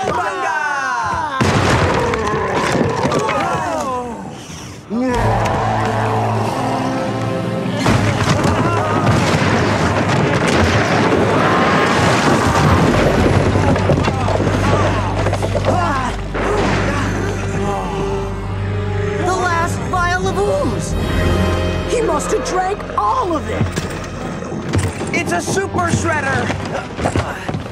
Kawabanga! The last vial of ooze! He must have drank all of it! It's a super shredder!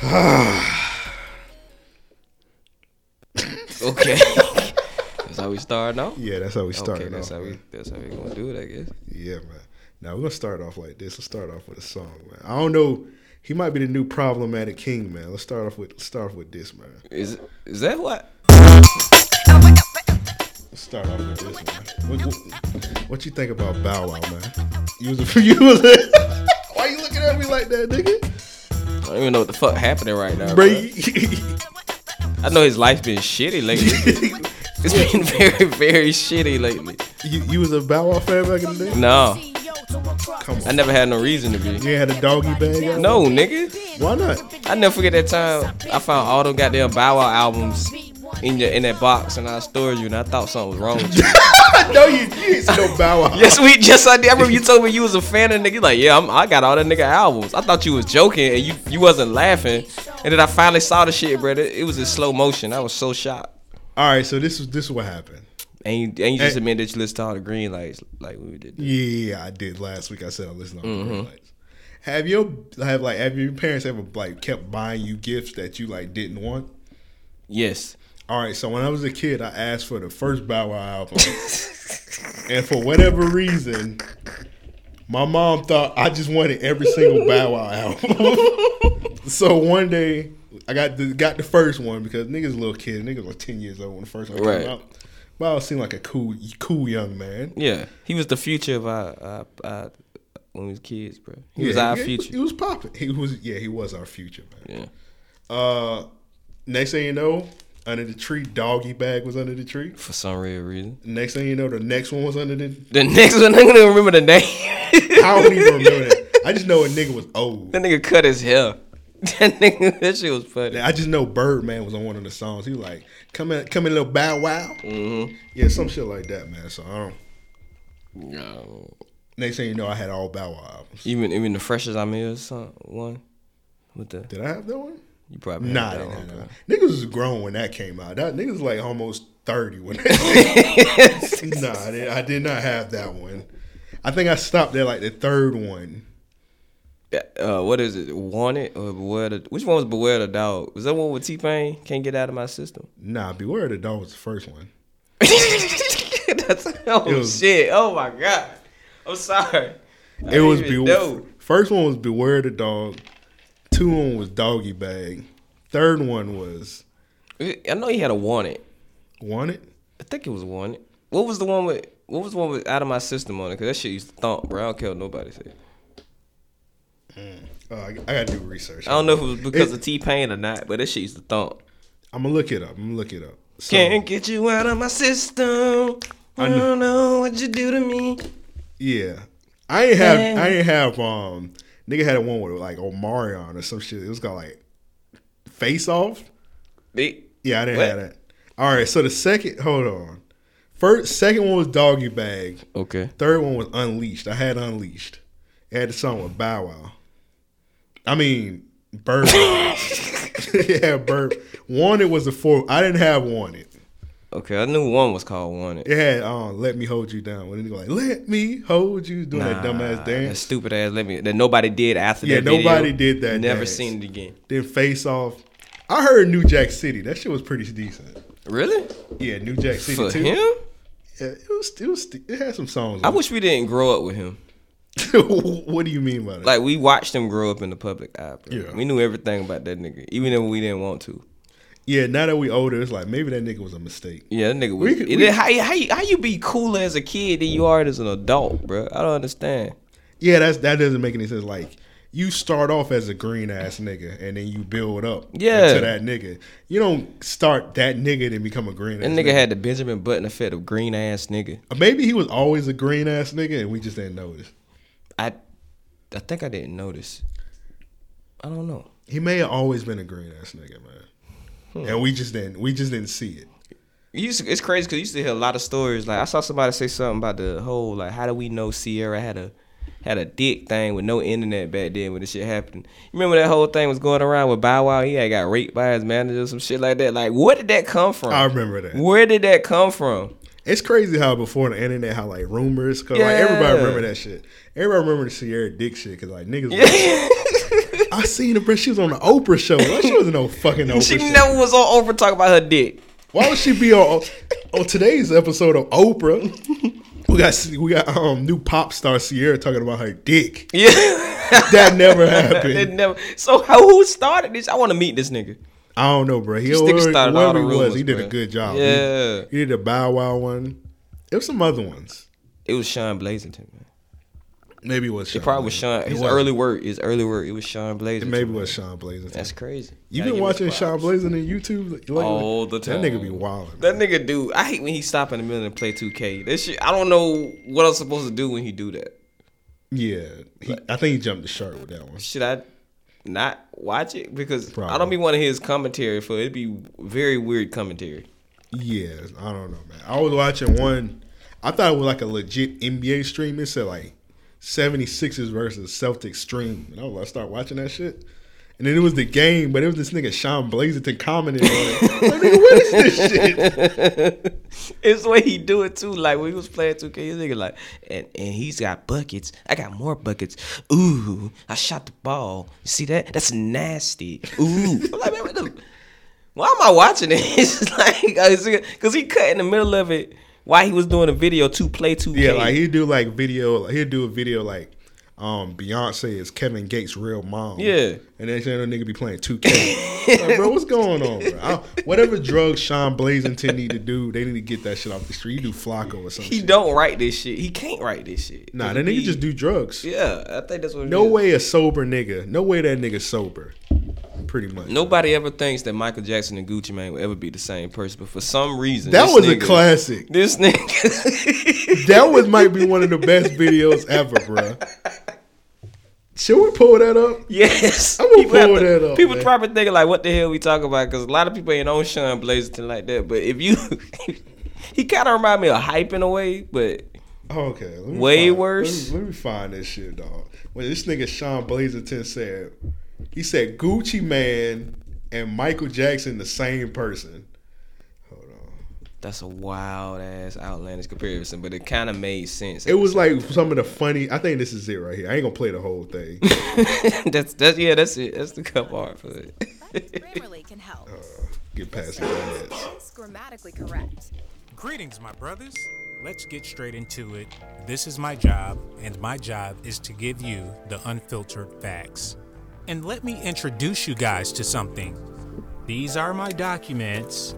Okay. that's how we start now? Yeah, that's how we started Okay, that's off. how we man. that's how we gonna do it, I guess. Yeah, man. Now we're gonna start off like this. Let's start off with a song, man. I don't know. He might be the new problematic king, man. Let's start off with let's start off with this, man. Is is that what Let's start off with this, man. What, what, what you think about Bow Wow, man? You was a, you was a, Why you looking at me like that, nigga? I don't even know what the fuck happening right now. Bro, bruh. I know his life's been shitty lately. it's been very, very shitty lately. you, you was a Bow Wow fan back in the day. No. Come on. I never had no reason to be. You ain't had a doggy bag. out? No, nigga. Why not? I never forget that time I found all them goddamn Bow Wow albums in your in that box in our storage unit. I thought something was wrong with you. No, you, you ain't see no Bow Wow. yes, we yes I did. I remember you told me you was a fan of nigga. You Like, yeah, I'm, I got all that nigga albums. I thought you was joking and you you wasn't laughing. And then I finally saw the shit, bro. It, it was in slow motion. I was so shocked. All right, so this is this is what happened. And you, and you just Hey. admit that you listened to all the green lights like we did. Yeah, I did last week. I said I listened to all the Green lights. Have your have like have your parents ever like kept buying you gifts that you like didn't want? Yes. All right, so when I was a kid, I asked for the first Bow Wow album, and for whatever reason, my mom thought I just wanted every single Bow Wow album. so one day, I got the, got the first one because niggas little kid, niggas like ten years old when the first one Right. came out. Bow Wow seemed like a cool cool young man. Yeah. He was the future of our, our, our when we was kids, bro. He was Yeah, our yeah, He future. was popping. He was yeah, he was our future, man. Yeah. Uh next thing you know, under the tree, doggy bag was under the tree. For some real reason. Next thing you know, the next one was under the The next one, I don't even remember the name. I don't even remember that. I just know a nigga was old. that nigga cut his hair. That nigga, that shit was funny. I just know Birdman was on one of the songs. He was like, come in come in little bow wow. Mm-hmm. Yeah, some shit like that, man. So I don't No. next thing you know I had all bow wow albums. Even even the freshest I'm here song one with the Did I have that one? you probably had Nah, I that didn't one, have that bro. one. Niggas was grown when that came out. That niggas like almost thirty when that Nah, I did, I did not have that one. I think I stopped at like the third one. That, Uh, what is it? Wanted or Beware the Which one was Beware the Dog? Was that one with T Pain? Can't get out of my system. Nah, Beware the Dog was the first one. That's oh It was- shit. Oh my god. I'm sorry. I It was didn't even Beware. know. First one was Beware the Dog. Two one was Doggy Bag. Third one was I know he had a Wanted. Wanted. I think it was Wanted. What was the one with? What was the one with Out of My System on it? Cause that shit used to thump, bro. I don't care what nobody said. Uh, I, I gotta do research. I don't know if it was because It- of T Pain or not, but that shit used to thump. I'm gonna look it up. I'm gonna look it up. So, Can't get you out of my system. I, I kn- don't know what you do to me. Yeah, I ain't have. I ain't have. Um, nigga had one with like Omarion or some shit. It was called like Face Off. Be- Yeah, I didn't What? have that. All right, so the second, hold on. First, second one was Doggy Bag. Okay. Third one was Unleashed. I had Unleashed. It had the song with Bow Wow. I mean, Bird. yeah, Bird. Wanted was the fourth. I didn't have Wanted. Okay, I knew one was called Wanted. It had um, Let Me Hold You Down. When it was like, Let Me Hold You, doing that dumbass That dance. stupid ass let me that nobody did after Yeah, that. video. nobody did that Never dance. seen it again. Then Face Off. I heard New Jack City. That shit was pretty decent. Really? Yeah, New Jack City For too. him? Yeah, it was, it was, it had some songs. I on it. wish we didn't grow up with him. what do you mean by that? Like we watched him grow up in the public eye. Bro. Yeah. We knew everything about that nigga, even if we didn't want to. yeah, now that we older, it's like maybe that nigga was a mistake. Yeah, that nigga. Was, could- and we- then how, you- how, you, how you be cooler as a kid than you are as an adult, bro? I don't understand. Yeah, that's that doesn't make any sense. Like you start off as a green ass nigga, and then you build up Yeah. to that nigga. You don't start that nigga then become a green. That ass nigga had the Benjamin Button effect of green ass nigga. Maybe he was always a green ass nigga, and we just didn't notice. I, I think I didn't notice. I don't know. He may have always been a green ass nigga, man. Hmm. And we just didn't we just didn't see it. You used to- it's crazy because you used to hear a lot of stories. Like I saw somebody say something about the whole like, how do we know Sierra had a had a dick thing with no internet back then when this shit happened? You remember that whole thing was going around with Bow Wow? He had got raped by his manager or some shit like that. Like, where did that come from? I remember that. Where did that come from? It's crazy how before the internet, how like rumors, cause like everybody Yeah. remember that shit. Everybody remember the Sierra Dick shit, cause like niggas. like, I seen her, bro. She was on the Oprah show. That shit wasn't no fucking Oprah. She show. never was on Oprah talking about her dick. Why would she be on on today's episode of Oprah? We got we got um new pop star Sierra talking about her dick. Yeah, That never happened. it never. So how, who started this? I want to meet this nigga. I don't know, bro. He This nigga whoever, started all whoever the he was, rumors, he did a bro. good job. Yeah. he, he did a Bow Wow one. There was some other ones. It was Sean Blazington. Man. Maybe it was. Sean It probably was Blazin. Sean. It His wasn't. early work. His early work. It was Sean Blazington. It maybe was Sean Blazin. That's crazy. You've Gotta been give us watching Sean props. Blazin on YouTube lately? All the time. That nigga be wild. That nigga do. I hate when he stop in the middle and play 2K. That shit. I don't know what I'm supposed to do when he do that. Yeah, he, I think he jumped the shark with that one. Should I not watch it because I don't Probably. be wanting his commentary for it. would be very weird commentary. Yeah, I don't know, man. I was watching one. I thought it was like a legit NBA stream. It said like 76ers versus Celtics stream, and I was like, start watching that shit. And then it was the game, but it was this nigga Sean Blazington commenting on it. Like, nigga, what is this shit? It's the way he do it too. Like when he was playing 2K, this nigga like, and, and he's got buckets. I got more buckets. Ooh, I shot the ball. You see that? That's nasty. Ooh. I'm like, man, what the, why am I watching it? It's like, because he cut in the middle of it while he was doing a video to play 2K. Yeah, like he'd do like video, like, he'd do a video like um Beyonce is Kevin Gates' real mom. Yeah. And then you know, nigga be playing 2K. like, bro, what's going on, bro? I- whatever drugs Sean Blazington need to do, they need to get that shit off the street. You do Flocko or something. he don't write this shit. He can't write this shit. Nah, that nigga just do drugs. Yeah, I think that's what. it No is. way a sober nigga. No way that nigga sober. Pretty much. Nobody ever thinks that Michael Jackson and Gucci Mane will ever be the same person, but for some reason, That this was a nigga- classic. This nigga. That was might be one of the best videos ever, bruh. Should we pull that up? Yes, I'm gonna People have pull to- that up, People man. probably thinking like, "What the hell we talking about?" Because a lot of people ain't on Sean Blazington like that. But if you, he kind of remind me of hype in a way. But Oh, Okay. let me Way find- worse. Let me, let me find this shit, dog. When this nigga Sean Blazington said, he said Gucci Man and Michael Jackson the same person. Hold on. that's a wild ass outlandish comparison. But it kind of made sense. It was like some of the funny. I think this is it right here. I ain't gonna play the whole thing. that's that's yeah. That's it. That's the cup art for it. Grammarly can help. Get past the ads. It's grammatically correct. Greetings, my brothers. Let's get straight into it. This is my job, and my job is to give you the unfiltered facts. And let me introduce you guys to something. These are my documents,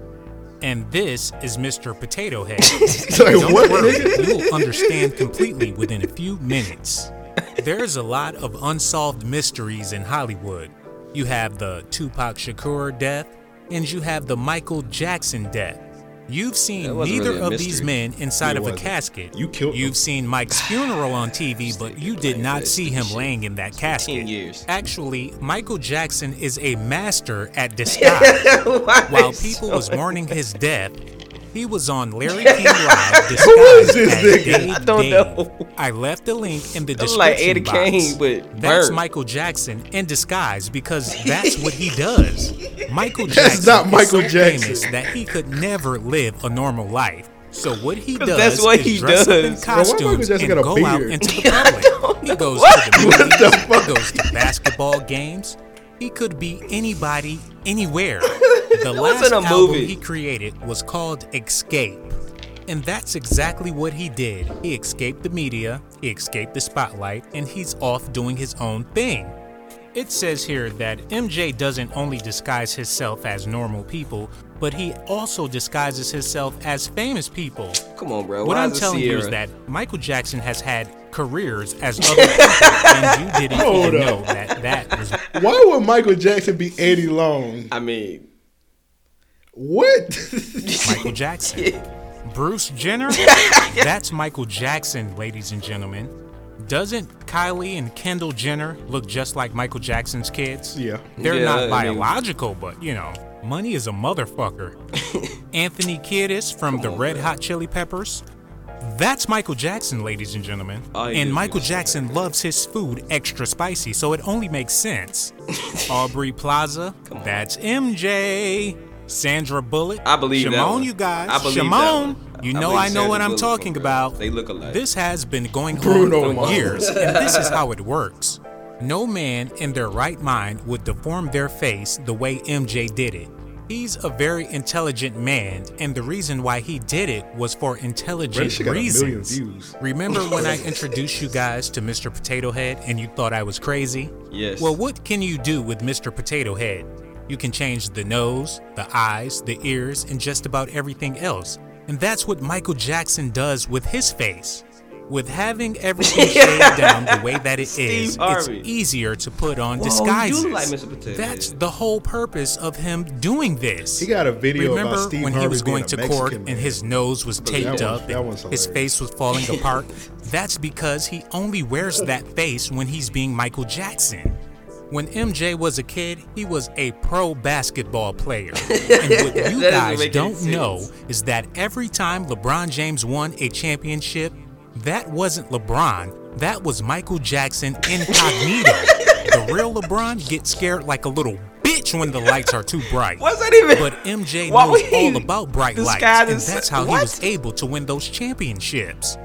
and this is Mr. Potato Head. Like, Don't what, worry, nigga? you'll understand completely within a few minutes. There's a lot of unsolved mysteries in Hollywood. You have the Tupac Shakur death, and you have the Michael Jackson death. You've That seen wasn't neither really a of these mystery. men inside It of a wasn't. casket. You killed You've them. seen Mike's funeral on TV, but you did not see him laying in that casket. years. Actually, Michael Jackson is a master at disguise. While people was mourning his death, he was on Larry King Live is disguised this as nigga? Dave I don't Dave. know. I left the link in the That's description like Eddie box. Kane, but that's burnt. Michael Jackson in disguise because that's what he does. Michael That's Jackson not is so Michael Jackson. famous that he could never live a normal life. So what he does that's what is he dress up in does. Bro, why Michael costumes Jackson got a and go out beard? into the public. he goes to the movies. the fuck? He goes to basketball games. He could be anybody, anywhere. The was last in a album movie. he created was called Escape. And that's exactly what he did. He escaped the media, he escaped the spotlight, and he's off doing his own thing. It says here that MJ doesn't only disguise himself as normal people, but he also disguises himself as famous people. Come on, bro. What Why I'm is it telling you is Sierra? that Michael Jackson has had careers as other people, and you didn't Hold even up. know that that was Why would Michael Jackson be Eddie Long? I mean, What? Michael Jackson. Bruce Jenner? That's Michael Jackson, ladies and gentlemen. Doesn't Kylie and Kendall Jenner look just like Michael Jackson's kids? Yeah. They're Yeah, I not mean- biological, but you know, money is a motherfucker. Anthony Kiedis from the Red Hot Chili Peppers? That's Michael Jackson, ladies and gentlemen. Oh, he and is Michael Jackson loves his food extra spicy, so it only makes sense. Aubrey Plaza, that's MJ. Sandra Bullock, I believe that Shimon, one. you guys. I believe that Shimon, one. you I know believe I, know what Sandra I'm Bullock talking from, uh, about. they look alike. This has been going Bruno on for Mars. years, and this is how it works. No man in their right mind would deform their face the way MJ did it. He's a very intelligent man, and the reason why he did it was for Bro, intelligent this shit got a million reasons. views. Remember when I introduced you guys to Mr. Potato Head and you thought I was crazy? Yes. Well, what can you do with Mr. Potato Head? You can change the nose, the eyes, the ears, and just about everything else. And that's what Michael Jackson does with his face. With having everything shaved down the way that it is, Steve it's Harvey. easier to put on Whoa, you do disguises. like Mr. Potato That's Head. the whole purpose of him doing this. He got a video Remember about Steve when he Harvey was being going a to Mexican court man. and his nose was That taped one's- up that and one's his hilarious. face was falling apart? That's because he only wears that face when he's being Michael Jackson. When MJ was a kid, he was a pro basketball player. And That what you doesn't guys make any don't sense. know is that every time LeBron James won a championship, that wasn't LeBron. That was Michael Jackson incognito. the real LeBron gets scared like a little bitch when the lights are too bright. What's that even- But MJ Why knows would he all about bright lights, disguise and himself? that's how he What? was able to win those championships.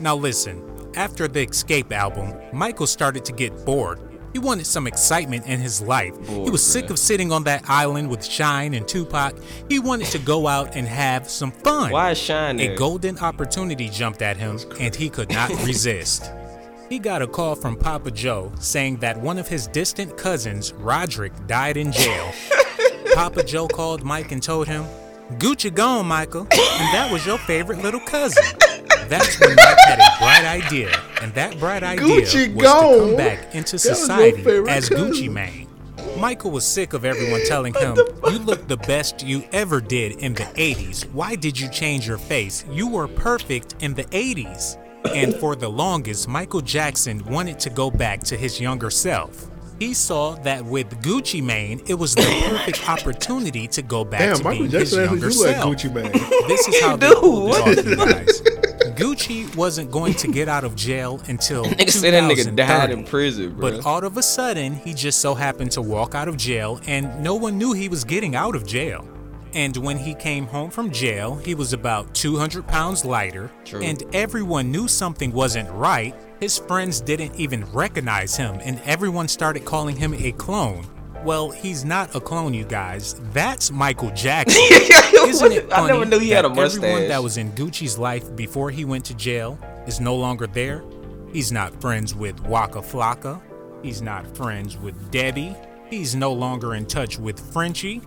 Now listen, after the Escape album, Michael started to get bored. He wanted some excitement in his life. he was sick bruh. of sitting on that island with Shine and Tupac. He wanted to go out and have some fun. Why is Shine A there? golden opportunity jumped at him, and he could not resist. He got a call from Papa Joe saying that one of his distant cousins, Roderick, died in jail. Papa Joe called Mike and told him, Gucci gone, Michael, and that was your favorite little cousin. That's when Mike had a bright idea, and that bright idea Gucci was to gone? come back That was into your society favorite as Gucci cousin. Mane. Michael was sick of everyone telling him, You look the best you ever did in the 80s. Why did you change your face? You were perfect in the 80s. And for the longest, Michael Jackson wanted to go back to his younger self. He saw that with Gucci Mane, it was the perfect opportunity to go back Damn, to Michael being Jackson actually his younger do like self. Gucci Man. This is how they Dude, pulled it what? off, you guys. Gucci wasn't going to get out of jail until nigga said that nigga died 2030. in prison, bro. But all of a sudden, he just so happened to walk out of jail, and no one knew he was getting out of jail. And when he came home from jail, he was about 200 pounds lighter, True. and everyone knew something wasn't right. His friends didn't even recognize him, and everyone started calling him a clone. Well, he's not a clone, you guys. That's Michael Jackson. Isn't it I funny never knew he had that a mustache. Everyone that was in Gucci's life before he went to jail is no longer there. He's not friends with Waka Flocka. He's not friends with Debbie. He's no longer in touch with Frenchie.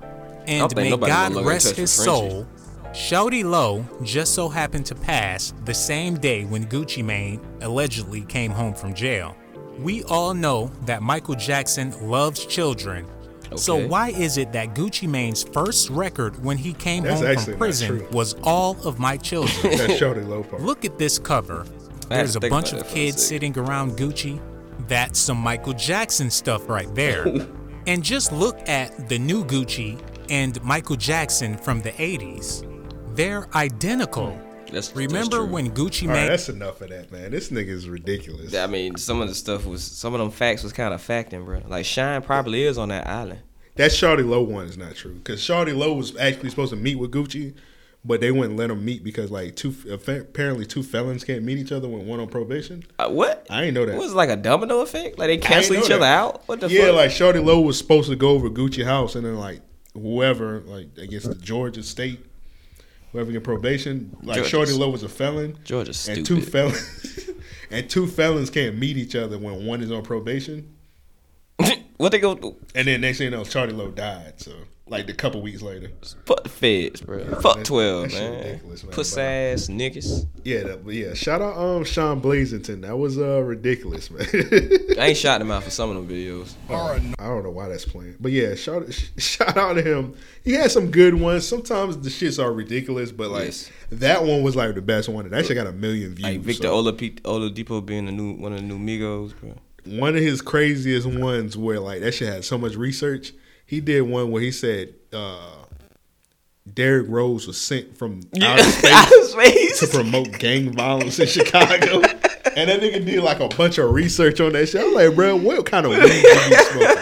And think may nobody's no God longer in rest touch his with Frenchie. soul. Shouty Low just so happened to pass the same day when Gucci Mane allegedly came home from jail. We all know that Michael Jackson loves children. So Okay. why is it that Gucci Mane's first record when he came That's home actually from not prison true. was all of my children? That Shorty Low part. Look at this cover. I had There's to a think bunch about of that for a kids sec. sitting around Gucci. That's some Michael Jackson stuff right there. and just look at the new Gucci and Michael Jackson from the 80s. They're identical. That's- that's Remember true. when Gucci All right, Mane that's enough of that, man. This nigga is ridiculous. I mean, some of the stuff was some of them facts was kind of facting, bro. Like Shine probably is on that island. That Shorty Low one is not true because Shorty Low was actually supposed to meet with Gucci, but they wouldn't let them meet because like two apparently two felons can't meet each other when one on probation. Uh, what? I ain't know that. What was it, like a domino effect? Like they I ain't cancel know each that. other out? What the yeah, fuck? like Shorty Lowe was supposed to go over Gucci House, and then like whoever, like I guess the Georgia State, whoever get probation, like Georgia's- Shorty Lowe was a felon. Georgia's and two stupid. felons, and two felons can't meet each other when one is on probation. what they go And then next thing you know, Shorty Lowe died. So like a couple weeks later, fuck the feds, bro. fuck that- twelve, that shit man. ridiculous, man. Puss But- ass niggas. yeah, that, but yeah. Shout out um Sean Blazington. That was uh ridiculous, man. I ain't shot them out for some of them videos. I don't know why that's playing, but yeah, shout sh- shout out to him. He had some good ones. Sometimes the shits are ridiculous, but like Yes. that one was like the best one. That shit got a million views. Like Victor so. Olapi- Oladipo being the new one of the new Migos, bro. one of his craziest ones where like that shit had so much research. He did one where he said uh Derrick Rose was sent from outer Out space of space. to promote gang violence in Chicago. And that nigga did like a bunch of research on that shit. I was like, bro, what kind of weed are you smoking?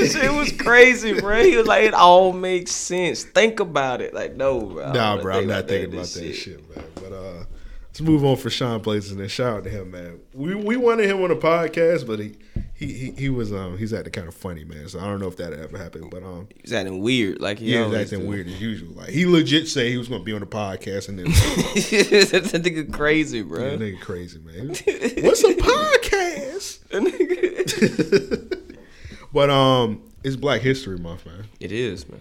This shit was crazy, bro. He was like, it all makes sense. Think about it. Like, no, bro. I don't Nah, wanna bro, I'm think not thinking about this that shit. man. But uh, let's move on for Sean Blazes and shout out to him, man. We we wanted him on a podcast, but he he he, he was um he's acting kind of funny, man. So I don't know if that ever happened, but um He's acting weird. Like, he yeah, always he's acting do. weird as usual. Like he legit said he was gonna be on the podcast and then that nigga crazy, that bro. nigga crazy man. What's a podcast? But um, it's Black History Month, man. it is, man.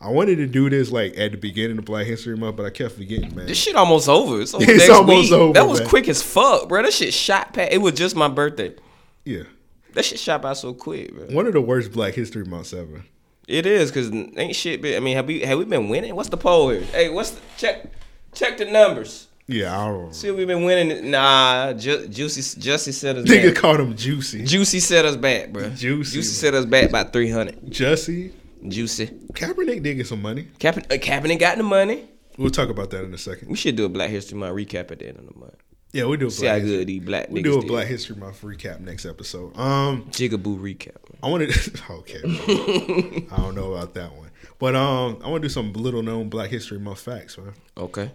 I wanted to do this like at the beginning of Black History Month, but I kept forgetting, man. This shit almost over. It's, over It's next almost week. over, That was man. quick as fuck, bro. That shit shot past. It was just my birthday. yeah, That shit shot by so quick, bro. one of the worst Black History Months ever. It is because ain't shit. Been, I mean, have we have we been winning? What's the poll here? Hey, what's the check? Check the numbers. Yeah, I don't. See, if we been winning. Nah, Ju- Juicy Juicy set us back. Nigga called him Juicy, Juicy set us back, bro. Juicy, Juicy bro. set us back by three hundred. Jussie. Juicy. Kaepernick did get some money. Captain uh, Kaepernick got the money. We'll talk about that in a We second. should do a Black History Month recap at the end of the month. Yeah, we do a See Black how History- good these black We niggas do a did. Black History Month recap next episode. Um, Jigaboo recap. Man. I wanted okay. I don't know about that one, but um, I want to do some little known Black History Month facts, man. Okay.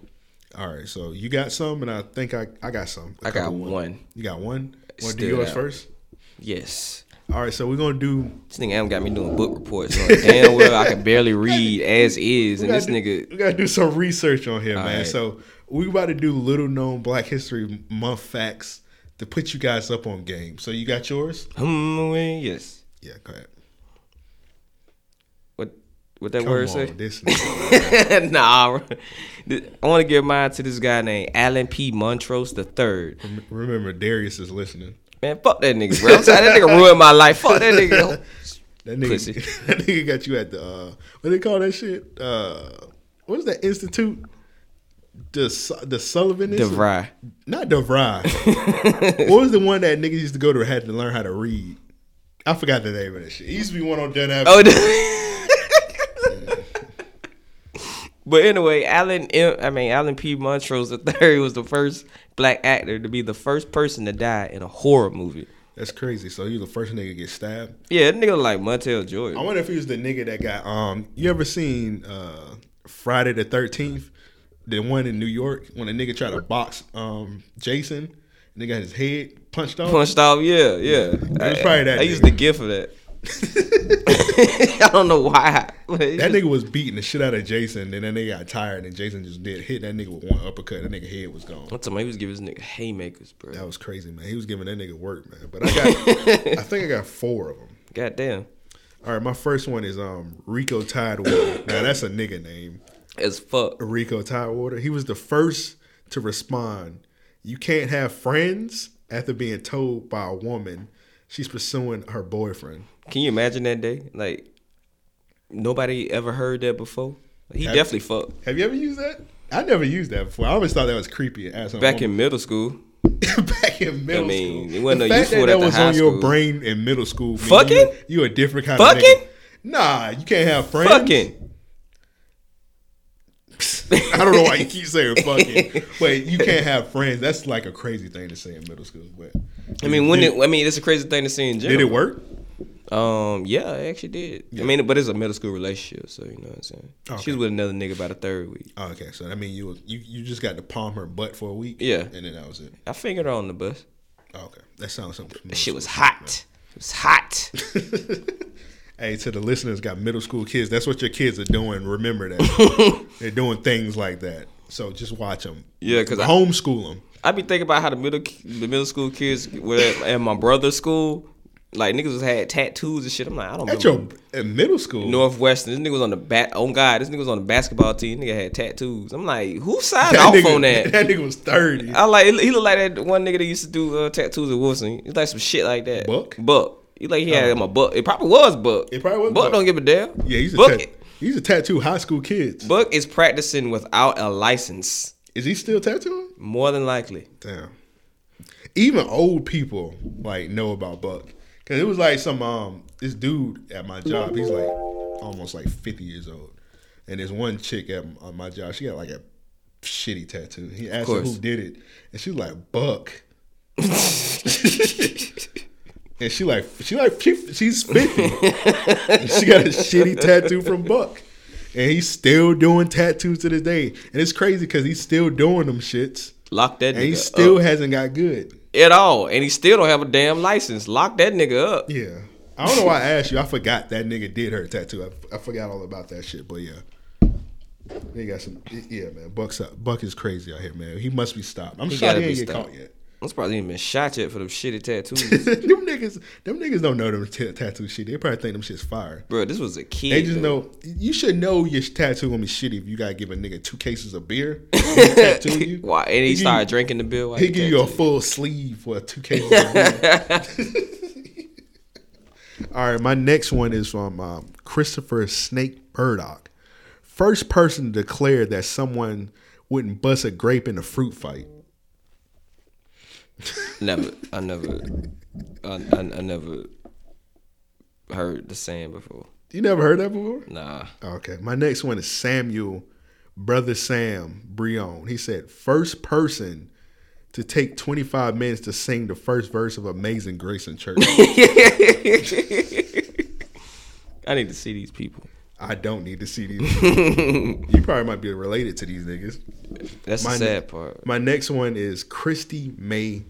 All right, so you got some, and I think I, I got some. I I got one. You got one. Want to do Stood yours out. first? Yes. All right, so we're gonna do. This nigga Adam got me doing book reports. knowing damn well I can barely read as is, and this nigga We gotta do some research on here, man. right. So we about to do little known Black History Month facts to put you guys up on game. So you got yours? hum away. hmm, Yes. Yeah, go ahead. What what that Come word on, say? this nigga. nah, bro. Th- I want to give mine to this guy named Alan P. Montrose the third. Remember, Darius is listening. Man, fuck that nigga, bro. I'm sorry, that nigga ruined my life. Fuck that nigga. That nigga, Pussy. that nigga got you at the uh, what they call that shit? Uh, what is that institute? The Su- the Sullivan Institute? DeVry. not DeVry. what was the one that niggas used to go to that had to learn how to read? I forgot the name of that shit. It used to be one on Dunn Avenue. Oh. d- but anyway, Alan M. I mean Alan P. Montrose the third was the first black actor to be the first person to die in a horror movie. That's crazy. So you the first nigga to get stabbed. Yeah, that nigga like Montel I Jordan. wonder if he was the nigga that got um. You ever seen uh Friday the Thirteenth? The one in New York when a nigga tried to box um Jason, nigga got his head punched off. Punched off, yeah, yeah. was probably that I, I nigga. used the gift of that. I don't know why. That nigga was beating the shit out of Jason, and then they got tired, and Jason just did hit that nigga with one uppercut. That nigga head was gone. One time he was giving his nigga haymakers, bro. That was crazy, man. He was giving that nigga work, man. But I got, I think I got four of them. Goddamn. All right, my first one is um Rico Tidewater. now that's a nigga name, As fuck. Rico Tidewater. He was the first to respond. You can't have friends after being told by a woman she's pursuing her boyfriend. Can you imagine that day? Like nobody ever heard that before. He definitely fucked. Have you ever used that? I never used that before. I always thought that was creepy. As Back in middle school. back in middle I mean, school. it wasn't the no fact use that for it that at the was high on your school. brain in middle school. mean Fucking? you, you a different kind of Fucking? nigga. Nah, you can't have friends. Fucking. I don't know why you keep saying fucking. Wait, you can't have friends. That's like a crazy thing to say in middle school. But I mean, when did, it, I mean, it's a crazy thing to see in general. did it work? Um, yeah, I actually did. I mean, but it's a middle school relationship, so you know what I'm saying. She was with another nigga about a third week. Oh, okay, so I mean, you was- you you just got to palm her butt for a week. Yeah. and then that was it. I fingered her on the bus. Oh, okay, that sounds something. That shit was hot. It was hot. Hey, to the listeners, got middle school kids. That's what your kids are doing. Remember that they're doing things like that. So just watch them. Yeah, 'cause I- homeschool them. I be thinking about how the middle the middle school kids were at, at my brother's school. Like niggas was had tattoos and shit. I'm like, I don't At your remember. at middle school, Northwestern. This nigga was on the bat. Oh God, this nigga was on the basketball team. Nigga had tattoos. I'm like, who signed off nigga, on that? that nigga was thirty. I like. He looked like that one nigga that used to do uh, tattoos at Wilson. He like some shit like that. Buck? Oh. Buck. He like he had him a buck. It probably was buck. It probably was Buck, Buck. don't give a damn. yeah, he's a buck. tat- he's a tattoo high school kids. buck is practicing without a license. Is he still tattooing? More than likely. Damn. Even old people like know about Buck. Cause it was like some um this dude at my job, he's like almost like fifty years old. And there's one chick at m- on my job, she got like a shitty tattoo. He asked her who course. did it. And she was like, Buck. and she like she like she, she's fifty. And she got a shitty tattoo from Buck. And he's still doing tattoos to this day. And it's crazy because he's still doing them shits. Lock that And he nigga uh, still up hasn't got good. at all, and he still don't have a damn license. Lock that nigga up. Yeah. I don't know why I asked you. I forgot that nigga did her tattoo. I, I forgot all about that shit, but yeah. They got some yeah, man. Buck's up. Buck is crazy out here, man. He must be stopped. I'm shocked gotta be he ain't get stopped. caught yet. I'm surprised he ain't been shot yet for them shitty tattoos, them niggas them niggas don't know them t- tattoo shit. They probably think them shit's fire. bro. This was a kid. They just though. know you should know your tattoo gonna be shitty if you gotta give a nigga two cases of beer. to tattoo you. Why? And he, give started you- drinking the bill. while He give you a tattooed. full sleeve for two cases. of beer. All right, my next one is from um, Christopher Snake Burdock. First person to declare that someone wouldn't bust a grape in a fruit fight. Never, I never, I, I, I never heard the saying before. You never heard that before? Nah, Okay, my next one is Samuel, brother Sam Brion. He said, first person to take 25 minutes to sing the first verse of Amazing Grace in church. I need to see these people. I don't need to see these. you probably might be related to these niggas. That's My the ne- sad part. My next one is Christy May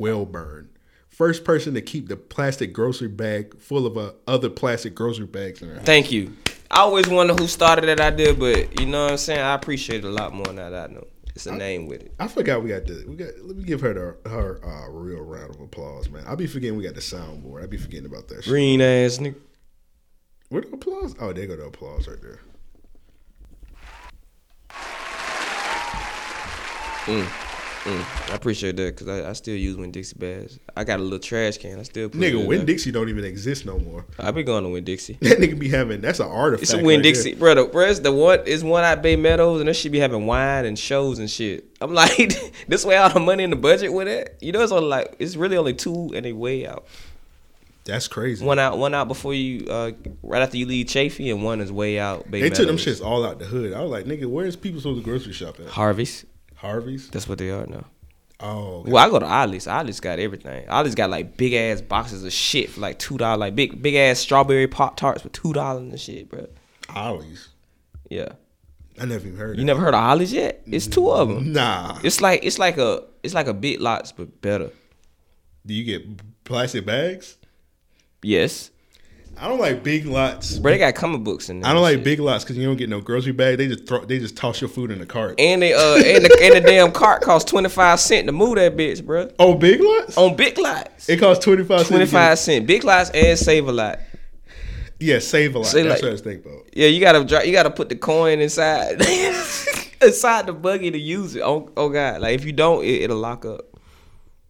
Wellburn. First person to keep the plastic grocery bag full of uh, other plastic grocery bags in her house. Thank you. I always wonder who started that idea, but you know what I'm saying. I appreciate it a lot more now that I know. It's a name with it. I forgot we got the we got. Let me give her the, her uh, real round of applause, man. I be forgetting we got the soundboard. I be forgetting about that. Shit. Green ass nigga. Where the applause? Oh, there go the applause right there. I appreciate that because I, I still use Win Dixie bags. I got a little trash can. I still put it Nigga, in Win there. Dixie don't even exist no more. I be going to Win Dixie. That nigga be having that's an artifact. It's a Win right Dixie, there. brother. Bro, it's the one. It's one out Bay Meadows, and that should be having wine and shows and shit. I'm like, this way all the money in the budget with it. You know, it's only like it's really only two, and they way out. That's crazy. One out, one out before you, uh, right after you leave Chafee, and one is way out. Bay they took them Meadows. shits all out the hood. I was like, nigga, where's people supposed to grocery shop at? Harveys. Harvey's. That's what they are now. Oh, okay. Well, I go to Ollie's. Ollie's got everything. Ollie's got like big ass boxes of shit for like two dollars, like big big ass strawberry pop tarts for two dollars and shit, bro. Ollie's. Yeah, I never even heard. you of never heard of Ollie's yet? It's two of it. them. Nah. It's like it's like a it's like a big lots but better. Do you get plastic bags? Yes, I don't like big lots. bro. They got comic books in there. I don't and like shit. big lots because you don't get no grocery bag. They just throw. They just toss your food in the cart. And they uh and the, and the damn cart costs twenty five cent to move that bitch, bro. oh, big lots. On big lots, it costs twenty five. twenty five cent. Big lots and save a lot. Yeah, save a lot. Save That's like- what I was thinking about. Yeah, you gotta dri- you gotta put the coin inside inside the buggy to use it. Oh, oh god, like if you don't, it, it'll lock up.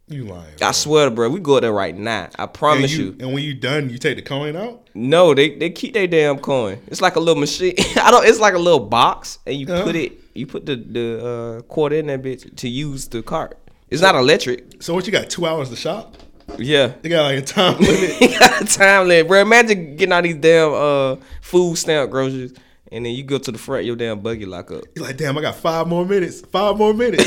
You lying? I swear, bro, we go there right now. I and promise you, you. And when you done, you take the coin out. No, they, they keep their damn coin. It's like a little machine. I don't. It's like a little box, and you Uh-huh. put it. You put the the uh, quarter in that bitch to use the cart. It's not electric. So what? You got two hours to shop. Yeah. They got like a time limit. Time limit, bro. Imagine getting all these damn uh food stamp groceries, and then you go to the front, your damn buggy lock up. You're like, damn, I got five more minutes. Five more minutes.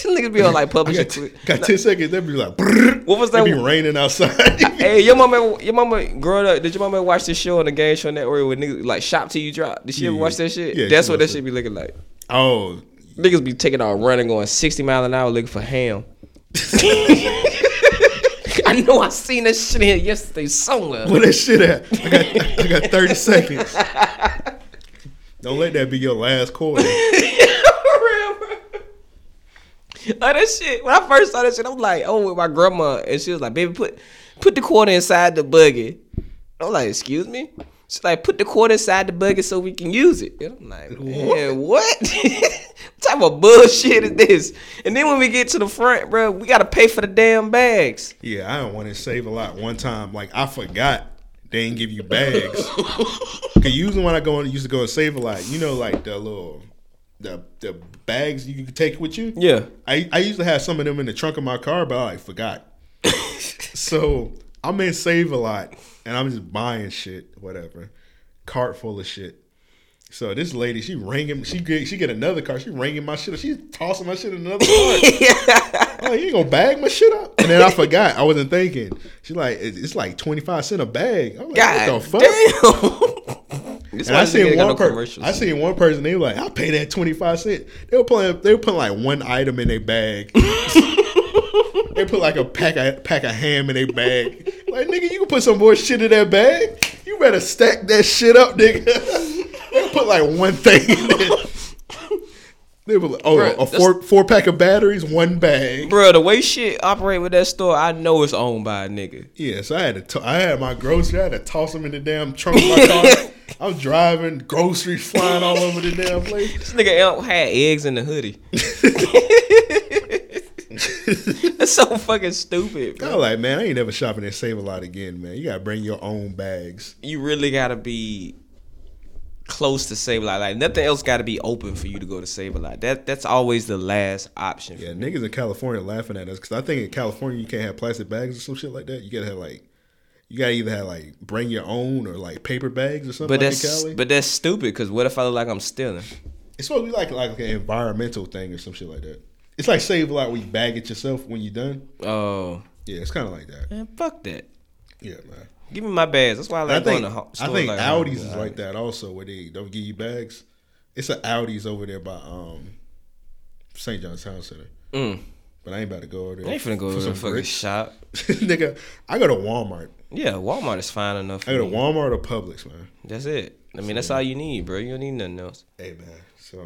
Some niggas be on like I publishing. got, tweet. got ten seconds. That'd be like. brrr. What was It'd that be one? raining outside. Hey, your mama, your mama, growing up, did your mama watch this show on the Game Show Network with niggas like shop till you drop? Did she ever Yeah. watch that shit? Yeah, That's she what that watched shit be looking like. oh, Niggas be taking out running, going sixty mile an hour looking for ham. I know I seen that shit here yesterday somewhere. where that shit at? I got, I got thirty seconds. Don't let that be your last quarter. Oh, that shit. When I first saw that shit, I'm like, oh, with my grandma, and she was like, baby, put put the quarter inside the buggy. I'm like, excuse me. She's like, put the quarter inside the buggy so we can use it. And I'm like, man, what? what type of bullshit is this? And then when we get to the front, bro, we gotta pay for the damn bags. Yeah, I don't want to save a lot. One time, like I forgot they didn't give you bags. Cause usually when I go on, used to go and save a lot. You know, like the little the the bags you can take with you. Yeah. I I used to have some of them in the trunk of my car, but I like forgot. so I'm in save a lot, and I'm just buying shit, whatever, cart full of shit. So this lady, she ringing, she get, she get another car, she ringing my shit up, she's tossing my shit in another cart. I'm like, you ain't gonna bag my shit up? And then I forgot. I wasn't thinking. She's like, it's it's like 25 cent a bag. I'm like, God what the fuck? damn. this And why I this nigga ain't got seen one no per- commercials. I seen one person, they were like, I'll pay that 25 cent. They were putting they were putting like one item in their bag. they put like a pack of pack of ham in their bag. Like, nigga, you can put some more shit in that bag. You better stack that shit up, nigga. they put like one thing in it. They were like, oh, Bruh, a that's- four four pack of batteries, one bag. Bro, the way shit operate with that store, I know it's owned by a nigga. Yeah, so I had to. T- I had my grocery. I had to toss them in the damn trunk of my car. I was driving, groceries flying all over the damn place. This nigga Elk had eggs in the hoodie. That's so fucking stupid. I Bro. was like, man, I ain't never shopping at Save a Lot again, man. You gotta bring your own bags. You really gotta be close to Save a Lot. Like nothing else gotta be open for you to go to Save a Lot. That that's always the last option. Yeah, niggas in California laughing at us because I think in California you can't have plastic bags or some shit like that. You gotta have like, you gotta either have like bring your own or like paper bags or something. But like in that's Cali. but that's stupid. Cause what if I look like I'm stealing? it's supposed to be like like an environmental thing or some shit like that. It's like Save a Lot where you bag it yourself when you're done. Oh Yeah, it's kind of like that. man, fuck that. Yeah, man. Give me my bags. That's why I And like I think going to ho- I stores think like Audis is Aldi. like that also, where they don't give you bags. It's an Audis over there by um St. John's Town Center. But I ain't about to go over there. Mm. I ain't finna go for to the some fucking bricks. shop. nigga. I go to Walmart. Yeah, Walmart is fine enough. I For go to me. Walmart or Publix, man. That's it. I mean, that's all you need, bro. You don't need nothing else. Hey man, so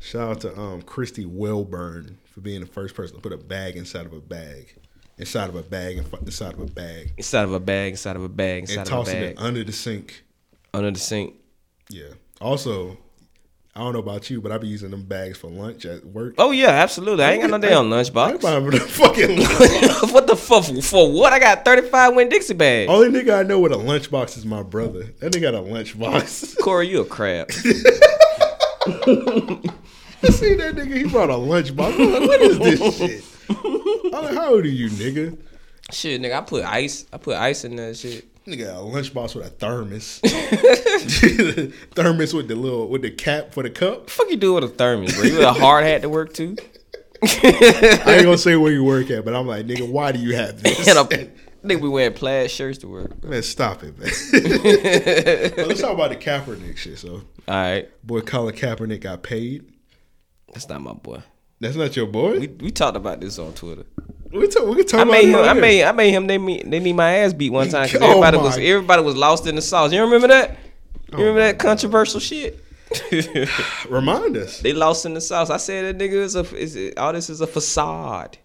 shout out to um Christy Wellburn for being the first person to put a bag inside of a bag, inside of a bag, and fu- inside of a bag, Inside of a bag, inside of a bag, inside and of a tossing bag, it under the sink. under the sink. Yeah. Also, I don't know about you, but I be using them bags for lunch at work. Oh yeah, absolutely. I ain't got no damn I ain't lunchbox. buying a fucking lunch. what the fuck for what? I got thirty five Win Dixie bags. Only nigga I know with a lunchbox is my brother. That nigga got a lunchbox. Corey, you a crab. I see that nigga. He brought a lunchbox. I'm like, what is this shit? I'm like, how old are you, nigga? shit, nigga. I put ice. I put ice in that shit. Nigga got a lunchbox with a thermos. thermos with the little with the cap for the cup. fuck you do with a thermos, bro? You with a hard hat to work to? I ain't gonna say where you work at, but I'm like, nigga, why do you have this? And a nigga be wearing plaid shirts to work. Man, stop it, man. Well, let's talk about the Kaepernick shit. So, All right, boy, Colin Kaepernick got paid. that's not my boy. That's not your boy. We we talked about this on Twitter. We, talk, we can talk I about made it him. I later. made. I made him. They me. They need my ass beat one time because Oh everybody my- Oh was. Everybody was lost in the sauce. You remember that? You remember that controversial shit? Remind us. they lost in the sauce. I said that nigga is a. Is, all this is a facade.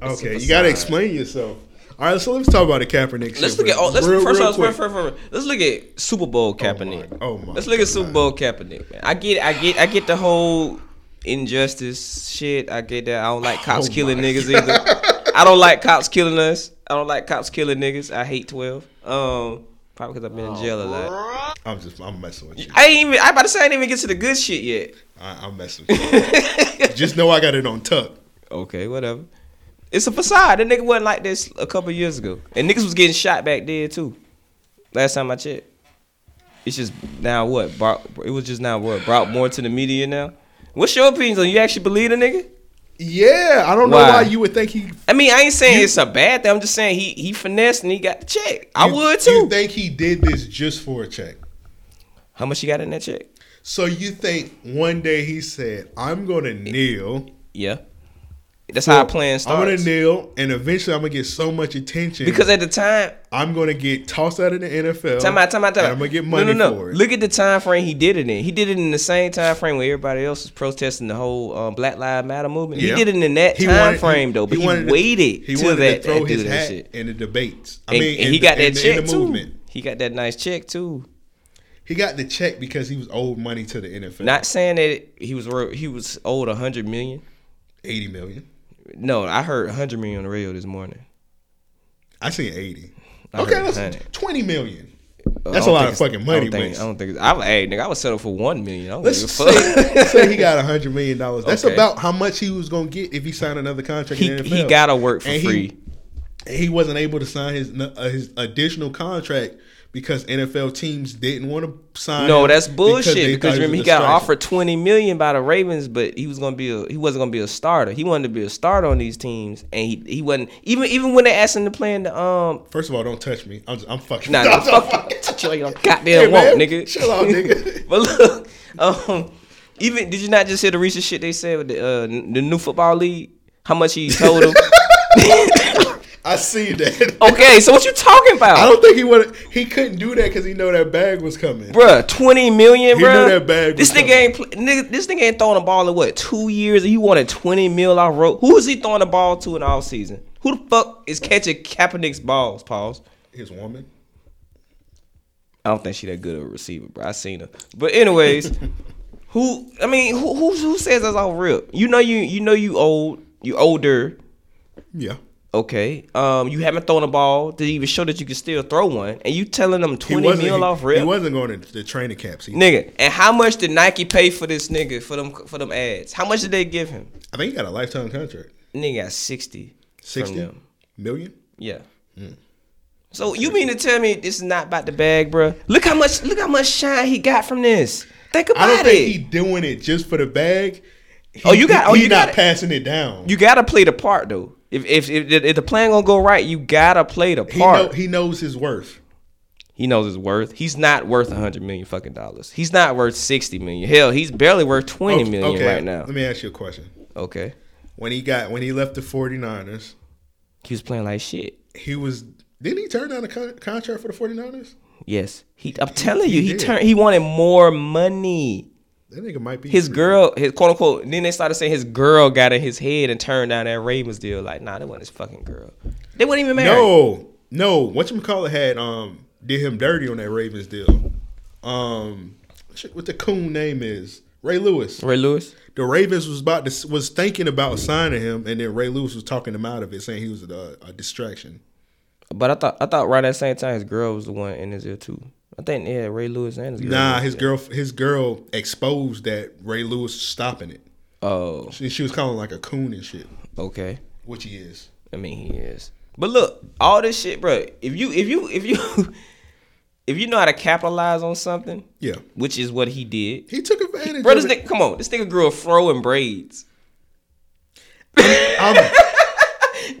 Okay, It's a you facade. gotta explain yourself. All right, so let's talk about the Kaepernick. shit Let's look at. real- Oh, let's real- first, real off, first, quick. first, first, first, Let's look at Super Bowl Kaepernick. oh my Let's look at God. Super Bowl Kaepernick. Man. I get. I get. I get the whole injustice shit. I get that. I don't like cops Oh killing my niggas either. I don't like cops killing us. I don't like cops killing niggas. I hate twelve. Um, probably because I've been in jail a lot. I'm just, I'm messing with you. I ain't even. I about to say I didn't even get to the good shit yet. I, I'm messing with you. just know I got it on tuck. Okay, whatever. It's a facade. That nigga wasn't like this a couple years ago, and niggas was getting shot back then too. Last time I checked, it's just now what? Brought, it was just now what brought more to the media now. What's your opinions on? You actually believe the nigga? Yeah, I don't know Why? why you would think he. I mean, I ain't saying it's a bad thing. I'm just saying he he finessed and he got the check. I you- would too. You think he did this just for a check? How much you got in that check? So you think one day he said, "I'm gonna kneel, Yeah. That's how I plan I'm gonna starts. kneel, and eventually I'm gonna get so much attention because at the time, I'm gonna get tossed out of the NFL. time out, time out, time Oh. and out. I'm gonna get money no, no, no. for it. Look at the time frame he did it in. He did it in the same time frame where everybody else was protesting the whole um, Black Lives Matter movement. Yeah. He did it in that time wanted- frame though, but he, wanted to- waited he till wanted that to throw that his dude hat that shit. in the debates. I And, mean, and in he the- got in that the- in check the too. movement. He got that nice check too. He got the check because he was owed money to the NFL. Not saying that he was wor- he was owed a hundred million. eighty million. No, I heard a hundred million on the radio this morning. I seen eighty. I okay, heard listen, 100. twenty million. Uh, I That's a don't think lot of it's- fucking money, I don't think, Wiz. I don't think. I, hey, nigga, I would settle for one million. I don't Let's give a fuck. say, say he got hundred million dollars. That's Okay. about how much he was gonna get if he signed another contract. he in the NFL. he gotta work for And he- free. and he wasn't able to sign his uh, his additional contract because NFL teams didn't want to sign. No, him that's because bullshit. they Because, thought was remember, a he got distraction. offered twenty million by the Ravens, but he was gonna be a, he wasn't gonna be a starter. He wanted to be a starter on these teams, and he, he wasn't even even when they asked him to play in the um. First of all, don't touch me. I'm, just, I'm fucking. Nah, I'm nigga, fuck you. Touch your goddamn won't, man, nigga. chill out, nigga. but look, um, even did you not just hear the recent shit they said with the uh, n- the new football league? How much he told him? I see that. okay, so what you talking about? I don't think he would. He couldn't do that because he know that bag was coming. Bruh, twenty million, He bruh. knew that bag was this nigga coming. ain't pl- nigga, this nigga ain't throwing a ball in what two years, and he wanted twenty mil off road. Who is he throwing the ball to in all season? Who the fuck is catching Kaepernick's balls? Pause. His woman. I don't think she that good of a receiver, bro. I seen her, but anyways, who? I mean, who who, who says that's all real? You know you you know you old you older. Yeah. Okay, um, you haven't thrown a ball to even show that you can still throw one, and you telling them He twenty wasn't. He, mil off rip. he wasn't going to the training camps. He, Nigga, and how much did Nike pay for this nigga for them for them ads? How much did they give him? I think he got a lifetime contract. Nigga got sixty. from Sixty Hmm. them. million. Yeah. So you mean to tell me this is not about the bag, bruh? Look how much look how much shine he got from this. Think about I don't it. think he doing it just for the bag. He- Oh, you got- He, oh, he you not got it. passing it down. you gotta play the part though. If if, if if the plan gonna go right, you gotta play the he, know, part. he knows his worth. He knows his worth. He's not worth a hundred million fucking dollars. He's not worth sixty million. Hell, he's barely worth twenty Okay, million okay, right now. Let me ask you a question. Okay. When he got when he left the 49ers, He was playing like shit. he was didn't he turn down a con- contract for the 49ers? Yes, he. I'm telling you, he he did. turned. He wanted more money. That nigga might be His girl, his quote unquote. Then they started saying his girl got in his head and turned down that Ravens deal. Like, nah, that wasn't his fucking girl. They weren't even married. No, no. What you call it had um did him dirty on that Ravens deal. Um, shit, what the coon name is Ray Lewis. Ray Lewis. The Ravens was about to was thinking about signing him, and then Ray Lewis was talking him out of it, saying he was a, a distraction. But I thought, I thought right at the same time, his girl was the one in his ear too. I think yeah, Ray Lewis and his girl. Nah, his girl his girl exposed that Ray Lewis was stopping it. Oh, She, she was calling him like a coon and shit, okay. which he is. I mean, he is. But look, all this shit, bro. If you, if you, if you, if you know how to capitalize on something, Yeah. which is what he did. He took advantage. Bro, of this it. nigga, come on, this nigga grew a fro and braids. I'm-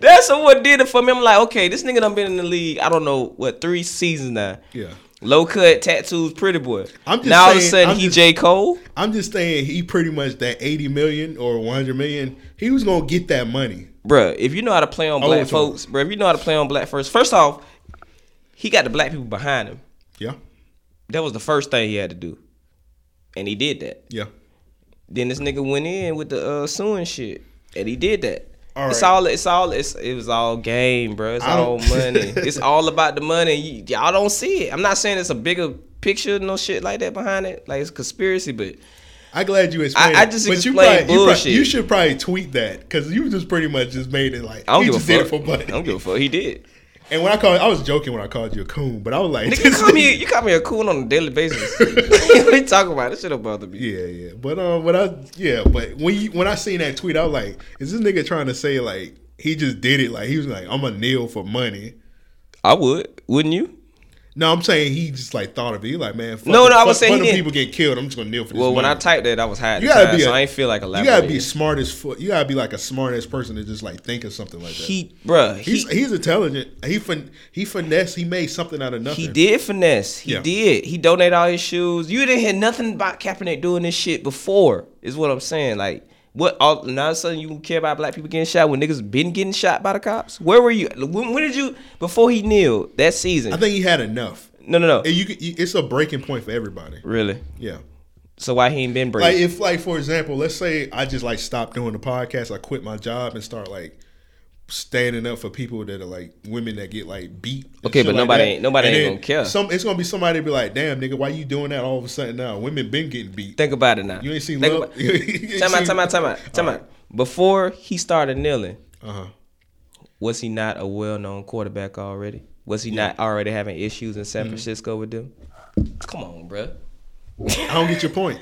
That's what did it for me. I'm like, okay, this nigga done been in the league. I don't know what three seasons now. Yeah. Low cut tattoos, pretty boy. I'm just now all of a saying- sudden I'm he just- J Cole. I'm just saying he pretty much that 80 million or 100 million. He was gonna get that money. Bruh, if you know how to play on Oh, black it's on. folks, bruh, if you know how to play on black first, first off, he got the black people behind him. Yeah, That was the first thing he had to do, and he did that. yeah. Then this nigga went in with the uh, suing shit, and he did that. All It's right. all. It's all. It's it was all game, bro. It's I all don't- money. it's all about the money. You, y'all don't see it. I'm not saying it's a bigger picture, no shit like that behind it. Like it's conspiracy, but I glad you explained. I- I it. just you explained probably- you probably- bullshit. You, should probably tweet that because you just pretty much just made it like I don't he give a just fuck. did it for money. I don't give a fuck. He did. And when I called, I was joking when I called you a coon, but I was like, Nigga, you this call nigga- me. You call me a coon on a daily basis. what you talking about? This shit don't bother me. Yeah, yeah, but um, but I yeah, but when you, when I seen that tweet, I was like, is this nigga trying to say like he just did it? Like he was like, I'm a kneel for money. I would. Wouldn't you? No, I'm saying he just like thought of it. He like, man, fuck No, it. no, I Fuck- was saying fuck he them didn't. people get killed. I'm just gonna kneel for this. Well, when I money. type that, I was high. At you the gotta time, be, so a- I ain't feel like you gotta be elaborating. smart as fuck. You gotta be like a smart ass person to just like think of something like that. He, bruh, he, he's he's intelligent. He fin- he finesse. He made something out of nothing. He did finesse. He Yeah. did. He donated all his shoes. You didn't hear nothing about Kaepernick doing this shit before, is what I'm saying. Like, what? All, now all of a sudden, you care about black people getting shot when niggas been getting shot by the cops? Where were you? When, when did you? Before he kneeled that season? I think he had enough. no, no, no. And you, could- you, it's a breaking point for everybody. really? Yeah. So why he ain't been brave? Like if like for example, let's say I just like stop doing the podcast, I quit my job and start like standing up for people that are like women that get like beat. and Okay, shit but like nobody that. ain't- nobody And ain't then gonna care. Some it's gonna be somebody be like, damn nigga, why you doing that all of a sudden now? Women been getting beat. Think about it now. You ain't seen Think love- about- you ain't Time out, seen- time out, time out, time out. Before he started kneeling, Uh-huh. was he not a well-known quarterback already? Was he not already having issues in San Mm-hmm. Francisco with them? Come on, bruh. I don't get your point.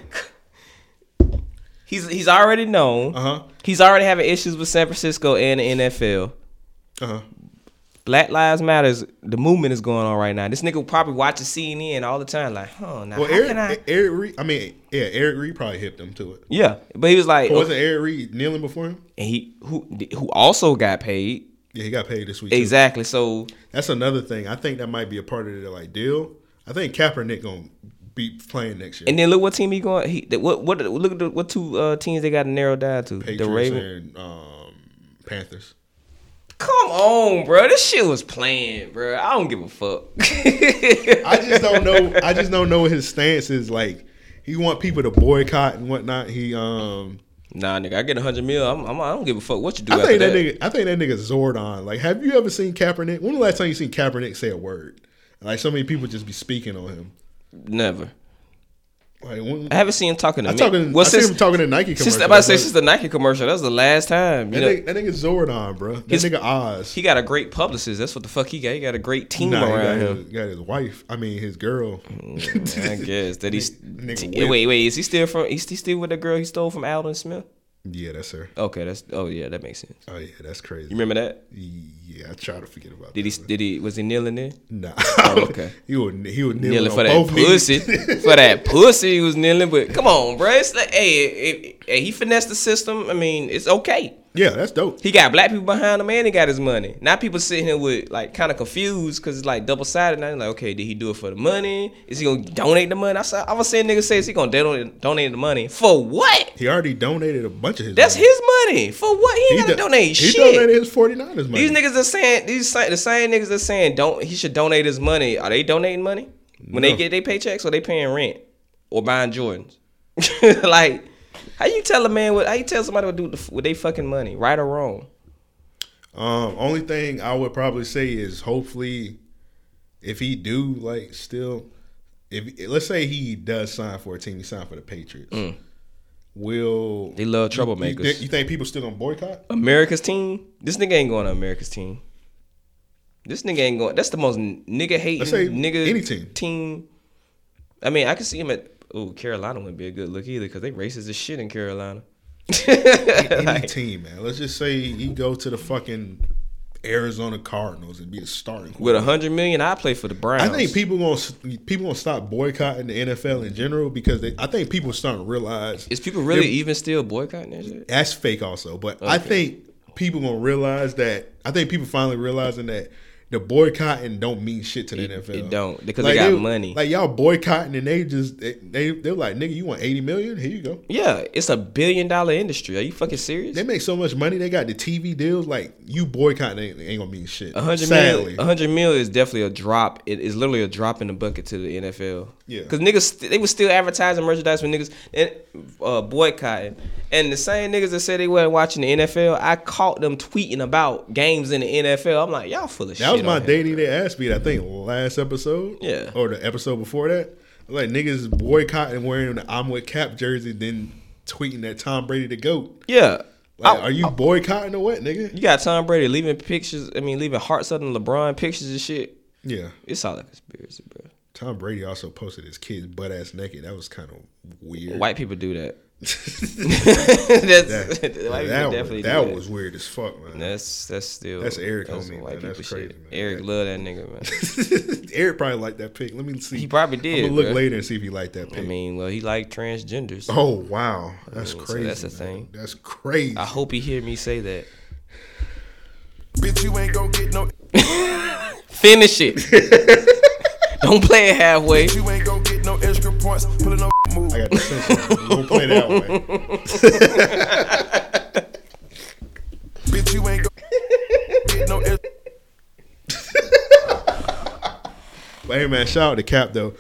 He's he's already known. Uh-huh. He's already having issues with San Francisco and the NFL. Uh-huh. Black Lives Matters. The movement is going on right now. This nigga probably watches CNN all the time. Like, huh? Now Well, how can I? Eric, E, Eric Reed, I mean, yeah, Eric Reed probably hipped him to it. yeah, but he was like, But wasn't Eric Reed kneeling before him? and he who who also got paid Yeah, he got paid this week. too. exactly. So That's another thing. I think that might be a part of their like deal. I think Kaepernick gonna be playing next year. and then look what team he going. He that- what what look at the, what two uh, teams they got narrowed down to Patriots the Ravens. and um, Panthers. Come on, bro. This shit was playing, bro. I don't give a fuck. I just don't know. I just don't know what his stance is. Like he want people to boycott and whatnot. He um. nah, nigga. I get a hundred mil. I'm, I'm I don't give a fuck what you do. I after think that, that nigga. I think that nigga Zordon. Like, have you ever seen Kaepernick? When the last time you seen Kaepernick say a word? Like so many people just be speaking on him. never. Like when, I haven't seen him talking to I me. talking. Well, I since- see him talking to Nike commercial. Since about to say That's since like- the Nike commercial, that was the last time. You that, know, nigga, that nigga Zordon, bro. That His- nigga Oz. he got a great publicist. That's what the fuck he got. He got a great team Nah, he got, around his, him. got his wife. I mean, his girl. I guess that he's. Nigga t- whip. wait, wait, is he still from? Is he still with the girl he stole from Alden Smith? Yeah, that's her. Okay, that's. Oh yeah, that makes sense. Oh yeah, that's crazy. You remember that? Yeah, I try to forget about. Did he? that, but- Did he? Was he kneeling there? Nah. Oh, okay. he would. He would kneel Kneeling on for that both knees. pussy. for that pussy, he was kneeling. But come on, bruh. It's like, hey, it, it- hey, he finessed the system. I mean, it's okay. yeah, that's dope. He got black people behind him and he got his money. Now people sitting here with like kind of confused because it's like double sided. Now they're like, okay, did he do it for the money? Is he gonna donate the money? I saw I was seeing niggas say is he gonna donate donate the money for what? He already donated a bunch of his. That's money. his money for what? He ain't gotta do- donate He shit. donated his 49ers money. these niggas are saying these sa- the same niggas are saying don't he should donate his money. Are they donating money when they No. get their paychecks? Or they paying rent or buying Jordans? like how you tell a man what? How you tell somebody what to do with, the, f- with they fucking money, right or wrong? Um, only thing I would probably say is hopefully, if he do like still, if let's say he does sign for a team, he signed for the Patriots. Will Mm. They love you, troublemakers. thi- you think people still gonna boycott? America's team. This nigga ain't going to America's team. This nigga ain't going. That's the most nigga hating Let's say nigga any team. team. I mean, I could see him at. Oh, Carolina wouldn't be a good look either because they racist as shit in Carolina. Any team, man. Let's just say he go to the fucking Arizona Cardinals and be a starting. With a hundred million, I play for the I Browns. think people gonna people gonna stop boycotting the NFL in general because they, I think people starting to realize is people really e-, even still boycotting that shit? that's fake also. But I think people gonna realize that I think people finally realizing that the boycotting don't mean shit to the NFL. it don't, because they got money. Like y'all boycotting and they just they, they they're like nigga, you want eighty million? Here you go. Yeah, it's a billion dollar industry. Are you fucking serious? They make so much money. They got the TV deals. Like you boycotting ain't, ain't gonna mean shit. A hundred Sadly, mil, a hundred mil is definitely a drop. It is literally a drop in the bucket to the NFL. Yeah. because niggas st- they was still advertising merchandise for niggas and uh, boycotting. And the same niggas that said they wasn't watching the NFL, I caught them tweeting about games in the NFL. I'm like, y'all full of shit. That was my on here. dating day ass beat. I think last episode. Yeah. Or the episode before that. Like niggas boycotting wearing the I'm with Cap jersey, then tweeting that Tom Brady the goat. Yeah, Like, I- are you boycotting or what, nigga? you got Tom Brady leaving pictures. I mean, leaving hearts up and LeBron pictures and shit. Yeah. It's all a conspiracy, bro. Tom Brady also posted his kid's butt ass naked. That was kind of weird. White people do that. that's That, white people that, definitely do was, that was weird as fuck, man. that's that's still That's Eric on me, some man. That's people crazy, man. Eric loved that nigga, man. Eric probably liked that pic. Let me see. He probably did, I'm gonna look bruh. later and see if he liked that pic. I mean, well, he liked transgenders. oh wow, that's mean, so crazy. that's the man. thing. That's crazy. I hope he hear me say that. Bitch, you ain't gon' get no. Finish it. Don't play it halfway. You ain't gon' get no extra points. Pulling no move. I got the sense. of it. Don't play that way. Bitch, you ain't gon' get no extra. But hey, man, shout out to Cap though.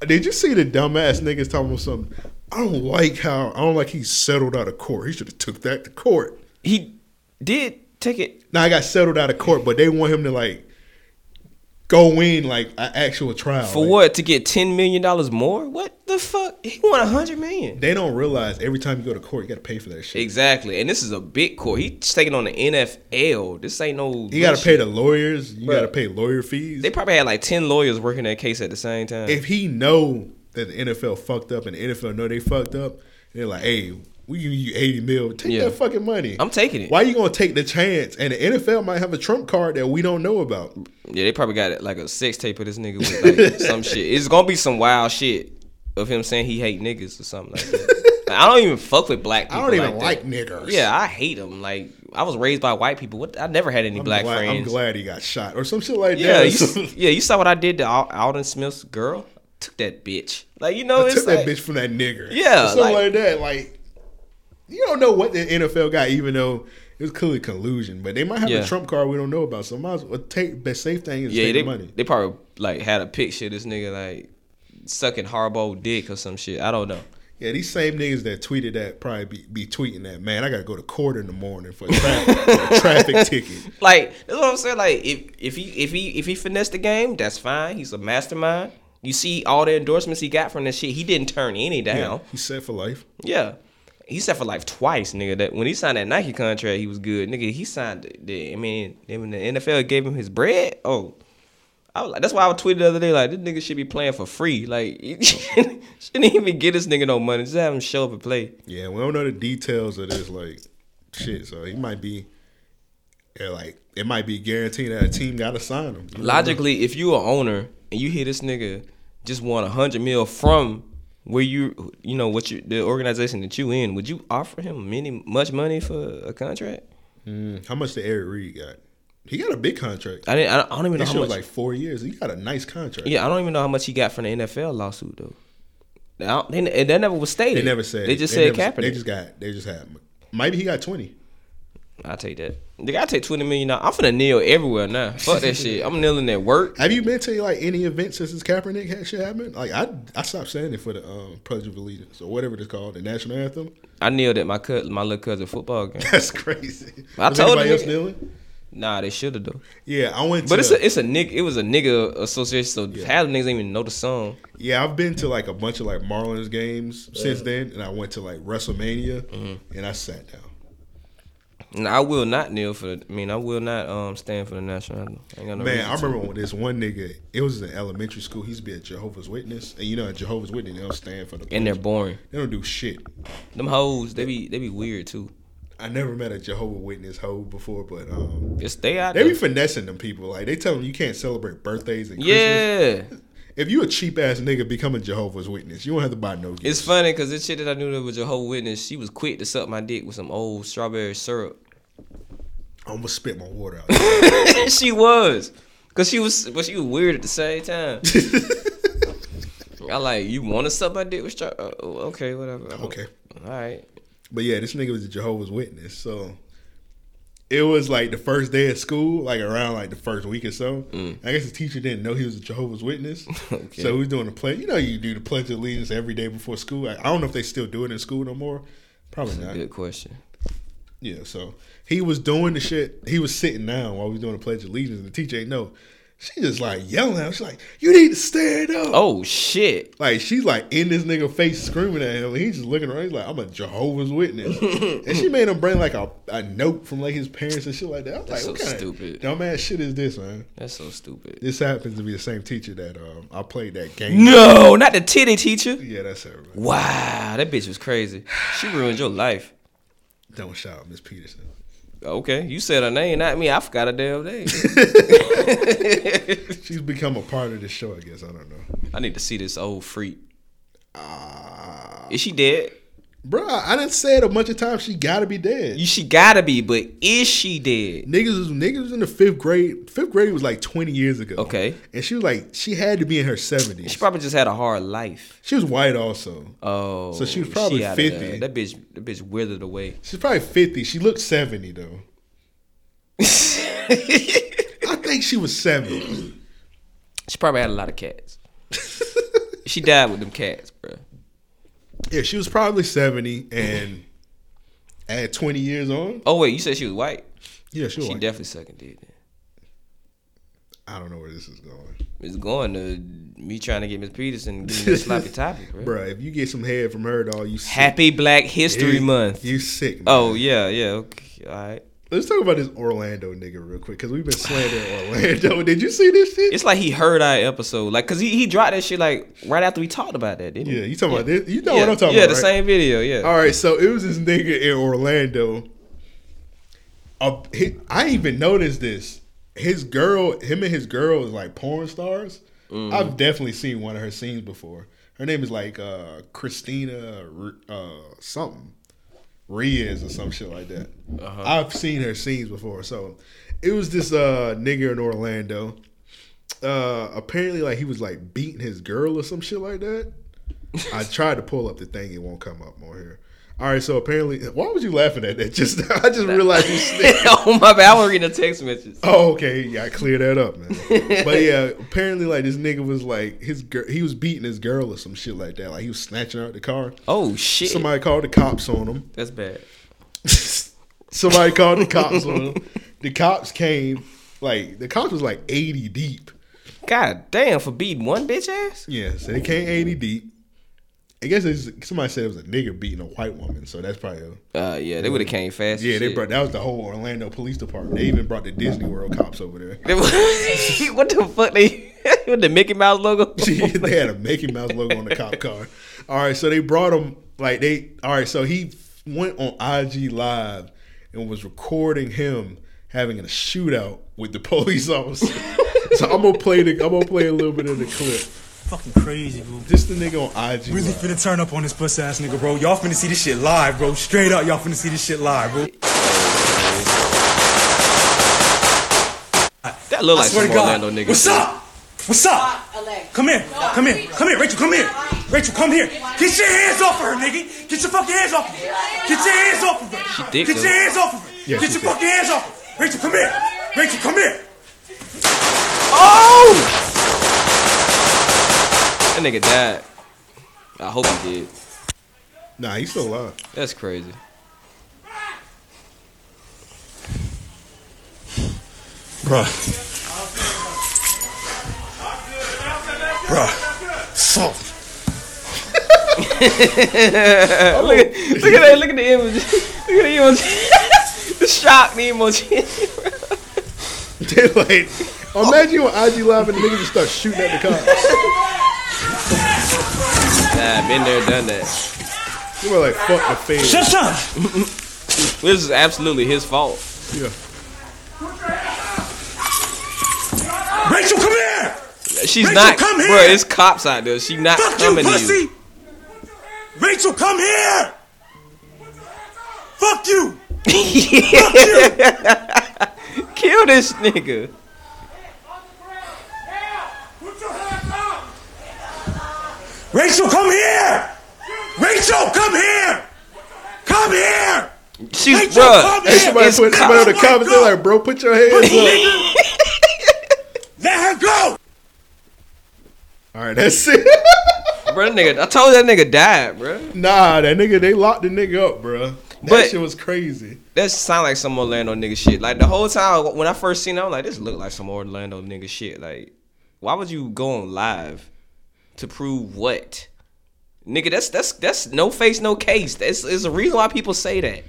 Did you see the dumbass niggas talking about something? I don't like how I don't like he settled out of court. He should have took that to court. He did take it. Now I got settled out of court, but they want him to like go in like an actual trial For Like, what? To get ten million dollars more? What the fuck? He won a hundred million. They don't realize every time you go to court, you got to pay for that shit. Exactly. And this is a big court. He's taking on the NFL. This ain't no. You got to pay the lawyers. You Bruh. got to pay lawyer fees. They probably had like ten lawyers working that case at the same time. if he know that the NFL fucked up and the NFL know they fucked up, they're like, hey, we give you eighty mil. Take Yeah. that fucking money. I'm taking it. Why you gonna take the chance? And the NFL might have a trump card that we don't know about. yeah, they probably got like a sex tape of this nigga with like some shit. It's gonna be some wild shit of him saying he hate niggas or something like that. Like, I don't even fuck with black I people. don't even like like that. niggers. Yeah, I hate them. Like I was raised by white people. What I never had any I'm black glad, friends. I'm glad he got shot or some shit like Yeah, that. you, s- yeah, you saw what I did to Al- Alden Smith's girl. Took that bitch. Like you know, I it's took like- that bitch from that nigger. Yeah, Or something like, like- that. Like you don't know what the NFL got, even though it was clearly collusion. But they might have Yeah. a trump card we don't know about. So might as well take the safe thing is Yeah, take they the money. they probably like had a picture of this nigga like sucking Harbo dick or some shit. I don't know. Yeah, these same niggas that tweeted that probably be, be tweeting that. Man, I gotta go to court in the morning for a traffic, for a traffic ticket. Like that's what I'm saying. Like if if he if he if he finessed the game, that's fine. He's a mastermind. You see all the endorsements he got from this shit. He didn't turn any Yeah, down. he's set for life. Yeah. He sat for life twice, nigga. That when he signed that Nike contract, he was good, nigga. He signed. The, the, I mean, then when the NFL gave him his bread. Oh, I was like, that's why I tweeted the other day like this nigga should be playing for free. Like shouldn't even get this nigga no money. Just have him show up and play. Yeah, we don't know the details of this like shit. So he might be yeah, like it might be guaranteed that a team gotta sign him. Logically, if you a owner and you hear this nigga just want a hundred mil from where you you know what you the organization that you in, would you offer him many much money for a contract? How much did Eric Reed got? He got a big contract. I didn't. I don't, I don't even know Uh, That how shit much. was like four years. He got a nice contract. Yeah, I don't even know how much he got from the NFL lawsuit though. I don't- They, they, that never was stated. They never said. They it. just said never- Kaepernick. They just got. They just had. Maybe he got twenty. I take that. They gotta take twenty million. dollars. I'm finna kneel everywhere now. Fuck that shit. I'm kneeling at work. Have you been to like any event since this Kaepernick had shit happened? Like I, I stopped standing for the um, Pledge of Allegiance or whatever it's called, the national anthem. I kneeled at my cut my little cousin football game. That's crazy. I Was told anybody him, else nigga. kneeling? Nah, they shoulda though. Yeah, I went. But to, it's a it's a nigga. It was a nigga association. So half the niggas didn't even know the song. Yeah, I've been to like a bunch of like Marlins games since then, and I went to like WrestleMania, and I sat down. And I will not kneel for. The, I mean, I will not um stand for the national anthem. I ain't got no Man, reason I to. remember when this one nigga, it was in elementary school. He used to be a Jehovah's Witness, and you know, a Jehovah's Witness they don't stand for the. And they're boring. They don't do shit. Them hoes, they be they be weird too. I never met a Jehovah's Witness hoe before, but um, Just stay out they be there. finessing them people. Like they tell them you can't celebrate birthdays and Christmas. Yeah. If you a cheap ass nigga, become a Jehovah's Witness. You don't have to buy no It's gifts. funny because this shit that I knew that was a whole witness, she was quick to suck my dick with some old strawberry syrup. I'm gonna spit my water out. she was. Cause she was but she was weird at the same time. I like, you wanna suck my dick with straw uh, okay, whatever. Okay. Alright. But yeah, this nigga was a Jehovah's Witness, so it was like the first day of school, like around like the first week or so. Mm. I guess the teacher didn't know he was a Jehovah's Witness, so he was doing the pledge. You know, you do the Pledge of Allegiance every day before school. I, I don't know if they still do it in school no more. Probably not. Good question. Yeah, so he was doing the shit. He was sitting down while we was doing the Pledge of Allegiance, and the teacher ain't know. She just like yelling at him. She's like, "You need to stand up." Oh shit. Like she's like in this nigga face screaming at him. And he's just looking around. He's like, "I'm a Jehovah's Witness," and she made him bring like a, a note from like his parents and shit like that. I was That's like, so "What stupid. kind of dumbass shit is this, man?" That's so stupid. This happens to be the same teacher that um, I played that game. No, not the titty teacher. Yeah, that's her. Man. Wow, that bitch was crazy. She ruined your life. Don't shout, Miss Peterson. Okay, you said her name, not me. I forgot her damn name. She's become a part of this show, I guess. I don't know. I need to see this old freak. Ah. Is she dead? Bruh, I done said a bunch of times she gotta be dead. You she gotta be, but is she dead? Niggas was niggas was in the fifth grade. Fifth grade was like twenty years ago. Okay. and she was like she had to be in her She seventies. probably just had a hard life. She was white also. Oh, So she was probably outta there. 50. That bitch, that bitch withered away. She's probably fifty. She looked seventy though. I think she was seventy. She probably had a lot of cats. she died with them cats, bro. Yeah, she was probably seventy, and at twenty years on, Oh wait, you said she was white. yeah, she She was. white. definitely sucking dick. then. I don't know where this is going. It's going to me trying to get Miss Peterson getting this sloppy topic, bro. Bruh, if you get some head from her, dog, you sick. Happy Black History You- Month. You sick? Man. oh yeah, yeah. Okay, all right. Let's talk about this Orlando nigga real quick because we've been slandering Orlando. Did you see this shit? It's like he heard our episode, like, cause he, he dropped that shit like right after we talked about that, didn't he? yeah, you talking about this? You know yeah, what I'm talking yeah, about? the right? same video. Yeah. All right, so it was this nigga in Orlando. Uh, he, I didn't even noticed this. His girl, him and his girl is like porn stars. I've definitely seen one of her scenes before. Her name is like uh, Christina R- uh, something, Riaz or some shit like that. I've seen her scenes before. So it was this uh, nigga in Orlando. Uh, apparently, like he was like beating his girl or some shit like that. I tried to pull up the thing; it won't come up on here. All right, so apparently, why was you laughing at that? Just now? I just realized you sneezed. oh my bad. I was reading the text messages. Oh, okay, yeah, I cleared that up, man. but yeah, apparently, like this nigga was like his girl, he was beating his girl or some shit like that. Like he was snatching her out the car. Oh shit. Somebody called the cops on him. That's bad. Somebody called the cops on him. The cops came. Like the cops was like eighty deep. God damn for beating one bitch ass. Yeah, so they came eighty deep. I guess it's, somebody said it was a nigga beating a white woman, so that's probably. A, Uh, yeah, they would have came fast. Yeah, they brought that was the whole Orlando Police Department. They even brought the Disney World cops over there. what the fuck? They with the Mickey Mouse logo. they had a Mickey Mouse logo on the cop car. All right, so they brought him like they. All right, so he went on IG Live and was recording him having a shootout with the police officer. so I'm gonna play the. I'm gonna play a little bit of the clip. Fucking crazy, bro. Just the nigga on IG. Really Live. finna turn up on this puss ass nigga, bro. Y'all finna see this shit live, bro. Straight up, y'all finna see this shit live, bro. That look I like swear some to God. Orlando nigga. What's too. up? What's up? Come here. Come here. Come here, Rachel. Come here. Rachel, come here. Get your hands off of her, nigga. Get your fucking hands off of her. Get your hands off of her. thick, Get your though. hands off of her. Yeah, she Get your thick. fucking hands off of her. Rachel, come here. Rachel, come here. Oh! That nigga died. I hope he did. Nah, he's still alive. That's crazy. Bruh. Bruh. Salt. Look at that. Look at the image. Look at the emoji. the shock, the emoji. They like, imagine you on IG Live and the nigga just start shooting at the cops. Nah, been there, done that. You were like, fuck the feds. Shut up. This is absolutely his fault. Yeah. Rachel, come here. She's Rachel, not. come Bro, here! it's cops out there. She not Fuck you, coming to pussy! you. Rachel, come here! Fuck you! Kill this nigga. Rachel, come here! Rachel, come here! Come here! She's Rachel, bro. come Hey, somebody It's put somebody on the cops. Oh my comments. They're God. like, bro, put your hands up. Let her go! All right, that's it. Bro, that nigga. I told that nigga died, bro. nah, that nigga, they locked the nigga up, bruh. That But shit was crazy. that sound like some Orlando nigga shit. Like the whole time when I first seen it, I'm like, this look like some Orlando nigga shit. Like, why would you go on live to prove what? Nigga, that's that's that's no face, no case. That's is a reason why people say that.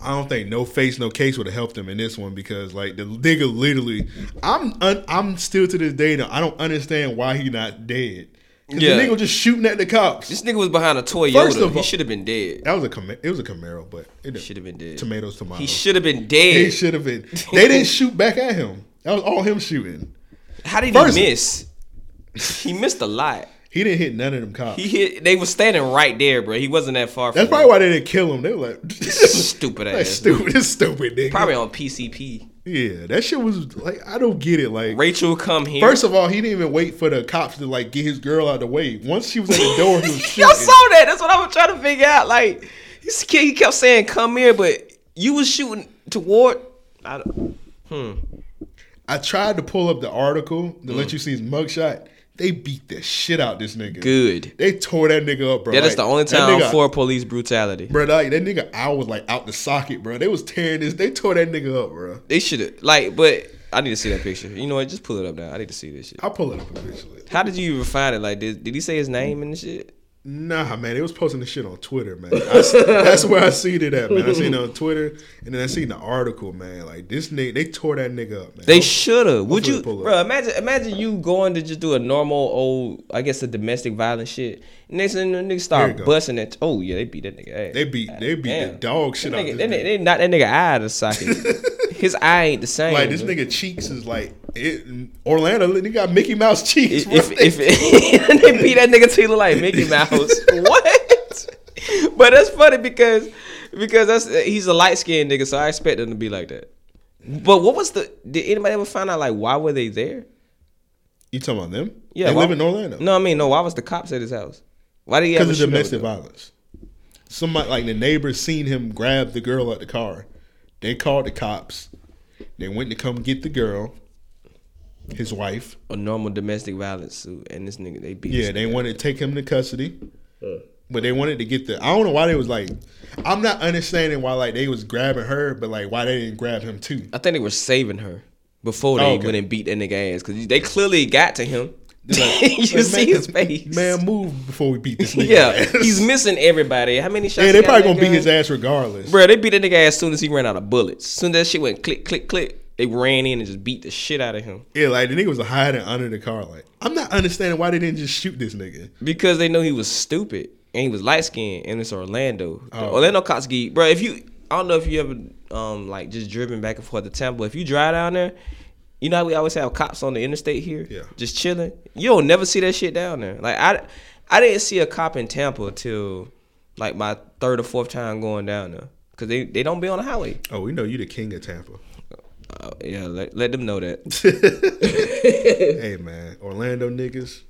I don't think no face, no case would have helped him in this one because like the nigga literally, I'm un, I'm still to this day though I don't understand why he not dead. Cause Yeah. the nigga was just shooting at the cops. This nigga was behind a Toyota. First of he all- should have been dead. That was a Cam- it was a Camaro, but it Should have been dead. Tomatoes, tomatoes. He should have been dead. He should have been. They didn't shoot back at him. That was all him shooting. How did First- he miss? he missed a lot. He didn't hit none of them cops. He hit. They were standing right there, bro. He wasn't that far. from That's probably why they didn't kill him. They were like, stupid That's ass. stupid. It's stupid, nigga. Probably on PCP. Yeah, that shit was like, I don't get it. Like, Rachel, come here. first of all, he didn't even wait for the cops to like get his girl out of the way. Once she was at the door, he was shooting. Y'all saw that. That's what I was trying to figure out. Like, this kid, he kept saying, "Come here," but you was shooting toward. I don't- I tried to pull up the article to Mm. let you see his mugshot. They beat the shit out this nigga. Good. They tore that nigga up, bro. Yeah, that's Like, the only that time nigga- for police brutality. Bro, like, that nigga, I was like out the socket, bro. They was tearing this. They tore that nigga up, bro. They should have like, but I need to see that picture. You know what? Just pull it up now. I need to see this shit. I'll pull it up eventually. How did you even find it? Like, did, did he say his name and shit? Nah, man, they was posting the shit on Twitter, man. I s that's where I seen it at, man. I seen it on Twitter, and then I seen the article, man. Like this nigga, they tore that nigga up, man. They shoulda. Would you, pull up. bro? Imagine, imagine you going to just do a normal old, I guess, a domestic violence shit. Next thing the nigga There you start go. busting it. Oh yeah, they beat that nigga. Ass. They beat, they beat Damn. the dog shit That out. nigga, this they, nigga. they knocked that nigga eye out of socket. His eye ain't the same. Like this bro. nigga cheeks is like it, Orlando. They got Mickey Mouse cheeks. If bro. if, if they beat that nigga till he look like Mickey Mouse. what? But that's funny because because that's he's a light skinned nigga, so I expect him to be like that. But what was the? Did anybody ever find out like why were they there? you talking about them? Yeah, they why- live in Orlando. No, I mean no. Why was the cops at his house? Why did he have because a of shootout? domestic violence. Somebody like the neighbors seen him grab the girl at the car. They called the cops. They went to come get the girl, his wife. a normal domestic violence suit, and this nigga they beat. Yeah, Yeah, they wanted to take him to custody, but they wanted to get the. I don't know why they was like. I'm not understanding why like they was grabbing her, but like why they didn't grab him too. I think they were saving her before they Oh, okay. went and beat that nigga ass because they clearly got to him. Like, you like, see man- his face, Man, move before we beat this nigga. Yeah, ass. he's missing everybody. How many shots? he Yeah, they got probably in that gonna beat gun? his ass regardless. Bruh, they beat that nigga ass soon as he ran out of bullets. Soon as that shit went click, click, click, they ran in and just beat the shit out of him Yeah, like the nigga was hiding under the car. Like I'm not understanding why they didn't just shoot this nigga. because they know he was stupid and he was light skinned and it's Orlando. The Orlando cops get, bruh, If you, I don't know if you ever um like just driven back and forth to town, but if you drive down there. You know how we always have cops on the interstate here, Yeah. just chilling. You don't never see that shit down there. Like I, I didn't see a cop in Tampa till like my third or fourth time going down there, cause they, they don't be on the highway. Oh, we know you the king of Tampa. Uh, yeah, let, let them know that. hey man, Orlando niggas.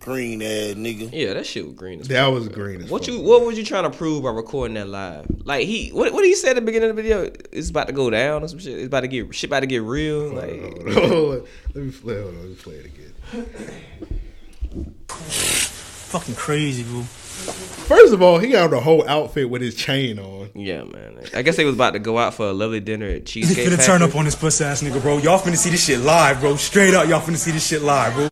Green ass nigga. Yeah, that shit was green as That was green as What fuck. you what was you trying to prove by recording that live? Like he what what he said at the beginning of the video? It's about to go down or some shit. It's about to get shit about to get real. Like Hold on, hold on. let me play. Hold on, let me play it again. Fucking crazy, boo. First of all, he got the whole outfit with his chain on. yeah, man. I guess they was about to go out for a lovely dinner at Is it Cheesecake finna Factory. turn up on this pussy ass nigga, bro? Y'all finna see this shit live, bro. Straight up, y'all finna see this shit live, bro.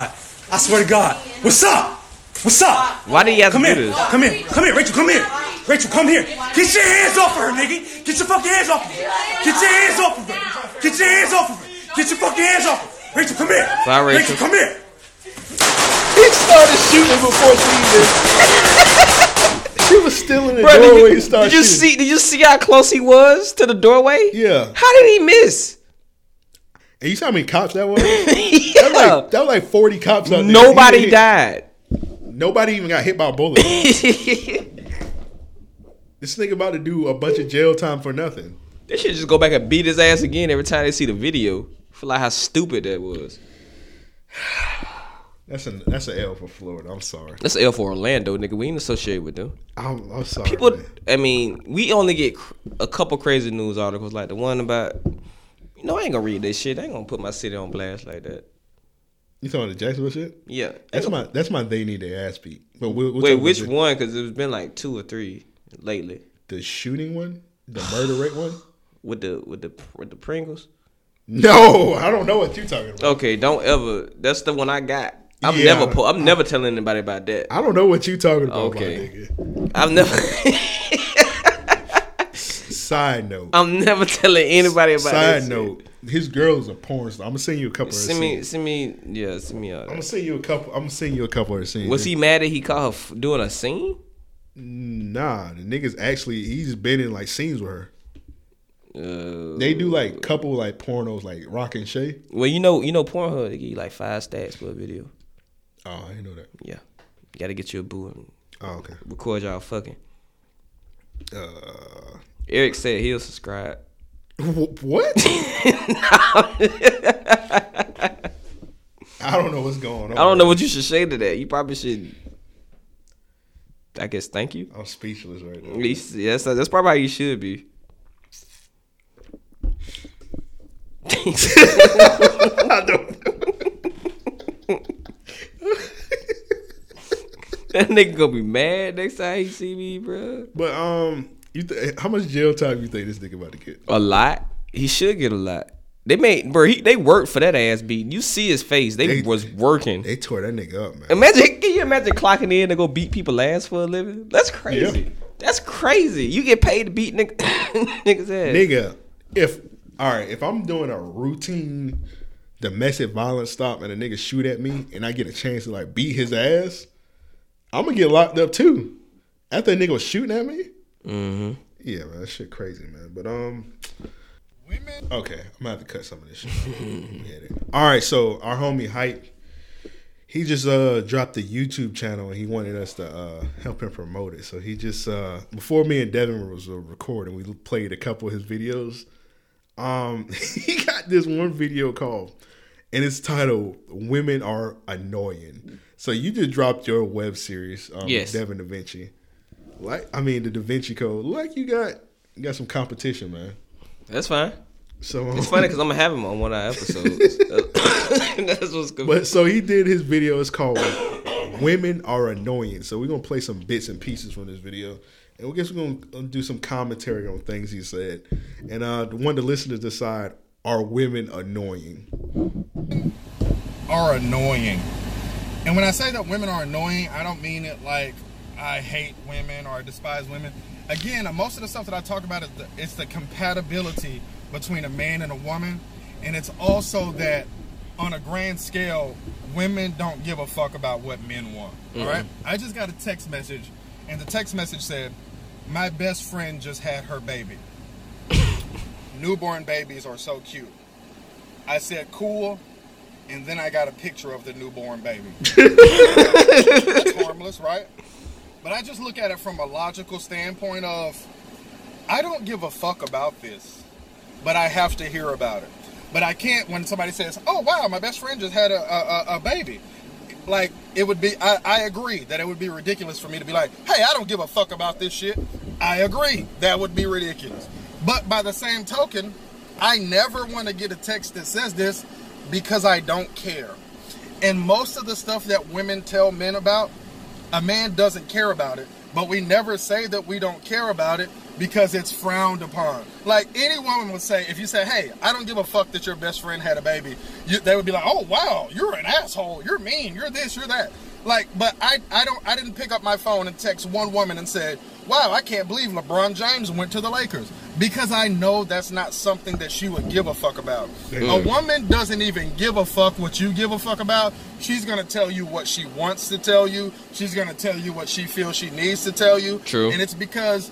I swear to God. What's up? What's up? Why did y'all Come do here. this? Come here. Come here, Rachel. Come here. Rachel, come here. Get your hands off of her, nigga. Get your fucking hands off of her. Get your hands off of her. Get your hands off of her. Get your fucking hands off of her. Rachel, come here. Bye, Rachel. Rachel, come here. He started shooting before she even. she was still in the Bro, doorway. did and you, started did you shooting. see did you see how close he was to the doorway? Yeah. How did he miss? And you see how many cops that was? that, Yeah. was like, that was like forty cops out there. He Nobody hit- died. Nobody even got hit by a bullet. this nigga about to do a bunch of jail time for nothing. They should just go back and beat his ass again every time they see the video. Feel like how stupid that was. That's an that's an L for Florida. I'm sorry. That's L for Orlando, nigga. We ain't associated with them. I'm, I'm sorry. People, man. I mean, we only get cr- a couple crazy news articles, like the one about. You know, I ain't gonna read this shit. I ain't gonna put my city on blast like that. You talking about the Jacksonville shit? Yeah. That's my that's my they need their ass beat. But we'll, we'll talk Wait, about which the- one? Because it's been like two or three lately The shooting one, the murder rate one. with the with the with the Pringles. No, I don't know what you're talking about. Okay, don't ever. That's the one I got. I'm Yeah. never. Po- I'm never telling anybody about that. I don't know what you're talking about, Okay. my nigga. I'm never. Side note. I'm never telling anybody about. Side this. note. His girl is a porn star. I'm gonna send you a couple of her Send me. scenes. Send me. Yeah. Send me. All I'm that. gonna send you a couple. I'm gonna send you a couple of her scenes. Was he mad that he caught her f- doing a scene? Nah, the niggas actually. He's been in like scenes with her. Uh, They do like couple like pornos like Rock and Shay. well, you know, you know, Pornhub they give you like five stats for a video. Oh, I didn't know that. Yeah, you got to get you a boo and Oh, okay. record y'all fucking. Uh, Eric said he'll subscribe. wh- what? I don't know what's going on. I don't know what you should say to that. You probably should. I guess thank you. I'm speechless right now. You see, That's that's probably how you should be. that nigga gonna be mad next time he see me, bro. But um, you th- how much jail time you think this nigga about to get? A lot. He should get a lot. They made bro. He, they worked for that ass beating. You see his face. They, They- was working. They tore that nigga up, man. Imagine, can you imagine clocking in to go beat people ass for a living? That's crazy. Yeah. That's crazy. You get paid to beat nigg- niggas ass. Nigga, if all right, if I'm doing a routine domestic violence stop and a nigga shoot at me and I get a chance to like beat his ass, I'm gonna get locked up too. After a nigga was shooting at me. Mm-hmm. Yeah, man, that shit crazy, man. But um. Okay, I'm gonna have to cut some of this shit. out. We had it. All right, so our homie Hype, he just uh dropped a YouTube channel and he wanted us to uh help him promote it. So he just uh before me and Devin was uh, recording, we played a couple of his videos. Um, he got this one video called, and it's titled "Women Are Annoying." So you just dropped your web series, um, Yes. Devin Da Vinci. Like, I mean, the Da Vinci Code. Like, you got you got some competition, man. That's fine. So um, It's funny because I'm gonna have him on one of our episodes. That's what's good. But so he did his video. It's called "Women Are Annoying." So we're gonna play some bits and pieces from this video, and we guess we're gonna uh, do some commentary on things he said, and uh, want the listeners to decide: Are women annoying? are annoying. And when I say that women are annoying, I don't mean it like I hate women or I despise women. Again, uh, most of the stuff that I talk about is the, it's the compatibility between a man and a woman, and it's also that on a grand scale, women don't give a fuck about what men want. all right, I just got a text message, and the text message said, "My best friend just had her baby. Newborn babies are so cute." I said, "Cool." and then I got a picture of the newborn baby. That's harmless, right? But I just look at it from a logical standpoint of I don't give a fuck about this, but I have to hear about it. But I can't when somebody says, "Oh wow, my best friend just had a a, a- a baby." Like it would be, I, I agree that it would be ridiculous for me to be like, "Hey, I don't give a fuck about this shit." I agree that would be ridiculous. But by the same token, I never want to get a text that says this because I don't care. And most of the stuff that women tell men about, a man doesn't care about it, but we never say that we don't care about it because it's frowned upon. Like any woman would say, if you say, "Hey, I don't give a fuck that your best friend had a baby," you, they would be like, "Oh wow, you're an asshole. You're mean. You're this. You're that." Like, but I, I don't, I didn't pick up my phone and text one woman and said, "Wow, I can't believe LeBron James went to the Lakers," because I know that's not something that she would give a fuck about. A woman doesn't even give a fuck what you give a fuck about. She's gonna tell you what she wants to tell you. She's gonna tell you what she feels she needs to tell you. True. And it's because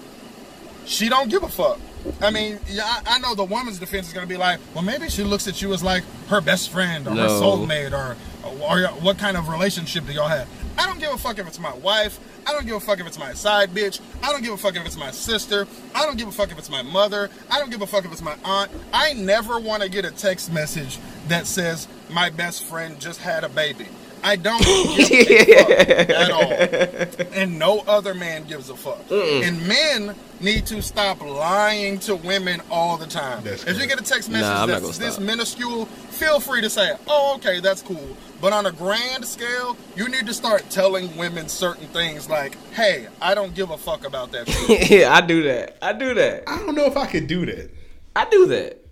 she don't give a fuck. I mean, yeah, I, I know the woman's defense is gonna be like, well, maybe she looks at you as like her best friend or her No. soulmate or or y- what kind of relationship do y'all have? I don't give a fuck if it's my wife. I don't give a fuck if it's my side bitch. I don't give a fuck if it's my sister. I don't give a fuck if it's my mother. I don't give a fuck if it's my aunt. I never want to get a text message that says my best friend just had a baby. I don't give a fuck at all. and no other man gives a fuck. And men need to stop lying to women all the time. That's if you get a text message Nah, I'm not that's gonna this stop. minuscule, feel free to say, "Oh, okay, that's cool." But on a grand scale, you need to start telling women certain things like, "Hey, I don't give a fuck about that." shit." yeah, I do that. I do that. I don't know if I could do that. I do that.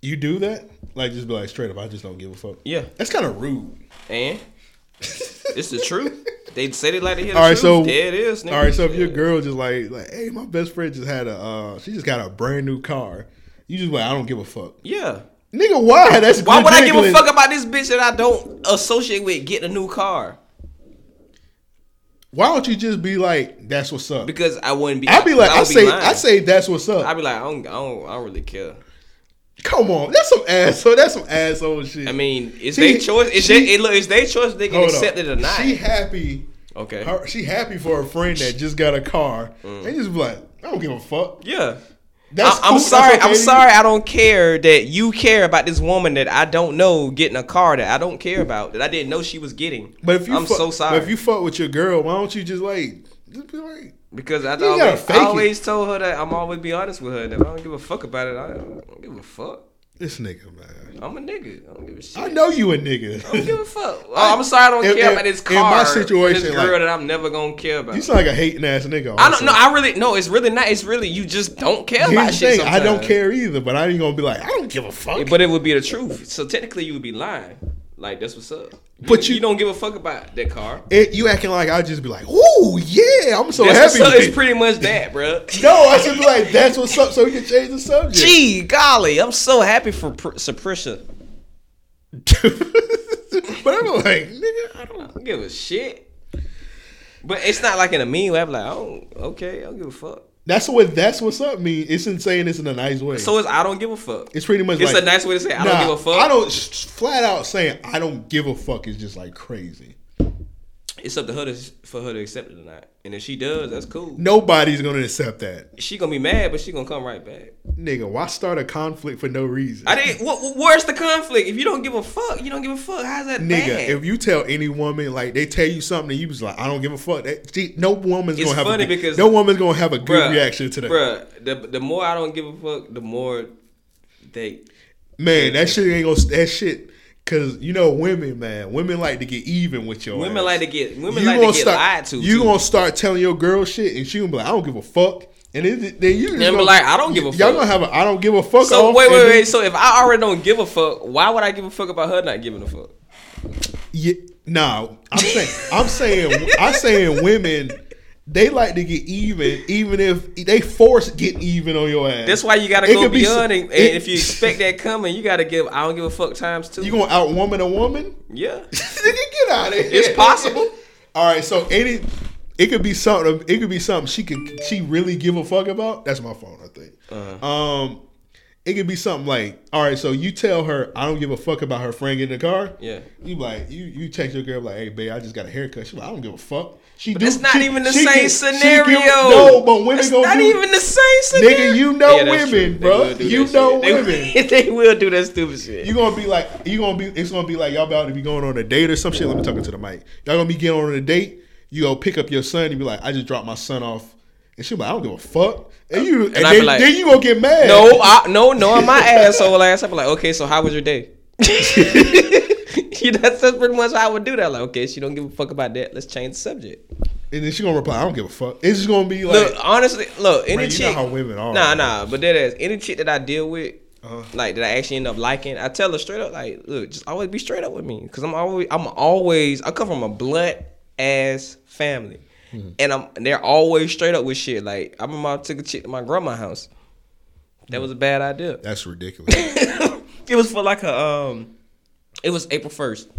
You do that? Like just be like straight up, I just don't give a fuck. Yeah. That's kind of rude. And it's the truth. They said it like they hear the All right, truth. so yeah, it is. Nigga. All right, so if your Yeah. girl just like like, hey, my best friend just had a uh, she just got a brand new car. You just be like, I don't give a fuck. yeah. Nigga, why? That's Why would I give a ridiculous. fuck about this bitch that I don't associate with getting a new car? Why don't you just be like, that's what's up? Because I wouldn't be. I'd be like, would I say, lying. I say, that's what's up. I'd be like, I don't, I don't, I don't really care. Come on, that's some asshole. That's some asshole shit. I mean, it's She- their choice. It's she- they, it, look, it's their choice. They can Hold accept up. it or not. She happy. okay. Mm. Her, she happy for a friend that just got a car. And just be like, I don't give a fuck. yeah. That's I, am cool, that's sorry. okay I'm to you. sorry. I don't care that you care about this woman that I don't know getting a car that I don't care about that I didn't know she was getting. But if you, I'm fuck, so sorry. But if you fuck with your girl, why don't you just like, just be like, Because I gotta always, fake I it. always told her that I'm always be honest with her. And if I don't give a fuck about it, I don't give a fuck. this nigga, man. I'm a nigga. I don't give a shit. I know you a I don't give nigga. a fuck. I, am sorry. I don't in- care in- about this in car. my situation, this girl like- that I'm never gonna care about. you sound like a hating ass nigga. I don't also. know. I really no. It's really not. It's really you just don't care Here's about the shit. thing, I don't sometimes. care either, but I ain't gonna be like, I don't give a fuck. But it would be the truth. So technically, you would be lying. Like that's what's up. But you, you- don't give a fuck about that car. It- you acting like I just be like, ooh, yeah, I'm so That's what's happy. up. with It's it." pretty much that, bro. No, I should be like, that's what's up, so we can change the subject. Gee, golly, I'm so happy for Pr- Saprisha. but I'm like, nigga, I don't. I don't give a shit. But it's not like in a mean way. I'm like, oh, okay, I don't give a fuck. That's what that's what's up mean. It's insane. It's in a nice way. So it's I don't give a fuck. it's pretty much. It's like, a nice way to say I nah, don't give a fuck. I don't s- s- flat out saying I don't give a fuck is just like crazy. It's up to her to, for her to accept it or not. And if she does, that's cool. Nobody's gonna accept that, She gonna be mad, but she gonna come right back. nigga. Why start a conflict for no reason? I didn't. What, what- where's the conflict? If you don't give a fuck, you don't give a fuck. How's that Nigga, bad? if you tell any woman like they tell you something, and you was like, I don't give a fuck. That, she, no woman's It's gonna have funny a good, because- no woman's gonna have a good Bruh, reaction to that. Bruh, the the more I don't give a fuck, the more they. Man, that shit ain't gonna that shit. Cause you know women, man, women like to get even with your. Women ass. like to get- women You like to gonna get start, lied to, You too. gonna start telling your girl shit, and she gonna be like, "I don't give a fuck," and it, then you just Then be gonna- like, "I don't give a Y'all fuck." gonna have a "I don't give a fuck." So off, wait, wait, and then- wait. So if I already don't give a fuck, why would I give a fuck about her not giving a fuck? Yeah, no, I'm saying, I'm saying, I'm saying, women, they like to get even, even if they force getting even on your ass. That's why you gotta It go could be beyond, s- and, and it- if you expect that coming, you gotta give. I don't give a fuck times two. you gonna outwoman a woman. yeah, Nigga, get out of here. It's possible. All right, so any it could be something. It could be something she could she really give a fuck about. That's my phone, I think. Uh-huh. Um, it could be something like, all right, so you tell her I don't give a fuck about her friend getting the car. Yeah. you like you you text your girl like, hey babe, I just got a haircut. She like, I don't give a fuck. She but do- it's not she- even the she same give- she give- scenario. no, but women it's gonna not do- even the same scenario. Nigga, you know that's women, true. They bruh. will do You that know shit. They, women. they will do that stupid shit. You gonna be like you gonna be it's gonna be like y'all about to be going on a date or some shit. Let me talk into the mic. Y'all gonna be getting on a date. You go pick up your son. You be like, I just dropped my son off, and she be like, I don't give a fuck. And you and, I be then, like, then you gonna get mad. No, I, no, no, I'm my asshole ass. I'm like, okay, so how was your day? You know, that's pretty much how I would do that. Like, okay, she don't give a fuck about that. Let's change the subject. and then she gonna reply, I don't give a fuck. It's just gonna be like Look, honestly, look, any you chick. know how women are, Uh-huh. Nah, man. nah, but that is any chick that I deal with, like that I actually end up liking. I tell her straight up, like, look, just always be straight up with me, cause I'm always, I'm always, I come from a blunt ass family, Mm-hmm. and I'm they're always straight up with shit. Like, I remember I took a chick to my grandma's house. That was a bad idea. that's ridiculous. It was for like a um, it was April first,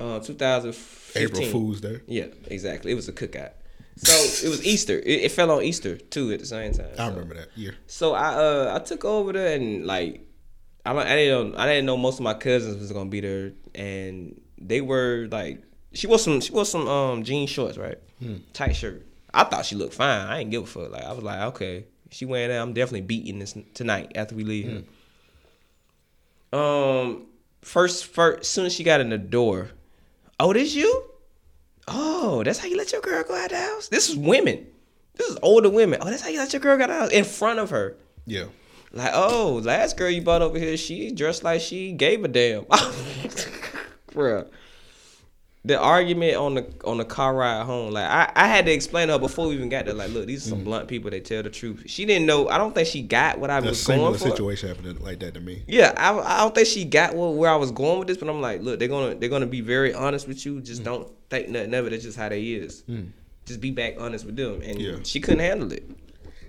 uh, two thousand fifteen. April Fool's Day. Yeah, exactly. It was a cookout. So it was Easter. It, it fell on Easter too at the same time. I so. remember that year. So I uh I took over there and like I don't I didn't know, I didn't know most of my cousins was gonna be there and they were like she wore some she wore some um jean shorts right tight shirt I thought she looked fine I didn't give a fuck like I was like okay she wearing that I'm definitely beating this tonight after we leave here. Um first first soon as she got in the door oh this you Oh, that's how you let your girl go out the house. This is women. This is older women. Oh, that's how you let your girl go out the house in front of her. Yeah. Like, oh, last girl you bought over here, she dressed like she gave a damn. Bruh. The argument on the on the car ride home, like I, I had to explain to her before we even got there, like, look, these are some blunt people that tell the truth. She didn't know I don't think she got what I A was going similar for. situation happened like that to me. Yeah, I, I don't think she got where, where I was going with this, but I'm like, look, they're gonna they're gonna be very honest with you. Just don't think nothing of it. That's just how they is. Just be back honest with them, and Yeah. she couldn't handle it.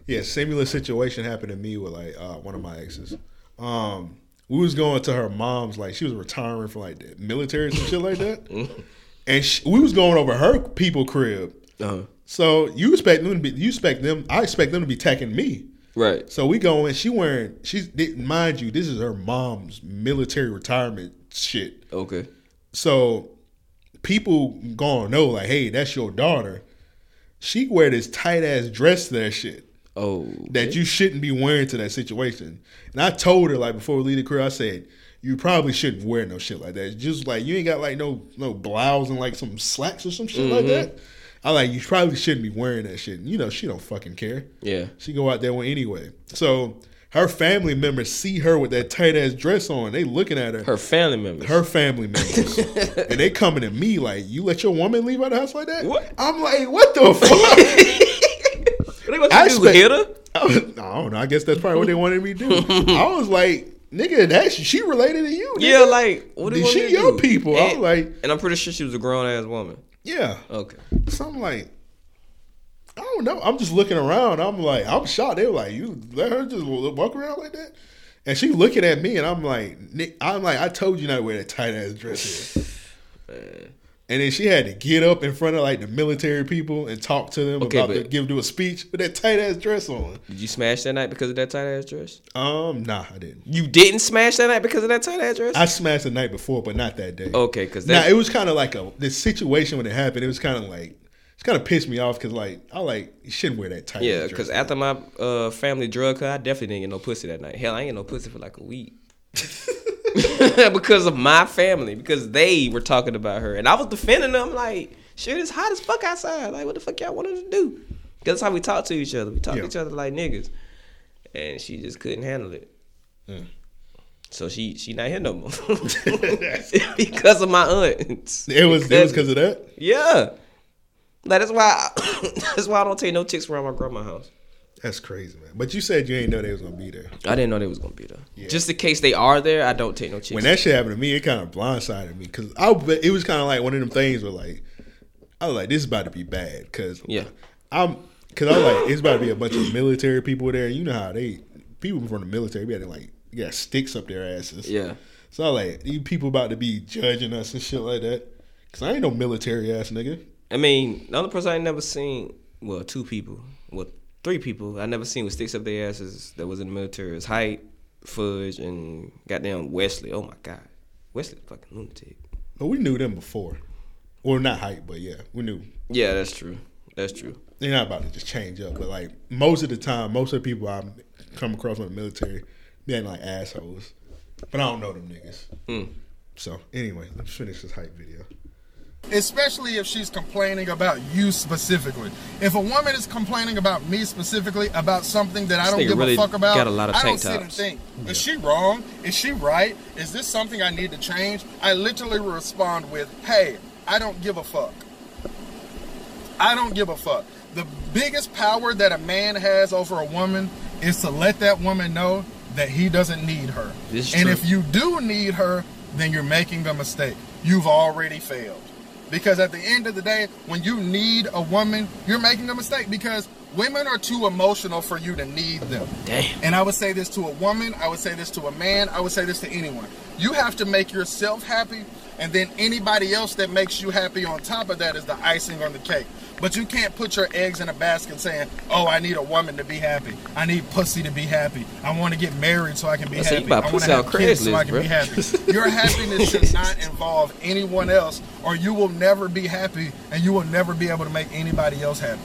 Yeah, similar situation happened to me with like uh, one of my exes. Um, we was going to her mom's, like she was retiring from like the military and shit like that, and she, we was going over her people crib. Uh-huh. So you expect them to be, you expect them, I expect them to be tacking me. Right. So we go in. She wearing she's mind you, this is her mom's military retirement shit. Okay. So people gonna know like, hey, that's your daughter. She wear this tight ass dress to that shit Oh. that you shouldn't be wearing to that situation. And I told her like before we leave the career, I said you probably shouldn't wear no shit like that. It's Just like you ain't got like no no blouse and like some slacks or some shit like Mm-hmm. that. I like you probably shouldn't be wearing that shit. And, you know she don't fucking care. Yeah. she go out there one anyway. So her family members see her with that tight ass dress on. They looking at her. Her family members. her family members, and they coming at me like, "You let your woman leave out the house like that?" What? I'm like, "What the fuck?" What they gonna I do? expect- Hit her? I, was, I don't know. I guess that's probably what they wanted me to do. I was like, nigga, that she, she related to you. Yeah, nigga. like what do you want Did she me to your do? people? I was And- like- and I'm pretty sure she was a grown ass woman. yeah. Okay. So I'm like, I don't know. I'm just looking around. I'm like, I'm shocked. They were like, you let her just walk around like that. And she looking at me, and I'm like, "Ni- I'm like, I told you not to wear that tight ass dress. Here. And then she had to get up in front of like the military people and talk to them Okay, about but- the, give do a speech with that tight ass dress on. Did you smash that night because of that tight ass dress? Um, nah, I didn't. You didn't smash that night because of that tight ass dress? I smashed the night before, but not that day. Okay, 'cause now that- it was kind of like a the situation when it happened. It was kind of like it's kind of pissed me off because like I like you shouldn't wear that tight. Yeah, dress. because after my uh, family drug her, I definitely didn't get no pussy that night. Hell, I ain't get no pussy for like a week. because of my family, because they were talking about her. And I was defending them like, shit, it's hot as fuck outside. Like, what the fuck y'all wanted to do? 'Cause that's how we talk to each other. We talk Yeah. to each other like niggas. And she just couldn't handle it. So she she not here no more. because of my aunts. it was it was because of that. Yeah. Like, that's why that's why I don't take no chicks around my grandma's house. That's crazy, man. But you said you ain't know they was gonna be there. I didn't know they was gonna be there. Just in case they are there, I don't take no chances. When that shit happened to me, it kind of blindsided me because I it was kind of like one of them things where like I was like this is about to be bad because Yeah. I'm because I was like it's about to be a bunch of military people there. You know how they people from the military be had to like you got sticks up their asses. yeah, So I like these people about to be judging us and shit like that. Cause I ain't no military ass nigga. I mean, the only person I never seen, well, two people, well, three people I never seen with sticks up their asses that was in the military is Hype, Fudge, and goddamn Wesley. Oh my god, Wesley's a fucking lunatic. But we knew them before. Well, not hype, but yeah, we knew. Yeah, that's true. That's true. They're not about to just change up, but like most of the time, most of the people I come across in the military, they ain't like assholes. But I don't know them niggas. Hmm. So anyway, let's finish this hype video. especially if she's complaining about you specifically. If a woman is complaining about me specifically about something that I This don't nigga give really a fuck about, got a lot of I don't tank sit and tops. think, is she wrong? Is she right? Is this something I need to change? I literally respond with, "Hey, I don't give a fuck." I don't give a fuck. The biggest power that a man has over a woman is to let that woman know that he doesn't need her. This is and true. if you do need her, then you're making a mistake. You've already failed. Because at the end of the day, when you need a woman, you're making a mistake because women are too emotional for you to need them. Damn. And I would say this to a woman, I would say this to a man, I would say this to anyone. You have to make yourself happy, and then anybody else that makes you happy on top of that is the icing on the cake. But you can't put your eggs in a basket saying, Oh, I need a woman to be happy. I need pussy to be happy. I want to get married so I can be I said, you happy. about I want pussy to have out kids so I Craigslist, can be bruh." happy. Your happiness should not involve anyone else, or you will never be happy and you will never be able to make anybody else happy.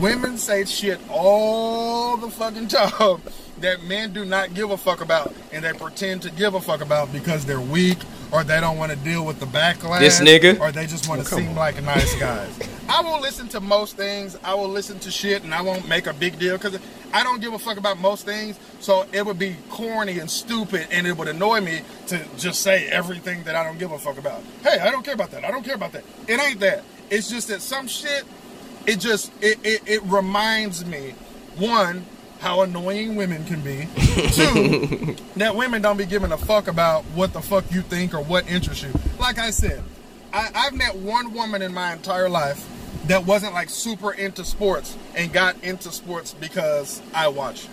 Women say shit all the fucking time that men do not give a fuck about and they pretend to give a fuck about because they're weak or they don't want to deal with the backlash. This nigga? Or they just want to seem like nice guys. I will listen to most things. I will listen to shit and I won't make a big deal because I don't give a fuck about most things. So it would be corny and stupid and it would annoy me to just say everything that I don't give a fuck about. Hey, I don't care about that. I don't care about that. It ain't that. It's just that some shit, it just, it, it, it reminds me, one, how annoying women can be. Two, that women don't be giving a fuck about what the fuck you think or what interests you. Like I said, I, I've met one woman in my entire life that wasn't like super into sports and got into sports because I watched.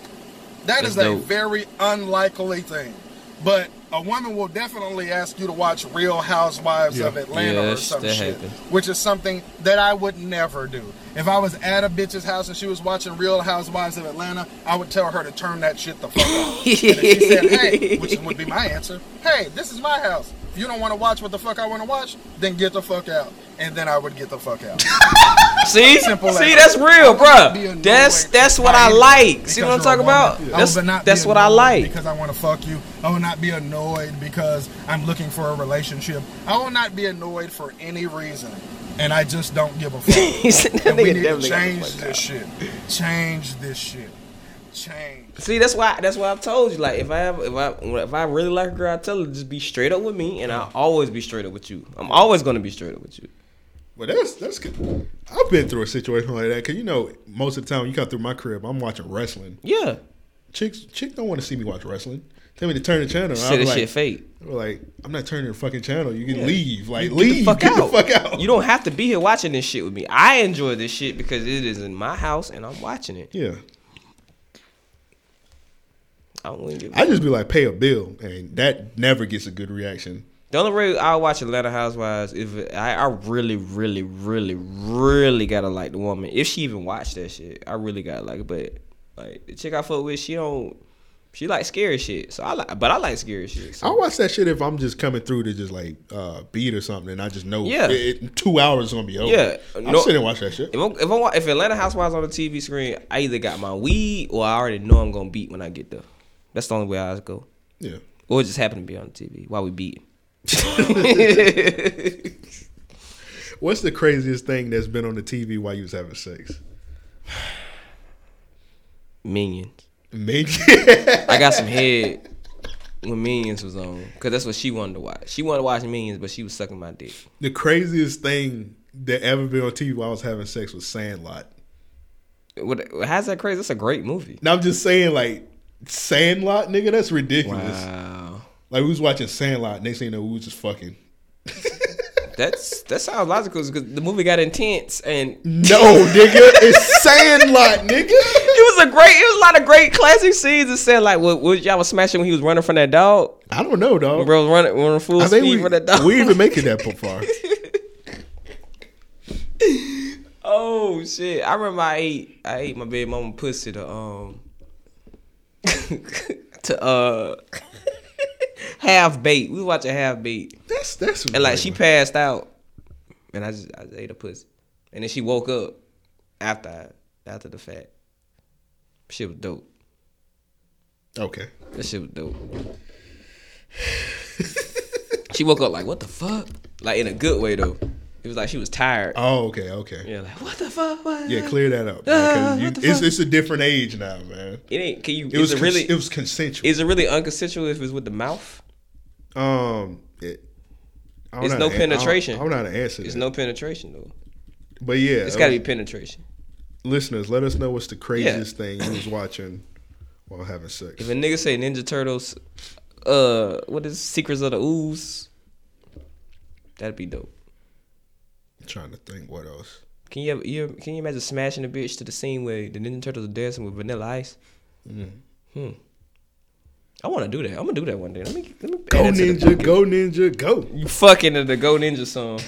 That is That's a dope. very unlikely thing. But a woman will definitely ask you to watch Real Housewives of Atlanta Yeah, or that sh- some that shit, happens. which is something that I would never do. If I was at a bitch's house and she was watching Real Housewives of Atlanta, I would tell her to turn that shit the fuck off. and if she said, "Hey," which would be my answer, "Hey, this is my house. If you don't want to watch what the fuck I want to watch, then get the fuck out." And then I would get the fuck out. See, Simple as see, that. that's real, be bruh. annoyed That's that's what by I anything like. See what I'm because you're a talking about? woman. I That's will not be that's what I annoyed like. Because I want to fuck you. I will not be annoyed because I'm looking for a relationship. I will not be annoyed for any reason. And I just don't give a fuck. He said that and we nigga need to definitely got the change fuck this shit. Change this shit. Change. See, that's why that's why I've told you. Like, if I have, if I if I really like a girl, I tell her just be straight up with me, and I'll always be straight up with you. I'm always gonna be straight up with you. Well, that's that's good. I've been through a situation like that because you know most of the time when you come through my crib, I'm watching wrestling. Yeah, Chicks, chick don't want to see me watch wrestling. Tell me to turn the channel. say I'm that like, shit fake. I'm like, I'm not turning the fucking channel. You can leave. Like, Get leave. the fuck out. The fuck out. You don't have to be here watching this shit with me. I enjoy this shit because it is in my house and I'm watching it. Yeah. I don't really give. a I just be like, pay a bill, and that never gets a good reaction. The only way I'll watch Atlanta Housewives if it- I, I really, really, really, really gotta like the woman. If she even watched that shit, I really gotta like it. But like the chick I fuck with, she don't. She like scary shit. So I like, but I like scary shit. I So. watch that shit if I'm just coming through to just like uh, beat or something, and I just know Yeah. it, it- two hours is gonna be over. Yeah. I'm No- sitting and watch that shit. If I'm, if, I'm, wa- if Atlanta Housewives on the TV screen, I either got my weed or I already know I'm gonna beat when I get there. That's the only way I go. Yeah. Or it just happen to be on TV while we beat. What's the craziest thing that's been on the TV while you was having sex? Minions. Maybe. I got some head when Minions was on because that's what she wanted to watch. She wanted to watch Minions, but she was sucking my dick. the craziest thing that ever been on TV while I was having sex was Sandlot. What, how's that crazy? That's a great movie. Now I'm just saying, like Sandlot, nigga, that's ridiculous. Wow, Like we was watching Sandlot, next thing you know, we was just fucking. that's that sounds logical because the movie got intense and it No, nigga, it's Sandlot, nigga. was a great. It was a lot of great classic scenes. It said like what, what y'all was smashing when he was running from that dog. I don't know, dog. Bro was running, running full I speed think we, from that dog. we even make it that far. oh shit! I remember I ate I ate my baby mama pussy to um to uh half bait. We watching half bait. That's that's And like she passed out, and I just I just ate a pussy, and then she woke up after I, after the fact. Shit was dope. okay. That shit was dope. she woke up like what the fuck? Like in a good way though. It was like she was tired. Oh, okay, okay. Yeah, Yeah, like what the fuck? What? clear that up. man, 'cause you- what the it's fuck? it's a different age now, man. It ain't. Can you? It was is it really really? it was consensual. is it really unconsensual if it's with the mouth? um, it, I don't It's no know how to an- I don't- penetration. I'm not an answer. It's that. no penetration though. but yeah, uh, It's got to be penetration. listeners, let us know what's the craziest thing you was watching while having sex. If a nigga say Ninja Turtles, uh, what is Secrets of the Ooze? That'd be dope. I'm trying to think what else. Can you, ever, you ever- can you imagine smashing a bitch to the scene where the Ninja Turtles are dancing with Vanilla Ice? Mm-hmm. Hmm. I want to do that. I'm gonna do that one day. Let me let me Go add that to the ninja, bucket. go ninja, go. You fucking the Go Ninja song.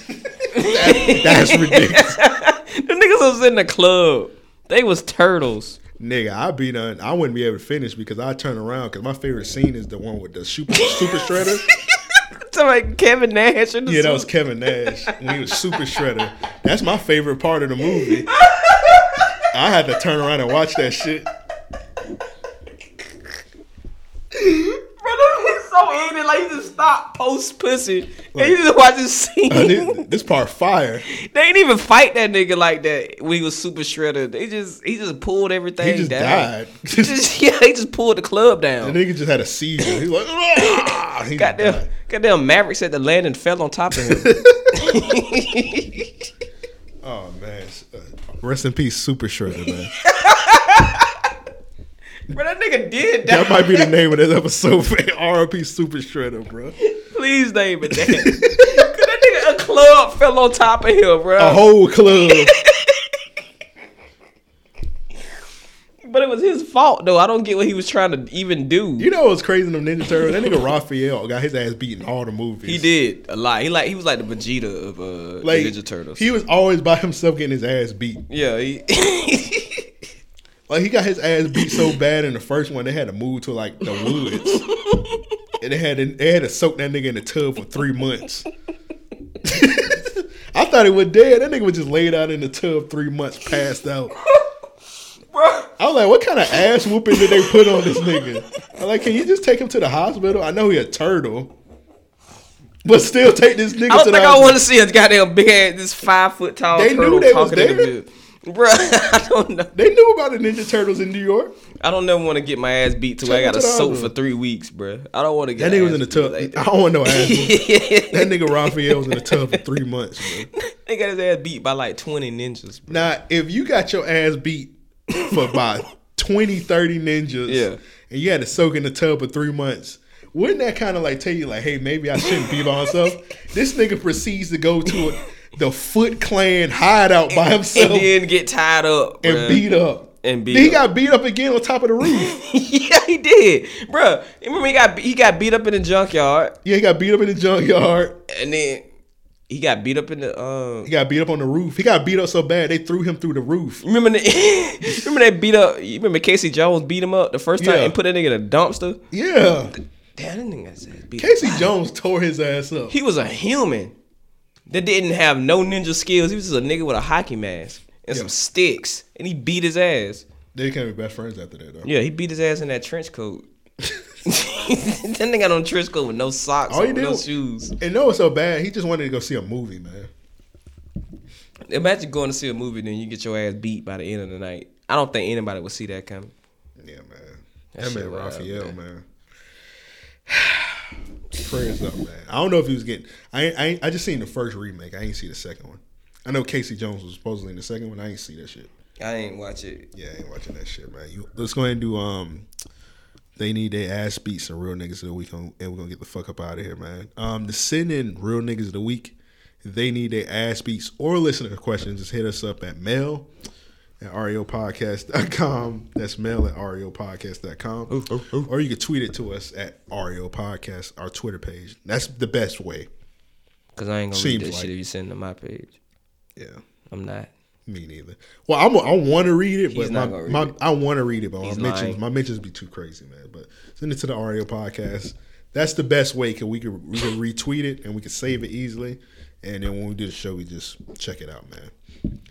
That's ridiculous, the niggas was in the club. They was turtles. nigga. I be done. I wouldn't be able to finish because I turn around because my favorite scene is the one with the super super shredder. So like Kevin Nash and the Yeah, that was Su- Kevin Nash when he was super shredder. That's my favorite part of the movie. I had to turn around and watch that shit. stop post pussy. And you just watch this scene. Uh, this, this part fire. They ain't even fight that nigga like that when he was super shredded. They just he just pulled everything just down. died. He just- yeah, he just pulled the club The down. nigga just had a seizure. He was like, ah! He Goddamn, died. goddamn Maverick said the landing fell on top of him. Oh man, Uh, rest in peace, Super Shredder, man. bro, that nigga did die. that might be the name of this episode. man. R.I.P. Super Shredder, bro. Please name it that. 'Cause that nigga, a club fell on top of him, bro. A whole club. but it was his fault though. I don't get what he was trying to even do. You know what's crazy? in Them Ninja Turtles. That nigga Raphael got his ass beaten all the movies. He did a lot. He like he was like the Vegeta of uh, Like the Ninja Turtles. He was always by himself getting his ass beat. yeah, he, Like he got his ass beat so bad in the first one, they had to move to like the woods, and they had to, they had to soak that nigga in the tub for three months. I thought he was dead. That nigga was just laid out in the tub three months, passed out. I was like, what kind of ass whooping did they put on this nigga? I'm like, can you just take him to the hospital? I know he a turtle, but still take this nigga I don't to think the I hospital. want to see a goddamn big ass, this five foot tall They turtle knew they was talking to the there. dude. Bruh, I don't know. They knew about the Ninja Turtles in New York. I don't never want to get my ass beat to where I Take got him to to the soak for hospital. three weeks, bruh. I don't want to get. That nigga was ass in the beat tub. Like I that. don't want no ass. whooping. that nigga Raphael was in the tub for three months. Bro. They got his ass beat by like twenty ninjas. bruh. Now, if you got your ass beat for by 20, 30 ninjas, Yeah. and you had to soak in the tub for three months, wouldn't that kind of like tell you, like, hey, maybe I shouldn't be by myself? this nigga proceeds to go to a, the Foot Clan hideout by himself And and, then get tied up bruh. beat up. And beat Then he up. got beat up again on top of the roof. yeah, he did, Bruh, Remember he got he got beat up in the junkyard, yeah, he got beat up in the junkyard. and then he got beat up in the um. He got beat up on the roof. He got beat up so bad they threw him through the roof. Remember, the, remember they beat up. You remember Casey Jones beat him up the first time Yeah. and put that nigga in a dumpster. Yeah. Damn, that nigga said beat. Casey Jones tore his ass up. He was a human that didn't have no ninja skills. He was just a nigga with a hockey mask and some sticks, and he beat his ass. They became best friends after that, though. Yeah, he beat his ass in that trench coat. that nigga on trench coat with no socks, All on, he no did- shoes. And no, it's so bad. He just wanted to go see a movie, man. Imagine going to see a movie and then you get your ass beat by the end of the night. I don't think anybody would see that coming. Yeah, man. That That man shit wild, Raphael, man. Prayers up, man. I don't know if he was getting. I ain't, I, ain't, I just seen the first remake. I ain't see the second one. I know Casey Jones was supposedly in the second one. I ain't see that shit. I ain't watch it. Yeah, I ain't watching that shit, man. You, let's go ahead and do. Um, they need their ass beats and real niggas of the week, on, and we're gonna get the fuck up out of here, man. Um, to send in real niggas of the week, they need their ass beats or listener questions. Just hit us up at mail at E reopodcast.com. That's mail at E reopodcast.com. Or you can tweet it to us at REO Podcast, our Twitter page. That's the best way. Cause I ain't gonna Seems read that like shit it. if you send it to my page. Yeah. I'm not. Me neither. Well, I'm, I want to read it, He's but not my, gonna read my it. I want to read it, but my He's mentions lying. my mentions be too crazy, man. But send it to the REO podcast. That's the best way because we can we can retweet it and we can save it easily, and then when we do the show, we just check it out, man.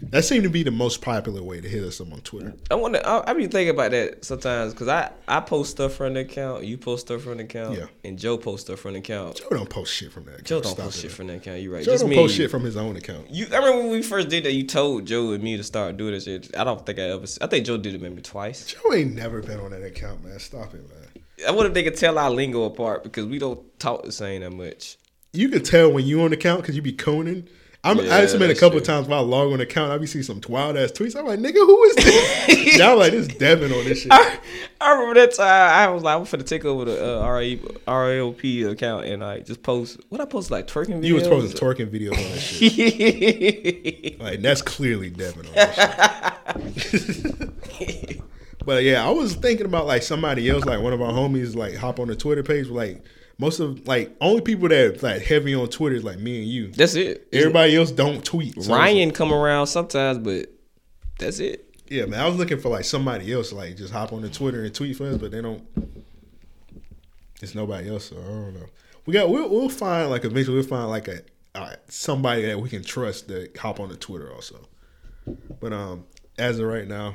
That seemed to be the most popular way to hit us up on Twitter. I wonder. I, I be thinking about that sometimes because I I post stuff from the account, you post stuff from the account, Yeah. and Joe posts stuff from the account. Joe don't post shit from that. Account. Joe don't Stop post it, shit man. from that account. You right? Joe Just don't me post and you. shit from his own account. You, I remember when we first did that. You told Joe and me to start doing this shit. I don't think I ever. s- I think Joe did it maybe twice. Joe ain't never been on that account, man. Stop it, man. I wonder if they could tell our lingo apart because we don't talk the same that much. You can tell when you on the count because you be coning. I'm, Yeah, I just been a that's couple true. times when I log on the count, I be seeing some wild ass tweets. I'm like, nigga, who is this? now I'm like, this Devin on this shit. I, I remember that time I was like, I'm finna take over the uh, RE RAOP account and I just post. What I post like twerking videos. You was posting twerking videos on that shit. Like, that's clearly Devin on that shit. but yeah, I was thinking about like somebody else, like one of our homies, like hop on the Twitter page. Like most of like only people that like heavy on Twitter is like me and you. That's it. Everybody else don't tweet. So it's like- Ryan come around sometimes, but that's it. Yeah, man, I was looking for like somebody else, like just hop on the Twitter and tweet for us, but they don't. It's nobody else, so I don't know. We got we'll, we'll find like eventually we'll find like a uh, somebody that we can trust to hop on the Twitter also. But um, as of right now,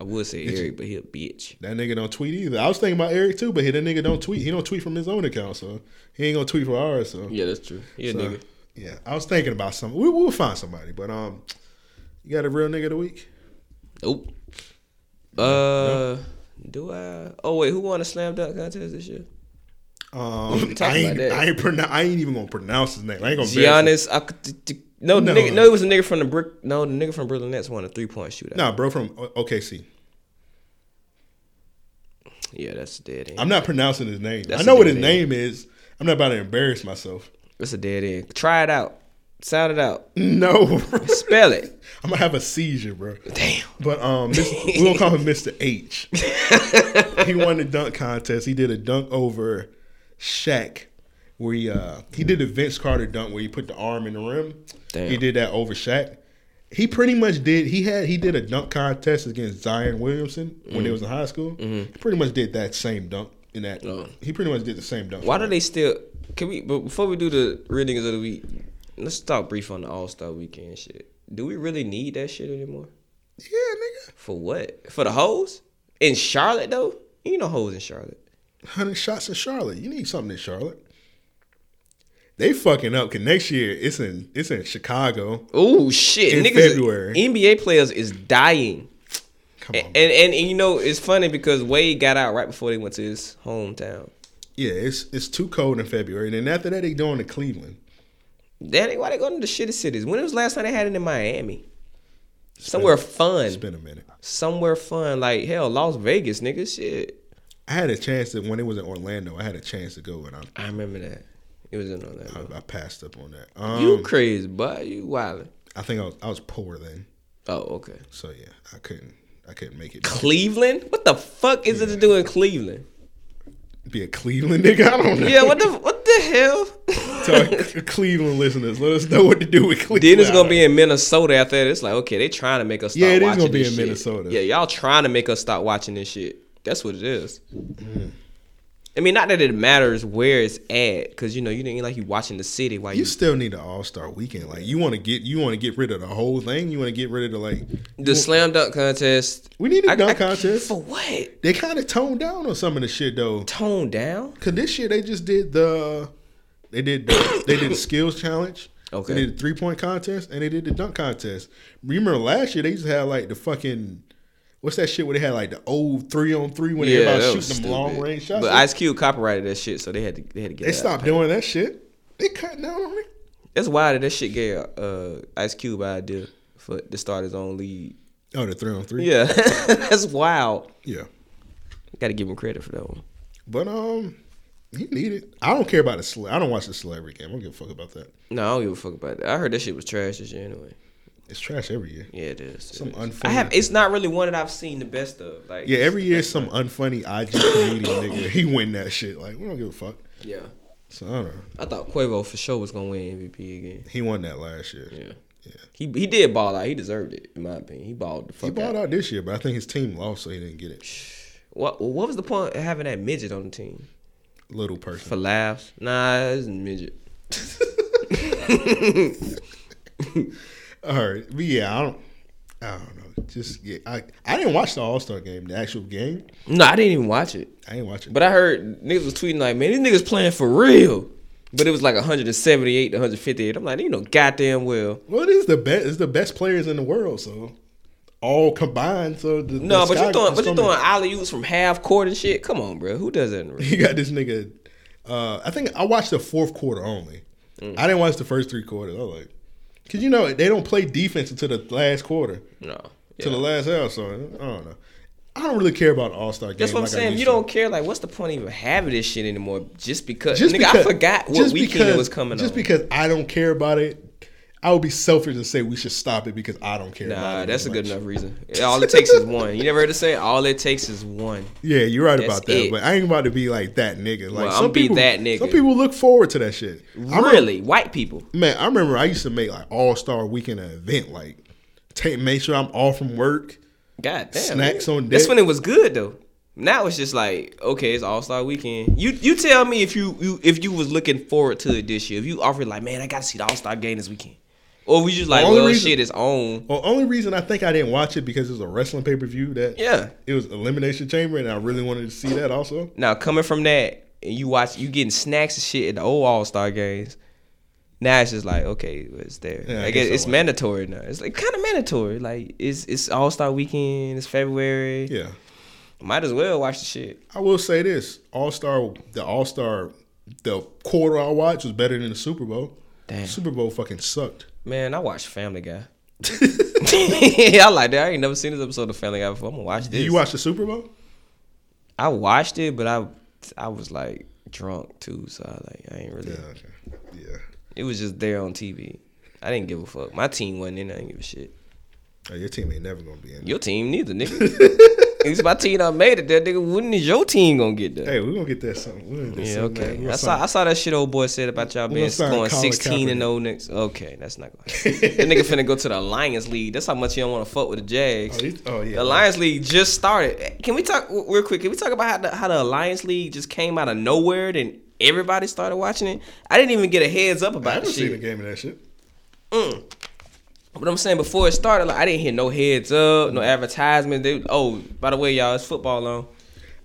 I would say Eric, but he a bitch. That nigga don't tweet either. I was thinking about Eric too, but he that nigga don't tweet. He don't tweet from his own account, so he ain't gonna tweet for ours. So Yeah, that's true. He a So, nigga. yeah, I was thinking about something. We, we'll find somebody, but um, you got a real nigga of the week? Nope. Uh, do I? Oh wait, who won the slam dunk contest this year? Um, talk I ain't, about that. I ain't, pronoun- I ain't even gonna pronounce his name. I ain't gonna. embarrass Giannis. Act- no, the No. nigga, no, it was a nigga from the brick. No, the nigga from Brooklyn Nets won a three point shootout. him. Nah, bro, from O- OKC. Yeah, that's a dead end. I'm not pronouncing his name. That's I know a what his good name. name is. I'm not about to embarrass myself. that's a dead end. Try it out. Sound it out. No, Spell it. I'm gonna have a seizure, bro. Damn. But um, this, we gonna call him Mr. H. he won the dunk contest. He did a dunk over Shaq, where he uh he did the Vince Carter dunk where he put the arm in the rim. Damn. He did that over Shaq. He pretty much did. He had he did a dunk contest against Zion Williamson when they Mm. was in high school. He pretty much did that same dunk in that. Mm-hmm. Oh. He pretty much did the same dunk. Why do they still? Can we? But before we do the real niggas of the week, let's talk brief on the All Star Weekend shit. Do we really need that shit anymore? Yeah, nigga, For what? For the hoes in Charlotte though? You know hoes in Charlotte. hundred shots in Charlotte. You need something in Charlotte. They fucking up. Cause next year it's in it's in Chicago. Oh shit, In niggas! February. NBA players is dying, Come on, and, and and you know it's funny because Wade got out right before they went to his hometown. Yeah, it's it's too cold in February, and then after that they going to Cleveland. That ain't why they going to the shitty cities. When was the last time they had it in Miami? Somewhere fun. It's been a minute. Somewhere fun, like hell, Las Vegas, nigga. Shit, I had a chance that when it was in Orlando, I had a chance to go, and I I remember that. It was in Orlando. I, I passed up on that. Um, you crazy, but you wildin'. I think I was I was poor then, Oh, okay. so yeah, I couldn't I couldn't make it Cleveland? What the fuck is it to do in Cleveland? be a Cleveland nigga. I don't know. Yeah, what the what the hell? So, Cleveland listeners, let us know what to do with Cleveland. Then it's gonna be in Minnesota after that. It's like, okay, they trying to make us stop Yeah, it is watching gonna be this in shit. Minnesota. Yeah, y'all trying to make us stop watching this shit. That's what it is. Mm-hmm. I mean, not that it matters where it's at, because you know you didn't like you watching the city while you, You still need an All Star Weekend. Like you want to get you want to get rid of the whole thing. You want to get rid of the like. the slam dunk contest. We need a I- dunk I- contest. for what? They kind of toned down on some of the shit though. Tone down. Cause this year they just did the they did the, they did the skills challenge. Okay. They did the three point contest and they did the dunk contest. Remember last year they just had like the fucking what's that shit where they had like the old three on three when they Yeah, about that shooting them was long stupid. range shots. But They- Ice Cube copyrighted that shit, so they had to they had to get. they it out. stopped doing that shit. They cut down on it. That's wild that that shit gave uh, Ice Cube an idea for to start his own league. Oh, the three on three. Yeah, that's wild. Yeah. Got to give him credit for that one. But um, he needed. I don't care about the cele- I don't watch the celebrity game. I don't give a fuck about that. No, I don't give a fuck about that. I heard that shit was trash this year anyway. It's trash every year. Yeah, it is. It Some is. unfunny- I have. It's not really one that I've seen the best of. Like Yeah, every year some unfunny IG comedian nigga he win that shit. Like we don't give a fuck. yeah. So I don't know. I thought Quavo for sure was gonna win MVP again. He won that last year. Yeah. Yeah. He he did ball out. He deserved it in my opinion. He balled the fuck He out. bought out this year, but I think his team lost, so he didn't get it. What what was the point of having that midget on the team Little for person. laughs? Nah, it's a midget. All right, but yeah, I don't, I don't know. Just yeah, I, I didn't watch the All Star game, the actual game. No, I didn't even watch it. I didn't watch it. But I heard niggas was tweeting like, man, these niggas playing for real. But it was like 178 to 158. I'm like, you know, goddamn well. well, it is the best. It's the best players in the world, so all combined. So the, No, the but sky you throwing is but you coming. throwing alley oops from half court and shit. Come on, bro. Who does that? In real? You got this nigga. Uh, I think I watched the fourth quarter only. Mm. I didn't watch the first three quarters. I was like, cause you know they don't play defense until the last quarter. No. to the Yeah. last half. So I don't know. I don't really care about All Star game. That's what I'm like I saying. used You to. don't care. Like, what's the point of even having this shit anymore? Just because, Just nigga, I because- forgot what just weekend because- it was coming Just on. because I don't care about it, I would be selfish and say we should stop it because I don't care. about nah, it that's as a good much. enough reason. All it takes is one. You never heard it say, all it takes is one. Yeah, you're right That's about that. it. But I ain't about to be like that nigga. Like Well, some I'm be people, that nigga. Some people look forward to that shit. I remember- Really? White people. man, I remember I used to make like All Star Weekend an event. Like, take make sure I'm off from work. God damn. Snacks man. on That's deck. when it was good though. Now it's just like, okay, it's All Star Weekend. You you tell me if you, you if you was looking forward to it this year. If you offered like, man, I gotta see the All Star game this weekend. Or we just like, only well, reason- shit is on. Well, only reason I think I didn't watch it because it was a wrestling pay per view that Yeah. it was Elimination Chamber, and I really wanted to see that also. Now coming from that, and you watch, you getting snacks and shit at the old All Star games. Now it's just like, okay, it's there. Yeah, I like guess it- I it's would. mandatory now. It's like kind of mandatory. Like it's it's All Star weekend. It's February. Yeah, Might as well watch the shit. I will say this: All Star, the All Star, the quarter I watched was better than the Super Bowl. Damn. Super Bowl fucking sucked. Man, I watch Family Guy. I like that. I ain't never seen this episode of Family Guy before. I'm gonna watch this. Did you watch the Super Bowl? I watched it, but I I was like drunk too, so I like I ain't really. Yeah, okay. yeah. It was just there on TV. I didn't give a fuck. My team wasn't in. I didn't give a shit. Oh, your team ain't never gonna be in. it. Your team neither, nigga. it's my team. I made it. That nigga. When is your team gonna get there? Hey, we're gonna get that something. We're gonna get yeah, something, man. okay. I We're gonna saw I sign- saw that shit old boy said about y'all We're being gonna sign scoring Colin sixteen and Kaepernick. old next. Okay, that's not gonna happen. that nigga finna go to the Alliance League. That's how much you don't want to fuck with the Jags. Oh, he- oh, yeah. The Alliance League just started. Can we talk w- real quick? Can we talk about how the, how the Alliance League just came out of nowhere and everybody started watching it? I didn't even get a heads up I about haven't the seen shit. a game of that shit. But I'm saying before it started, like I didn't hear no heads up, no advertisement. They, oh, by the way, y'all, it's football on.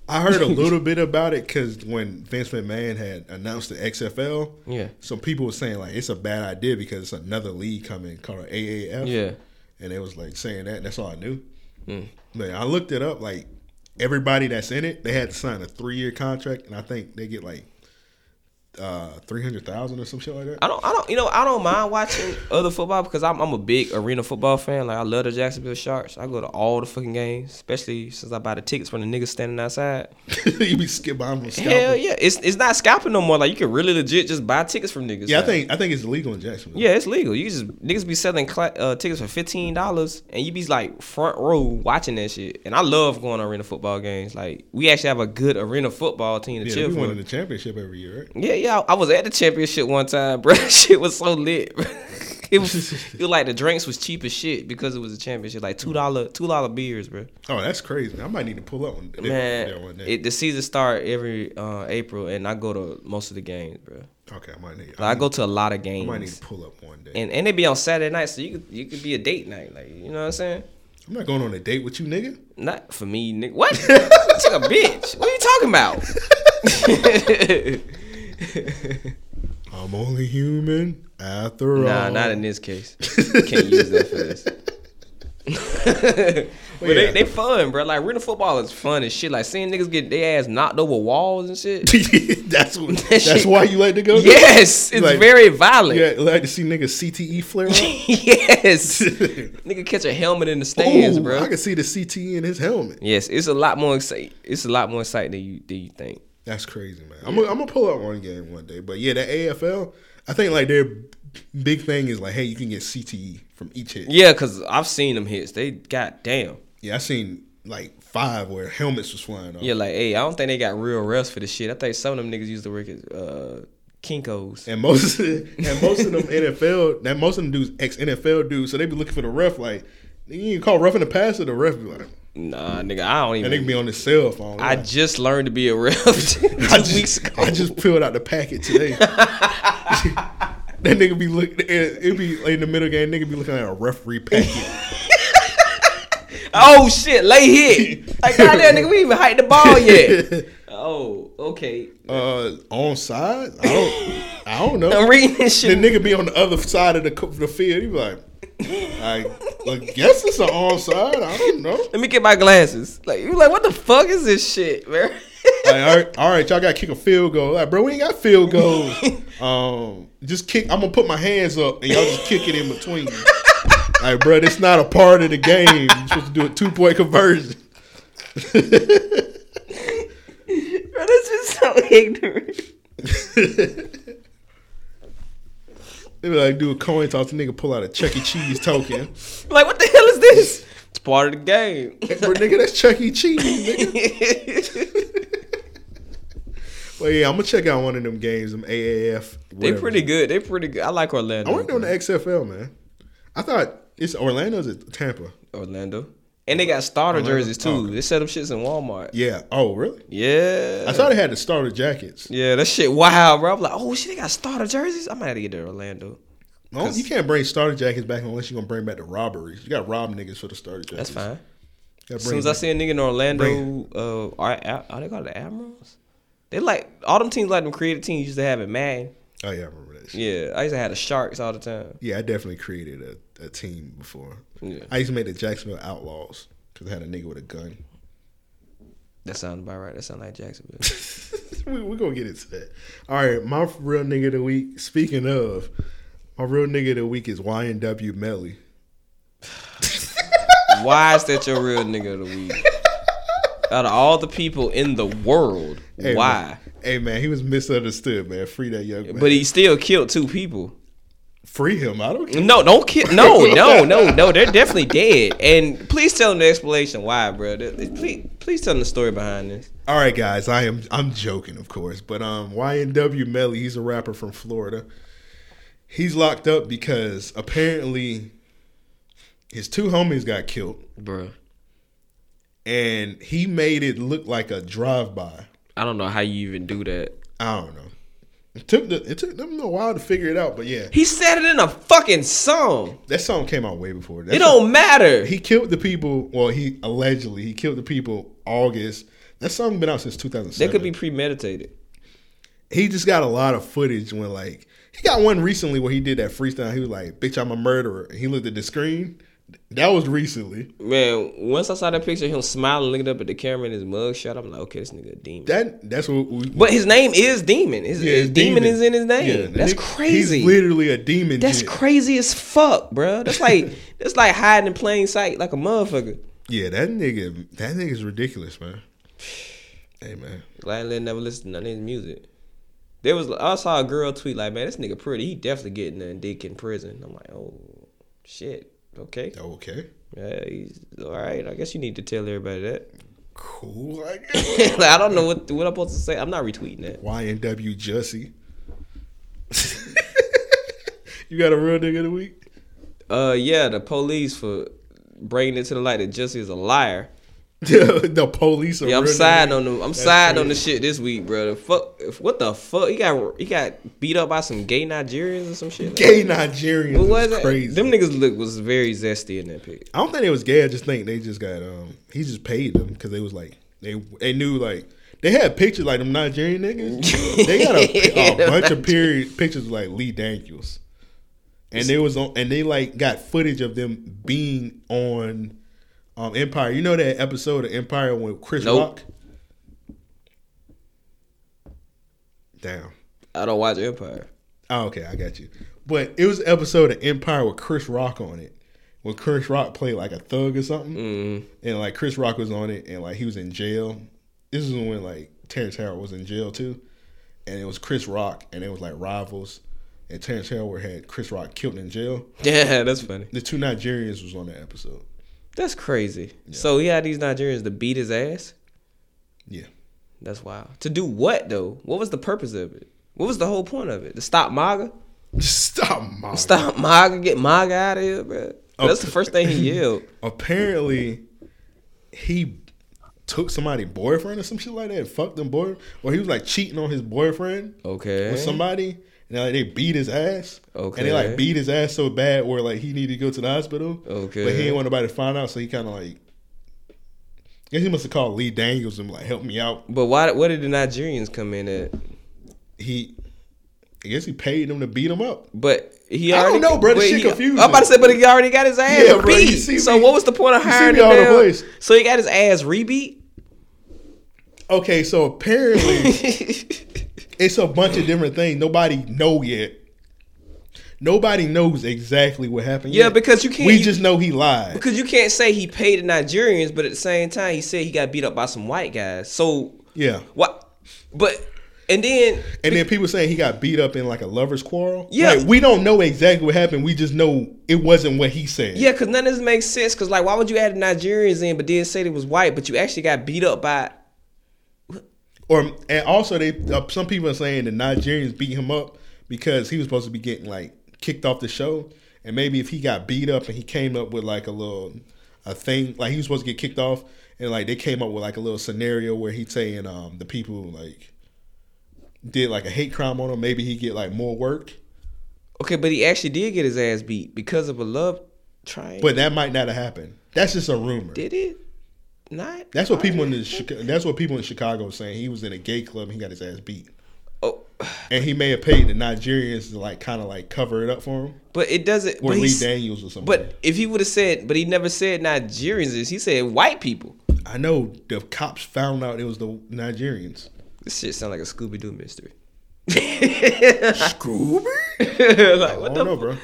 I heard a little bit about it because when Vince McMahon had announced the XFL, Yeah. some people were saying like it's a bad idea because it's another league coming called AAF, Yeah. Mm. and it was like saying that, and that's all I knew. Man, I looked it up. Like everybody that's in it, they had to sign a three year contract, and I think they get like uh three hundred thousand or some shit like that. I don't, I don't, you know, I don't mind watching other football because I'm, I'm a big arena football fan. Like I love the Jacksonville Sharks. I go to all the fucking games, especially since I buy the tickets from the niggas standing outside. you be skip by them Hell yeah, it's it's not scalping no more. Like you can really legit just buy tickets from niggas. Yeah, I now. think I think it's illegal in Jacksonville. Yeah, it's legal. You just niggas be selling cla uh, tickets for fifteen dollars, and you be like front row watching that shit. And I love going to arena football games. Like we actually have a good arena football team to yeah, chill we for. winning the championship every year, right? Yeah, yeah. I was at the championship one time, bro. shit was so lit. bro. it was it was like the drinks was cheap as shit because it was a championship. Like two dollar two dollar beers, bro. Oh, that's crazy. I might need to pull up one. there one Man, day. it, the season start every uh, April, and I go to most of the games, bro. okay, I might need. Like, I go to a lot of I might need games, to pull up one day. and and they be on Saturday night, so you could you could be a date night, like you know what I'm saying. I'm not going on a date with you, nigga. Not for me, nigga. What? you took a bitch. What are you talking about? I'm only human after all. nah, not in this case. Can't use that for this. but yeah. they, they fun, bro. Like reading football is fun and shit. Like seeing niggas get their ass knocked over walls and shit. that's what, That that's shit- why you like to go. there? yes, it's Like- very violent. Yeah, like to see niggas CTE flare up. yes, nigga catch a helmet in the stands, Ooh, bro. I can see the CTE in his helmet. Yes, it's a lot more exciting. It's a lot more exciting than you than you think. That's crazy, man. I'm gonna I'm gonna pull up one game one day. But yeah, the AFL, I think like their big thing is like, hey, you can get CTE from each hit. Yeah, cause I've seen them hits. They goddamn. Yeah, I seen like five where helmets was flying off. Yeah, like hey, I don't think they got real refs for this shit. I think some of them niggas used to work at uh, Kinkos. And most and most of them NFL that most of them dudes ex NFL dudes, so they be looking for the ref like you can call ref in the pass or the ref be like Nah, nigga, I don't and they even. can be on their cell phone. I Like, just learned to be a ref two I just, weeks ago. I just peeled out the packet today. that nigga be look it, it be like, in the middle game, nigga be looking at a referee packet. oh shit, lay hit. Like goddamn, nigga, we ain't even hiked the ball yet. oh, okay. uh on side? I don't I don't I'm know. reading this The shit. nigga be on the other side of the co- the field. He be like, I, I guess it's an onside. I don't know. Let me get my glasses. Like you, like what the fuck is this shit, man? Like, all right, all right, y'all got to kick a field goal. Like, bro, we ain't got field goals. Um, just kick. I'm gonna put my hands up and y'all just kick it in between. like, bro, it's not a part of the game. You're supposed to do a two point conversion. Bro, this is so ignorant. They be like, do a coin toss. The nigga pull out a Chuck E. Cheese token. Like what the hell is this? It's part of the game. bro, nigga, that's Chuck E. Cheese. Nigga. Well, yeah, I'm gonna check out one of them games. Them AAF. they whatever. pretty good. They pretty good. I like I Orlando. want to know the XFL, man. I thought it's Orlando's at Tampa. Orlando. And they got starter Orlando. jerseys too. Oh, okay. They sell them shits in Walmart. Yeah. Oh, really? Yeah. I thought it had the starter jackets. Yeah, that shit wild, bro. I'm like, oh shit, they got starter jerseys. I might have to get to Orlando. No, you can't bring starter jackets back unless you're gonna bring back the robberies. You got to rob niggas for the starter That's jackets. fine. You gotta As soon bring as I back- see a nigga in Orlando, uh, are, are they called the Admirals? They like all them teams like them creative teams used to have it, man. oh yeah, I remember that. Shit. Yeah, I used to have the Sharks all the time. Yeah, I definitely created a, a team before. Yeah. I used to make the Jacksonville Outlaws because I had a nigga with a gun. That sounds about right. That sounds like Jacksonville. we, we're gonna get into that. All right, my real nigga of the week. Speaking of, my real nigga of the week is YNW Melly. Why is that your real nigga of the week? Out of all the people in the world, Hey, why? Man, hey man, he was misunderstood, man. Free that young man. But he still killed two people. free him. I don't care. No, don't kill. No, no, no, no. They're definitely dead. And please tell them the explanation why, bro. Th- th- Please, please tell them the story behind this. All right, guys, I am I'm joking, of course, but um, YNW Melly, he's a rapper from Florida. He's locked up because apparently his two homies got killed, Bro, and he made it look like a drive-by. I don't know how you even do that. I don't know. It took the, it took them a while to figure it out, but yeah, He said it in a fucking song. that song came out way before. That It don't matter. he killed the people. Well, he allegedly he killed the people August. That song been out since 2007. That could be premeditated. he just got a lot of footage when like he got one recently where he did that freestyle. He was like, "Bitch, I'm a murderer." And he looked at the screen. That was recently. Man, once I saw that picture of him smiling, looking up at the camera in his mugshot, I'm like, okay, this nigga a demon. That that's what. We, But his name is Demon. His, yeah, his demon, is in his name. Yeah, the that's nigga- crazy. He's literally a demon. that's gen. crazy as fuck, bro. That's like that's like hiding in plain sight like a motherfucker. Yeah, that nigga. That nigga's ridiculous, man. Hey man, Glad they never listened to none of his music. There was I saw a girl tweet like, man, this nigga pretty. He definitely getting a dick in prison. I'm like, oh shit. Okay. okay, Yeah, he's all right. I guess you need to tell everybody that. cool. I guess. like, I don't know what what I'm supposed to say. I'm not retweeting that. YNW Jussie. you got a real nigga of the week. Uh, yeah, the police for bringing it to the light that Jesse is a liar. the police. Are Yeah, I'm real nigga. siding on the I'm That's siding on the crazy. shit this week, bro. The fuck, if- what the fuck? He got he got beat up by some gay Nigerians or some shit. gay Nigerians. What was is it? crazy. Them niggas look was very zesty in that pic. I don't think they was gay. I just think they just got um. He just paid them because they was like they they knew like they had pictures like them Nigerian niggas. they got a, a Them bunch of period pictures of, like Lee Daniels, and they was on and they like got footage of them being on um Empire. You know that episode of Empire with Chris Nope. Rock. Damn. I don't watch Empire. Oh, okay, I got you. But it was an episode of Empire with Chris Rock on it. When Chris Rock played like a thug or something. And like Chris Rock was on it and like he was in jail. This is when like Terrence Howard was in jail too. And it was Chris Rock and it was like rivals. And Terrence Howard had Chris Rock killed in jail. Yeah, that's funny. The two Nigerians was on that episode. That's crazy. So he had these Nigerians to beat his ass. Yeah. That's wild. To do what though? What was the purpose of it? What was the whole point of it? To stop MAGA? Stop, mom. Stop MAGA? Get MAGA out of here, bro. That's the first thing he yelled. apparently he took somebody's boyfriend or some shit like that. Fucked them boy, or he was like cheating on his boyfriend. Okay. with somebody, and like they beat his ass. and Okay. they like beat his ass so bad where like he needed to go to the hospital. Okay. but he didn't want nobody to find out, so he kind of like. I guess he must have called Lee Daniels and like help me out. But why? Where did the Nigerians come in at? He, I guess he paid him to beat him up. But he I don't already. know, bro. This wait, shit he- confusing. I'm about to say, but he already got his ass Yeah, bro, you beat. see so me- what was the point of you see hiring me him? all over the down? place. So he got his ass rebeat. Okay, so apparently it's a bunch of different things. Nobody know yet. Nobody knows exactly what happened. Yeah, yet. because you can't- We you- just know he lied. Because you can't say he paid the Nigerians, but at the same time he said he got beat up by some white guys. So Yeah, what? But and then and then people saying he got beat up in like a lovers' quarrel. Yeah. Like, we don't know exactly what happened. We just know it wasn't what he said. yeah, because none of this makes sense. Because like, why would you add the Nigerians in, but then say they was white, but you actually got beat up by? Or and also they uh, some people are saying the Nigerians beat him up because he was supposed to be getting like kicked off the show, and maybe if he got beat up and he came up with like a little a thing like he was supposed to get kicked off, and like they came up with like a little scenario where he's saying um the people like did like a hate crime on him, maybe he get like more work. Okay, but he actually did get his ass beat because of a love triangle. But that might not have happened. That's just a rumor. did it? Not. That's what people in the Chica- that's what people in Chicago are saying. He was in a gay club and he got his ass beat. Oh, And he may have paid the Nigerians to like kind of like cover it up for him, but it doesn't. But, or Lee he's- Daniels or something. but if he would have said, but he never said Nigerians. He said white people. I know the cops found out it was the Nigerians. This shit sound like a Scooby Doo mystery. Scooby? like I what the? don't know, bro.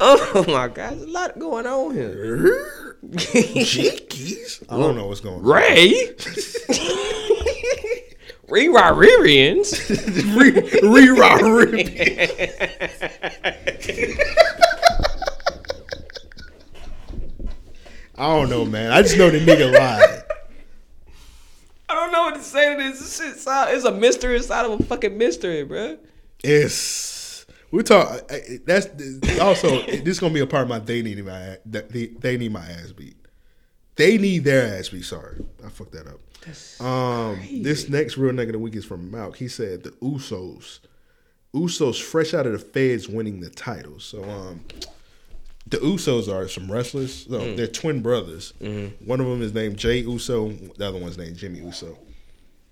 Oh my God, there's a lot going on here. Jinkies? I don't know what's going on. Ray. Ray Rarians. Re- Rerun, repeat. I don't know, man. I just know the nigga lied. I don't know what to say to this. This shit sound, it's a mystery inside of a fucking mystery, bruh. It's we talk. eh, That's also this is gonna be a part of my. They need my. They, they need my ass beat. They need their ass beat. Sorry, I fucked that up. Um, this next real nigga of the week is from Malk. He said the Usos. Usos fresh out of the feds winning the title. So um, the Usos are some wrestlers. No, They're twin brothers. One of them is named Jay Uso. The other one's named Jimmy Uso.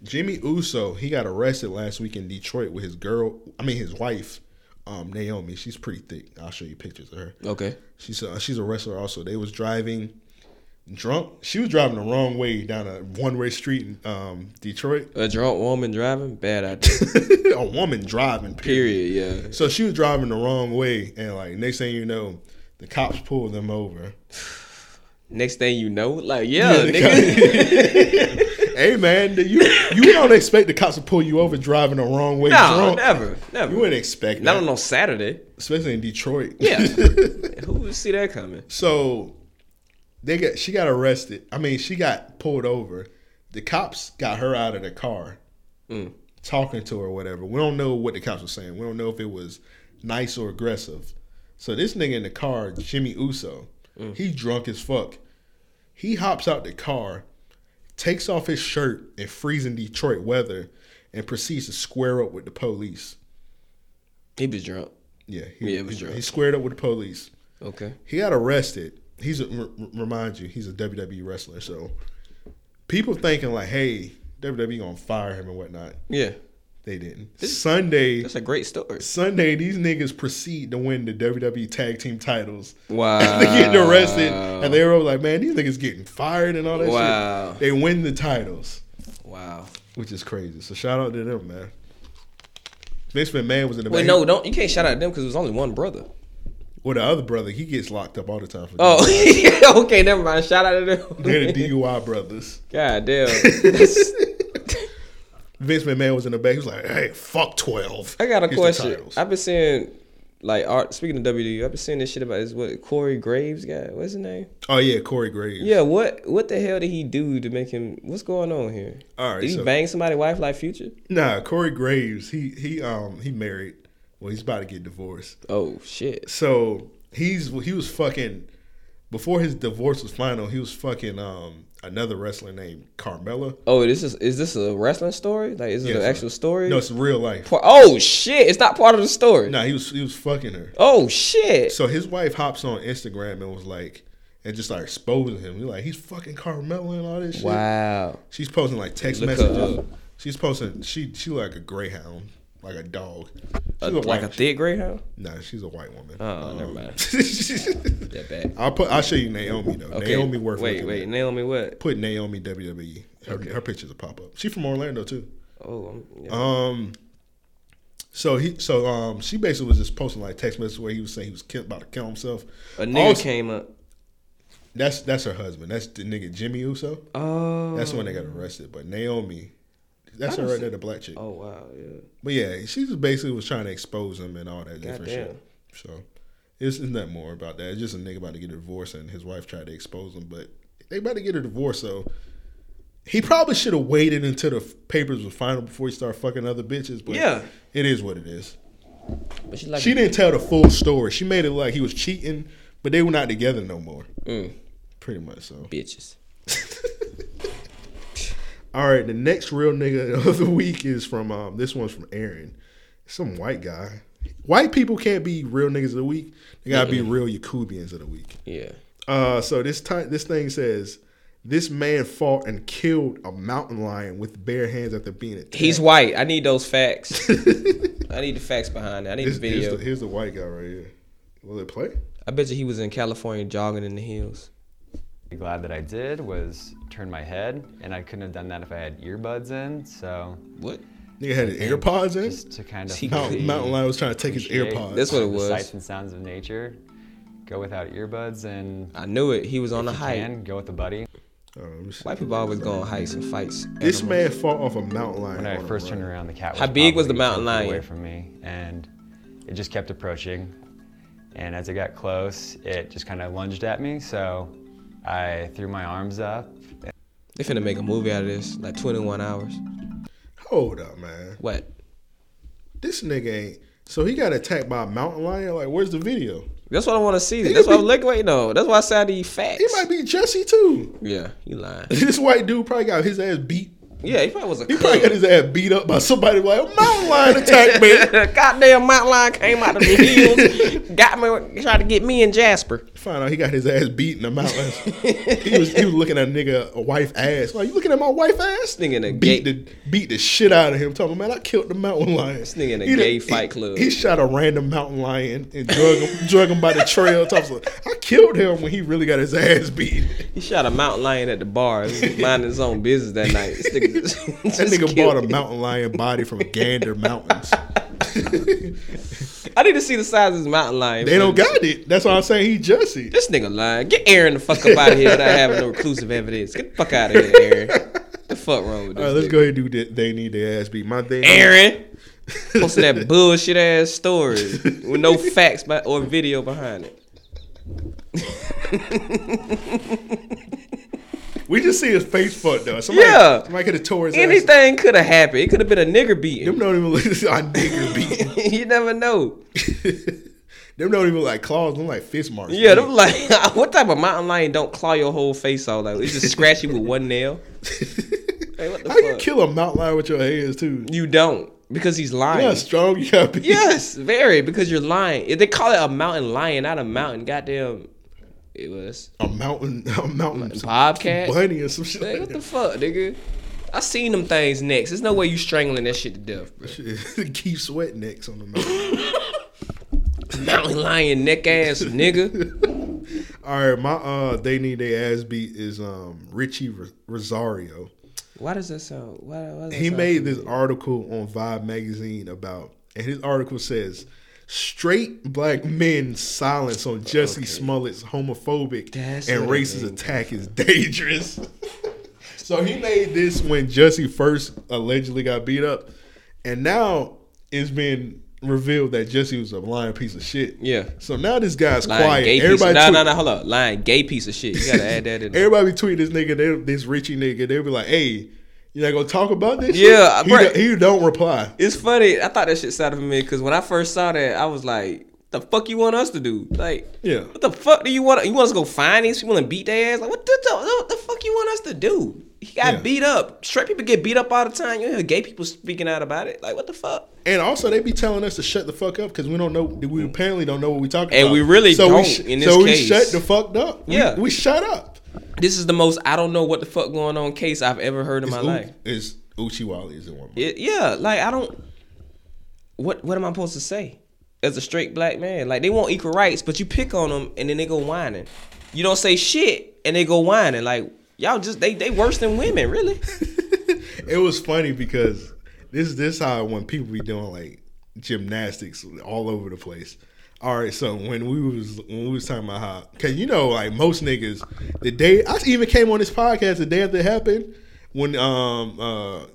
Jimmy Uso, he got arrested last week in Detroit with his girl, I mean his wife, um, Naomi. She's pretty thick. I'll show you pictures of her. Okay. She's a, she's a wrestler also. They was driving drunk. She was driving the wrong way down a one way street in um, Detroit. A drunk woman driving, bad idea. a woman driving. Period. Yeah. So she was driving the wrong way, and like next thing you know, the cops pulled them over. Next thing you know, like yeah, the nigga. Hey man, you you don't expect the cops to pull you over driving the wrong way No, drunk. never, never. You wouldn't expect Not that, on no Saturday. especially in Detroit. Yeah. Who would see that coming? So they got she got arrested. I mean, she got pulled over. The cops got her out of the car, Mm. talking to her, or whatever. We don't know what the cops were saying. We don't know if it was nice or aggressive. So this nigga in the car, Jimmy Uso, Mm. he drunk as fuck. He hops out the car, takes off his shirt in freezing Detroit weather, and proceeds to square up with the police. He was drunk. Yeah, he, Yeah, he was he- drunk. he squared up with the police. Okay. He got arrested. He's a, r- r- remind you, he's a WWE wrestler. So people thinking like, hey, WWE gonna fire him and whatnot. Yeah. They didn't. Sunday, That's a great story. Sunday, these niggas proceed to win the WWE tag team titles. Wow. they getting arrested, and they were all like, man, these niggas getting fired and all that Wow. shit. They win the titles, Wow. which is crazy. So shout out to them, man. Vince McMahon was in the Wait, back- no, don't. You can't shout out them because it was only one brother. Well, the other brother, he gets locked up all the time for Oh, okay, never mind. Shout out to them. they're the DUI brothers. God damn. That's- Vince McMahon was in the back. He was like, "Hey, fuck 12. I got a Here's the question. titles. I've been seeing, like, art, speaking of WWE, I've been seeing this shit about this, what Corey Graves guy. What's his name? Oh yeah, Corey Graves. Yeah, what what the hell did he do to make him? What's going on here? All right, did he so- bang somebody's wife like Future? Nah, Corey Graves. He he um he married. Well, he's about to get divorced. Oh shit! So he's he was fucking before his divorce was final. He was fucking um another wrestler named Carmella. Oh, this is is this a wrestling story? Like, is this an Yeah, it's actual a- story? No, it's real life. Pa- oh shit! It's not part of the story. Nah, he was he was fucking her. Oh shit! So his wife hops on Instagram and was like, and just like exposing him. He's like, he's fucking Carmella and all this shit. Wow. She's posting like text Look her messages. up. She's posting she she like a greyhound, like a dog. She's a Uh, like white, a thick greyhound? Nah, she's a white woman. Oh, never mind. mind. That bad. I'll put I'll show you Naomi though. Naomi worth Wait, looking wait, at. Naomi what? Put Naomi WWE. Her her pictures will pop up. She from Orlando too. Oh, I'm, yeah. Um. So he so um she basically was just posting like text messages where he was saying he was kill, about to kill himself. a nigga also- came up. That's that's her husband. That's the nigga Jimmy Uso. Oh. That's when they got arrested. But Naomi, that's her right there, the black chick. Oh wow, yeah. But yeah, she just basically was trying to expose him and all that different Goddamn. shit. So it's, it's nothing more about that. It's just a nigga about to get a divorce and his wife tried to expose him, but they about to get a divorce, so he probably should have waited until the f- papers were final before he started fucking other bitches. But Yeah. it is what it is. But she like She didn't tell the full story. She made it like he was cheating, but they were not together no more. Mm. Pretty much so. bitches. All right, the next real nigga of the week is from um, this one's from Aaron, some white guy. White people can't be real niggas of the week. They gotta be real Yakubians of the week. Yeah. Uh, so this ti- this thing says this man fought and killed a mountain lion with bare hands after being attacked. He's white. I need those facts. I need the facts behind it. I need This- the here's, video. the, here's the white guy right here. Will it play? I bet you he was in California jogging in the hills. glad that I did was turn my head, and I couldn't have done that if I had earbuds in. So What? Nigga had his AirPods in. just to kind of She- Mountain, mountain lion was trying to take his appreciate AirPods. That's what it the sights was. and sounds of nature, go without earbuds, and I knew it. He was on a if you hike. can, go with a buddy. Uh, let me see. White people always go on hikes and fights. This man fought off a mountain lion. When I on a first run. turned around, the cat was How big was the probably mountain 10 feet lion? away from me, and it just kept approaching. And as it got close, it just kind of lunged at me. So I threw my arms up. They finna make a movie out of this, like 21 hours. Hold up, man. What? This nigga ain't. So he got attacked by a mountain lion. Like, where's the video? That's what I want to see. That's what I'm looking waiting on. That's why I said these facts. He might be Jesse too. yeah, he lying. This white dude probably got his ass beat. Yeah, he probably was a. He probably got his ass beat up by somebody like a mountain lion attacked me. Goddamn mountain lion came out of the hills, got me, tried to get me and Jasper. Find out he got his ass beat in the mountain. he was he was looking at a nigga a wife ass. Like you looking at my wife ass? Nigga in a beat gay- the beat the shit out of him. Talking man, I killed the mountain lion. This nigga in a gay fight club. He, shot a random mountain lion and drug him drug him by the trail. Talks like, I killed him when he really got his ass beat. He shot a mountain lion at the bar. He was minding his own business that night. This nigga just- That just nigga killed bought a me. mountain lion body from Gander Mountains. I need to see the size of this mountain lion. They don't got it. That's why I'm saying he Jesse. This nigga lying. Get Aaron the fuck up out of here without having no reclusive evidence. Get the fuck out of here, Aaron. the fuck wrong with this? All right, let's nigga? go ahead and do that. They need their ass beat. My thing, Aaron. Posting that bullshit ass story with no facts by, or video behind it. We just see his face fucked though. Somebody, Yeah. somebody could have tore his ass. Anything could have happened. It could have been a nigger beating. Them don't even look. I nigger beat. you never know. them don't even like claws. Them like fist marks. Yeah, them like what type of mountain lion don't claw your whole face off? Like it's just scratch you with one nail. Hey, what the How you fuck? kill a mountain lion with your hands too? You don't because he's lying. You know how strong you gotta be. Yes, very because you're lying. If They call it a mountain lion, not a mountain. Goddamn, it was A mountain, a mountain, some bobcat. bunny or some shit. Like, what Like the fuck, nigga? I seen them things next. There's no way you strangling that shit to death, bro. that. Keep sweat necks on the mountain. Mountain lion, neck ass nigga. All right, my uh, they need their ass beat is um Richie Ro- Rosario. Why does that sound? Why, why does that He sound made this article on Vibe magazine about, and his article says, "Straight black men silence on Jesse Smollett's homophobic That's and what it racist means. attack is dangerous." so he made this when Jesse first allegedly got beat up, and now it's been revealed that Jesse was a lying piece of shit. Yeah. So now this guy's lying quiet. gay piece? Everybody, Of, nah, tweet- nah, nah. Hold up, lying gay piece of shit. You gotta add that in. there. Everybody be tweeting this nigga, they, this Richie nigga. They'll be like, "Hey, you're not gonna talk about this?" shit?" Yeah, he, bro. don't- he don't reply. It's funny. I thought that shit sounded familiar because when I first saw that, I was like, "The fuck you want us to do? Like, Yeah. what the fuck do you want? You want us to go find these people and beat their ass? Like, what the, the- what the fuck you want us to do? He got Yeah. beat up. Straight people get beat up all the time. You hear gay people speaking out about it. Like, what the fuck? And also, they be telling us to shut the fuck up because we don't know. We apparently don't know what we talking Mm-hmm. And about. we really don't in this so case. we shut the fuck up. We- Yeah. we, shut up. This is the most I don't know what the fuck going on case I've ever heard in my It's, life. U- it's Uchiwali is the one. It- yeah, like I don't. What what am I supposed to say as a straight black man? Like they want equal rights, but you pick on them and then they go whining. You don't say shit and they go whining. Like y'all just they they worse than women, really. It was funny because this this how when people be doing like gymnastics all over the place. All right, so when we was when we was talking about how, cause you know, like most niggas, the day I even came on this podcast the day after it happened when um uh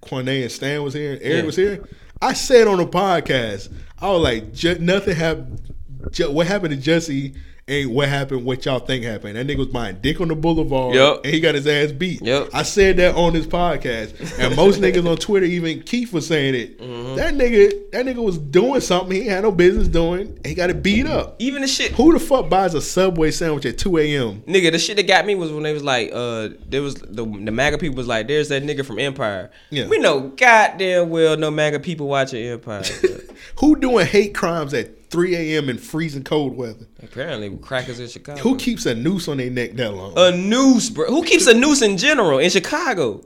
Quanae and Stan was here and Eric Yeah. was here. I said on the podcast, I was like, J- nothing happened. J- what happened to Jesse ain't what happened, what y'all think happened. That nigga was buying dick on the boulevard, Yep. and he got his ass beat. Yep. I said that on this podcast, and most niggas on Twitter, even Keith was saying it. Mm-hmm. That nigga, that nigga was doing something he had no business doing. and He got it beat up. Even the shit. Who the fuck buys a Subway sandwich at two a.m.? Nigga, the shit that got me was when they was like, uh, there was the the MAGA people was like, there's that nigga from Empire. Yeah. We know goddamn well no MAGA people watching Empire. but Who doing hate crimes at three a.m. in freezing cold weather? apparently, crackers in Chicago. Who keeps a noose on their neck that long? a noose, bro? Who keeps a noose in general in Chicago?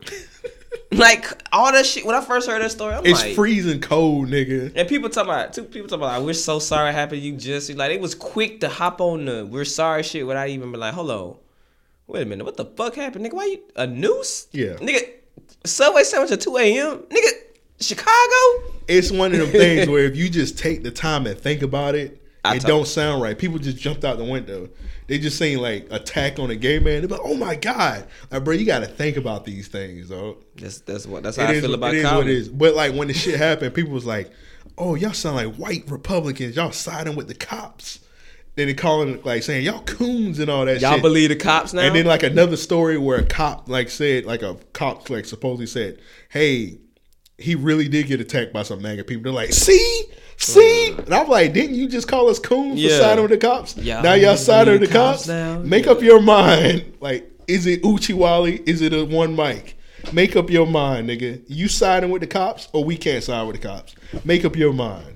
like all that shit. When I first heard that story, I'm it's like, freezing cold, nigga. And people talk about two people talk about like, we're so sorry it happened to you Jesse. Like they was quick to hop on the we're sorry shit without even be like, hold on. Wait a minute, what the fuck happened? Nigga, why you a noose? Yeah. Nigga, subway sandwich at two AM? Nigga, Chicago? It's one of them things where if you just take the time and think about it, I it told- don't sound right. People just jumped out the window. They just seen like attack on a gay man. They're like, oh my god, like, bro, you got to think about these things, though. That's that's what that's how It I is, feel about it is what it comedy. is. But like when the shit happened, people was like, "Oh, y'all sound like white Republicans. Y'all siding with the cops." Then they calling like saying y'all coons and all that. Y'all shit. believe the cops now? And then like another story where a cop like said like a cop like supposedly said, "Hey, he really did get attacked by some MAGA people." They're like, "See, see," and I'm like, "Didn't you just call us coons Yeah. for siding with the cops? Y'all now y'all believe siding with the the cops cops? now? Make up your mind. Like, is it Uchiwali? Is it a one mic? Make up your mind, nigga. You siding with the cops or we can't side with the cops? Make up your mind.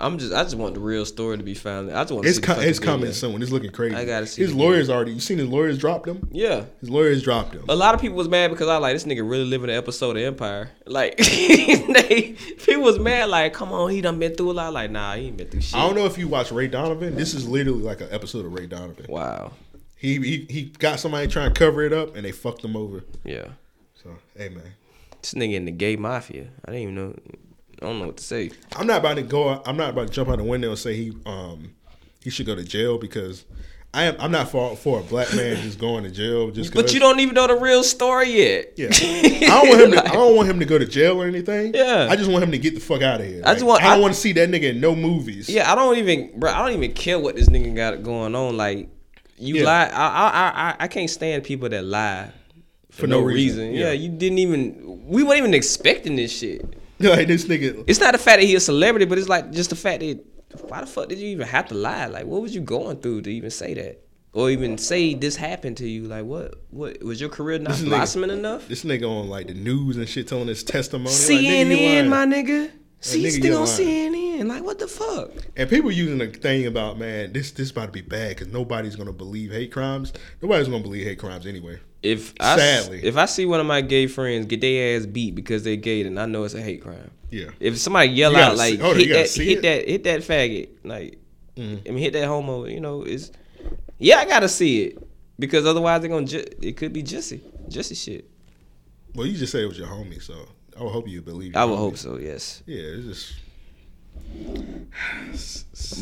I'm just I just want the real story to be found. I just want to It's see the com- fucking it's coming video. soon. It's looking crazy. I gotta see his the lawyers already. You seen his lawyers dropped him? Yeah. His lawyers dropped him. A lot of people was mad because I like this nigga really living an episode of Empire. Like they people was mad like, come on, he done been through a lot. Like, nah, he ain't been through shit. I don't know if you watch Ray Donovan. This is literally like an episode of Ray Donovan. Wow. He he, he got somebody trying to cover it up and they fucked him over. Yeah. So hey man, This nigga in the gay mafia. I didn't even know. I don't know what to say. I'm not about to go. out- I'm not about to jump out the window and say he um he should go to jail because I am. I'm not for for a black man just going to jail just. But cause. you don't even know the real story yet. Yeah. I don't want him. To, I don't want him to go to jail or anything. Yeah. I just want him to get the fuck out of here. I just want- I don't I- want to see that nigga in no movies. Yeah, I don't even, bro. I don't even care what this nigga got going on. Like, you Yeah. lie. I, I, I- I, I can't stand people that lie for, no, reason. Yeah. you didn't even. We weren't even expecting this shit. Like this nigga. It's not the fact that he a celebrity, but it's like just the fact that why the fuck did you even have to lie? Like, what was you going through to even say that, or even say this happened to you? Like, what? What was your career not This nigga- blossoming enough? This nigga on like the news and shit telling his testimony. Like, nigga, you CNN, lying. my nigga. See, nigga, he's you still on lying. CNN. Like, what the fuck? And people using the thing about man, this this about to be bad because nobody's gonna believe hate crimes. Nobody's gonna believe hate crimes anyway. If I, Sadly. if I see one of my gay friends get their ass beat because they're gay, then I know it's a hate crime. Yeah. If somebody yell You gotta out see- like hold on, you hit gotta that, see hit it? that, Mm-hmm. hit that faggot, like, I mean hit that homo, you know, it's yeah, I gotta see it because otherwise they're gonna ju- it could be Jesse, Jesse shit. Well, you just said it was your homie, so I would hope you believe. I your would homie. hope so, yes. Yeah, it's just.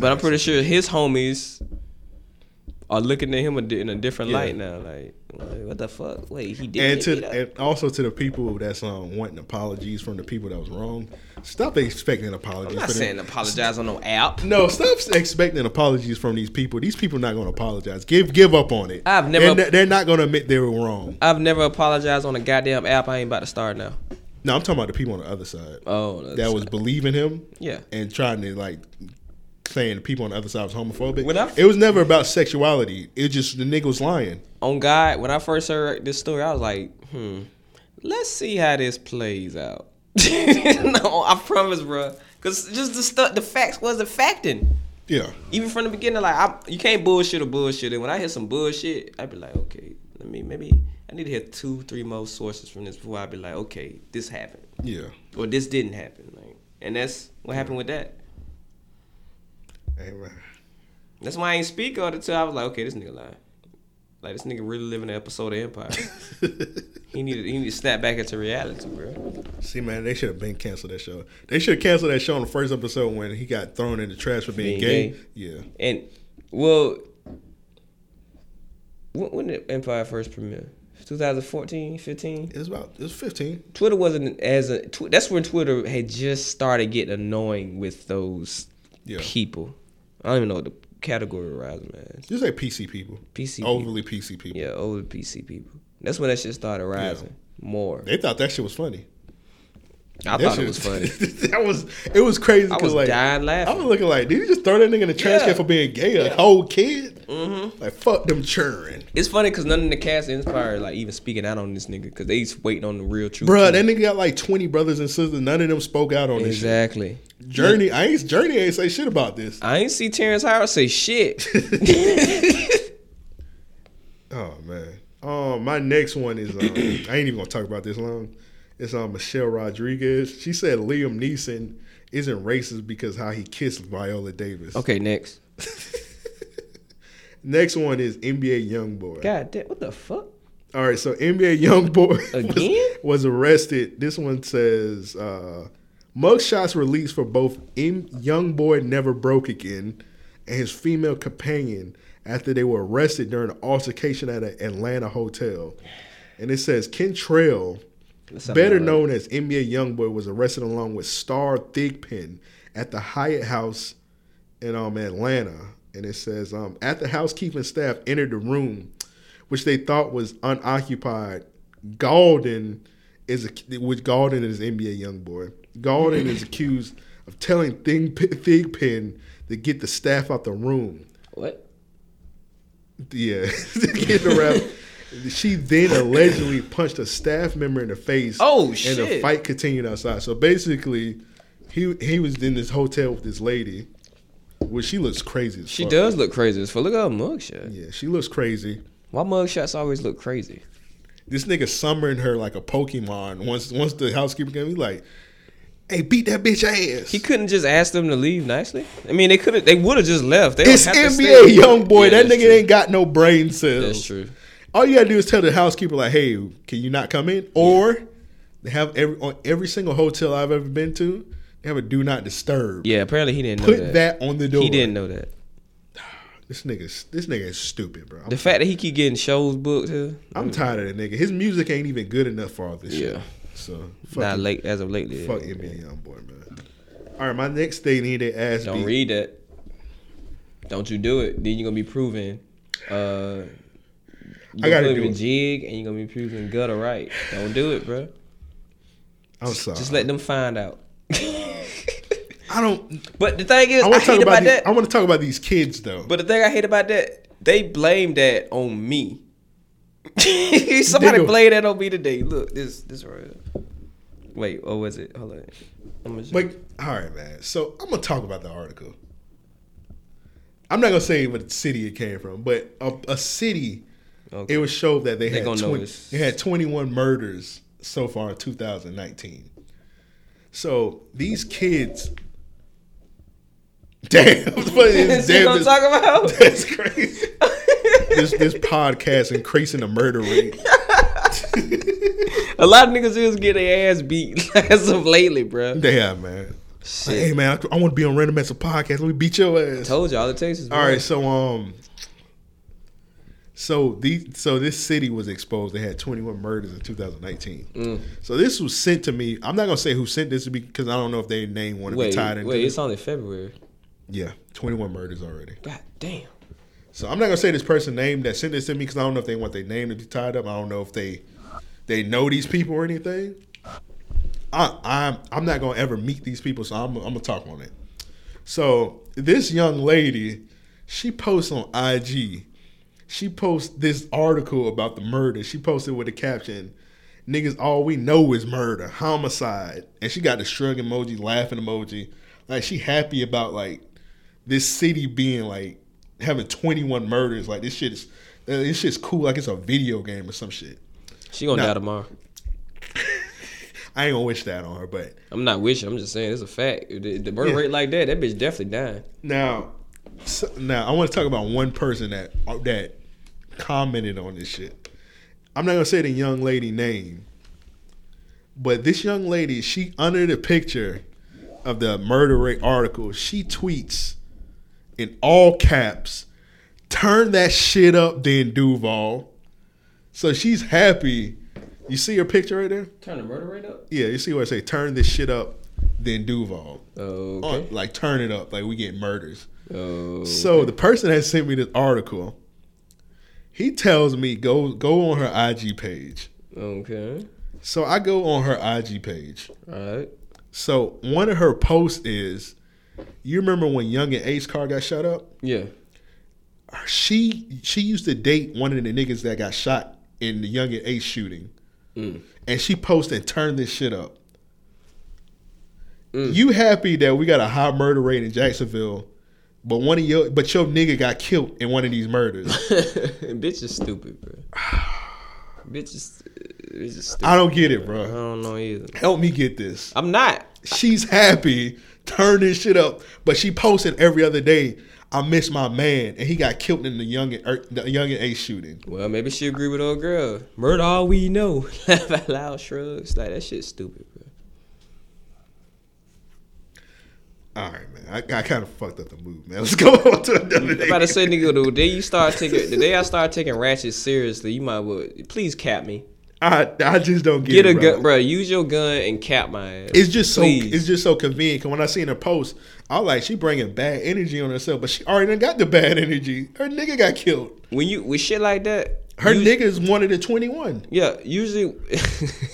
But I'm pretty sure his homies are looking at him a di- in a different Yeah. light now. Like, like, what the fuck? Wait, he did. And get beat to up? and also to the people that's um, wanting apologies from the people that was wrong, stop expecting apologies. I'm not for them. saying apologize on no app. No, stop expecting apologies from these people. These people not going to apologize. Give give up on it. I've never- And they're, they're not going to admit they were wrong. I've never apologized on a goddamn app. I ain't about to start now. No, I'm talking about the people on the other side. Oh, that's- that was believing him. Yeah. And trying to like saying the people on the other side was homophobic. When I- it was never about sexuality. It just the nigga was lying. on God. When I first heard this story, I was like, hmm, let's see how this plays out. no, I promise, bro. Cause just the stuff, the facts wasn't facting. Yeah. Even from the beginning, like I, you can't bullshit or bullshit. And when I hear some bullshit, I'd be like, okay, let me maybe I need to hear two, three more sources from this before I'd be like, okay, this happened Yeah. or this didn't happen. Like, and that's what happened with that. Amen. That's why I ain't speak on it till I was like, okay, this nigga lying. Like this nigga really living an episode of Empire. he needed he need to snap back into reality, bro. See, man, they should have been canceled that show. They should have canceled that show on the first episode when he got thrown in the trash for being, Being gay. gay. Yeah. And well, when, when did Empire first premiere? 2014, 15. It was about it was 15. Twitter wasn't as a. Tw- that's when Twitter had just started getting annoying with those Yeah. people. I don't even know what the categorize, man. Just say PC people. PC overly PC people. Yeah, overly PC people. That's when that shit started rising more. They thought that shit was funny. I That thought shit- it was funny. that was it was crazy. I 'cause, was like, dying laughing. I was looking like, did you just throw that nigga in the trash Yeah. can for being gay? A whole kid? Mm-hmm. Like fuck them children, It's funny because none of the cast inspired like even speaking out on this nigga because they just waiting on the real truth. Bruh, too. That nigga got like twenty brothers and sisters. None of them spoke out on this. shit. exactly. Journey, I ain't Journey ain't say shit about this. I ain't see Terrence Howard say shit. Oh man. Um, my next one is um, I ain't even gonna talk about this long. It's um Michelle Rodriguez. She said Liam Neeson isn't racist because how he kissed Viola Davis. okay, next. Next one is NBA YoungBoy. God damn, what the fuck? All right, so NBA YoungBoy Again? was, was arrested. This one says uh, mugshots released for both M- YoungBoy Never Broke Again and his female companion after they were arrested during an altercation at an Atlanta hotel. And it says Kentrell, sound about better right. known as NBA YoungBoy, was arrested along with Star Thigpen at the Hyatt House in um, Atlanta, and it says um, at the housekeeping staff entered the room, which they thought was unoccupied. Galden is a, which Galden is NBA young boy. Galden is accused of telling Thig, Thigpen to get the staff out the room. What? Yeah, to get the rap. She then allegedly punched a staff member in the face. Oh, And the shit. fight continued outside. So basically, he he was in this hotel with this lady. Well, she looks crazy. As She fuck. does look crazy as fuck. Look at her mugshot. Yeah, she looks crazy. My mugshots always look crazy. This nigga summoned her like a Pokemon. Once once the housekeeper came, he like, "Hey, beat that bitch ass." He couldn't just ask them to leave nicely. I mean, they could have. They would have just left. They don't it's have to NBA stay. young boy. Yeah, that that's nigga true. ain't got no brain cells. That's true. All you gotta do is tell the housekeeper like, "Hey, can you not come in?" Or they have every on every single hotel I've ever been to, they have a do not disturb. Yeah, apparently he didn't Put know that. that. on the door. He didn't know that. This nigga, this nigga is stupid, bro. I'm, The fact that he keep getting shows booked here, I'm tired of that nigga. His music ain't even good enough for all this shit. Yeah. So not fuck, it. late as of lately. fuck NBA young boy, man. All right, my next thing he they asked Don't me. read that. Don't you do it. Then you're gonna be proving uh I you're gotta gonna do proving it. jig and you're gonna be proving gutter right. Don't do it, bro. I'm sorry. Just let them find out. I don't. But the thing is I I, want to talk hate about. about these, that. I want to talk about these kids though. but the thing I hate about that, they blame that on me. Somebody Nigga. blame that on me today. Look, this this right. here. Wait, or was it? Hold on. I'm gonna show- Like, all right, man. So I'm gonna talk about the article. I'm not gonna say what city it came from, but a, a city. Okay. It was showed that they, They had gonna know 20, it's- they had 21 murders so far in 2019. So these kids. Damn, but it's See damn what I'm this- talking about? That's crazy. this this podcast increasing the murder rate. A lot of niggas is getting their ass beat as of lately, bro. Damn, man. Like, hey man, I, want to be on Random Acts of Podcast. Let me beat your ass. Told you all it takes is All one. right, so um, so the so this city was exposed. They had 21 murders in 2019. Mm. So this was sent to me. I'm not gonna say who sent this because I don't know if they name one to be Wait, tied into. wait, it. it's only February. yeah, 21 murders already. God damn. So I'm not gonna say this person name that sent this to me because I don't know if they want their name to be tied up. I don't know if they they know these people or anything. I, I'm I'm not gonna ever meet these people, so I'm I'm gonna talk on it. So this young lady, she posts on IG. She posts this article about the murder. She posted with a caption, "Niggas, all we know is murder, homicide," and she got the shrug emoji, laughing emoji, like she happy about like this city being like having 21 murders. Like this shit is uh, this shit's cool. Like it's a video game or some shit. She gonna Nah. die tomorrow. I ain't gonna wish that on her, but I'm not wishing. I'm just saying it's a fact. The, the birth Yeah. rate like that, that bitch definitely dying. now, so, now I want to talk about one person that uh, that commented on this shit. I'm not gonna say the young lady name, but this young lady, she under the picture of the murder rate article, she tweets in all caps, "Turn that shit up, then Duval." So she's happy. You see her picture right there. Turn the murder rate up. Yeah, you see what I say? Turn this shit up, then Duval. Oh, Okay. On- like turn it up, like we get murders. Oh. So the person that sent me this article, he tells me go go on her IG page. Okay. So I go on her IG page. All right. So one of her posts is, you remember when Young and Ace car got shot up? Yeah. She she used to date one of the niggas that got shot in the Young and Ace shooting, mm. and she posted and turned this shit up. Mm. You happy that we got a high murder rate in Jacksonville? But one of your but your nigga got killed in one of these murders. bitch is stupid, bro. bitch is bitch is stupid. I don't get it, bro. I don't know either. Help me get this. I'm not. She's happy, turn this shit up, but she posted every other day. I miss my man, and he got killed in the young and er, the young and Ace shooting. Well, maybe she agree with old girl. Murder all we know. Laugh out loud shrugs. Like that shit's stupid, bro. All right, man. I, I kind of fucked up the move, man. Let's go on to another day. I'm about to say, nigga, the day you start taking, the day I start taking ratchet seriously, you might well please cap me. I I just don't get, get a it, gun, bro. Use your gun and cap my ass. It's just please. so it's just so convenient. Cause when I seen her post, I was like, she bringing bad energy on herself, but she already done got the bad energy. Her nigga got killed. When you with shit like that, her usually, nigga's one of the twenty one. Yeah, usually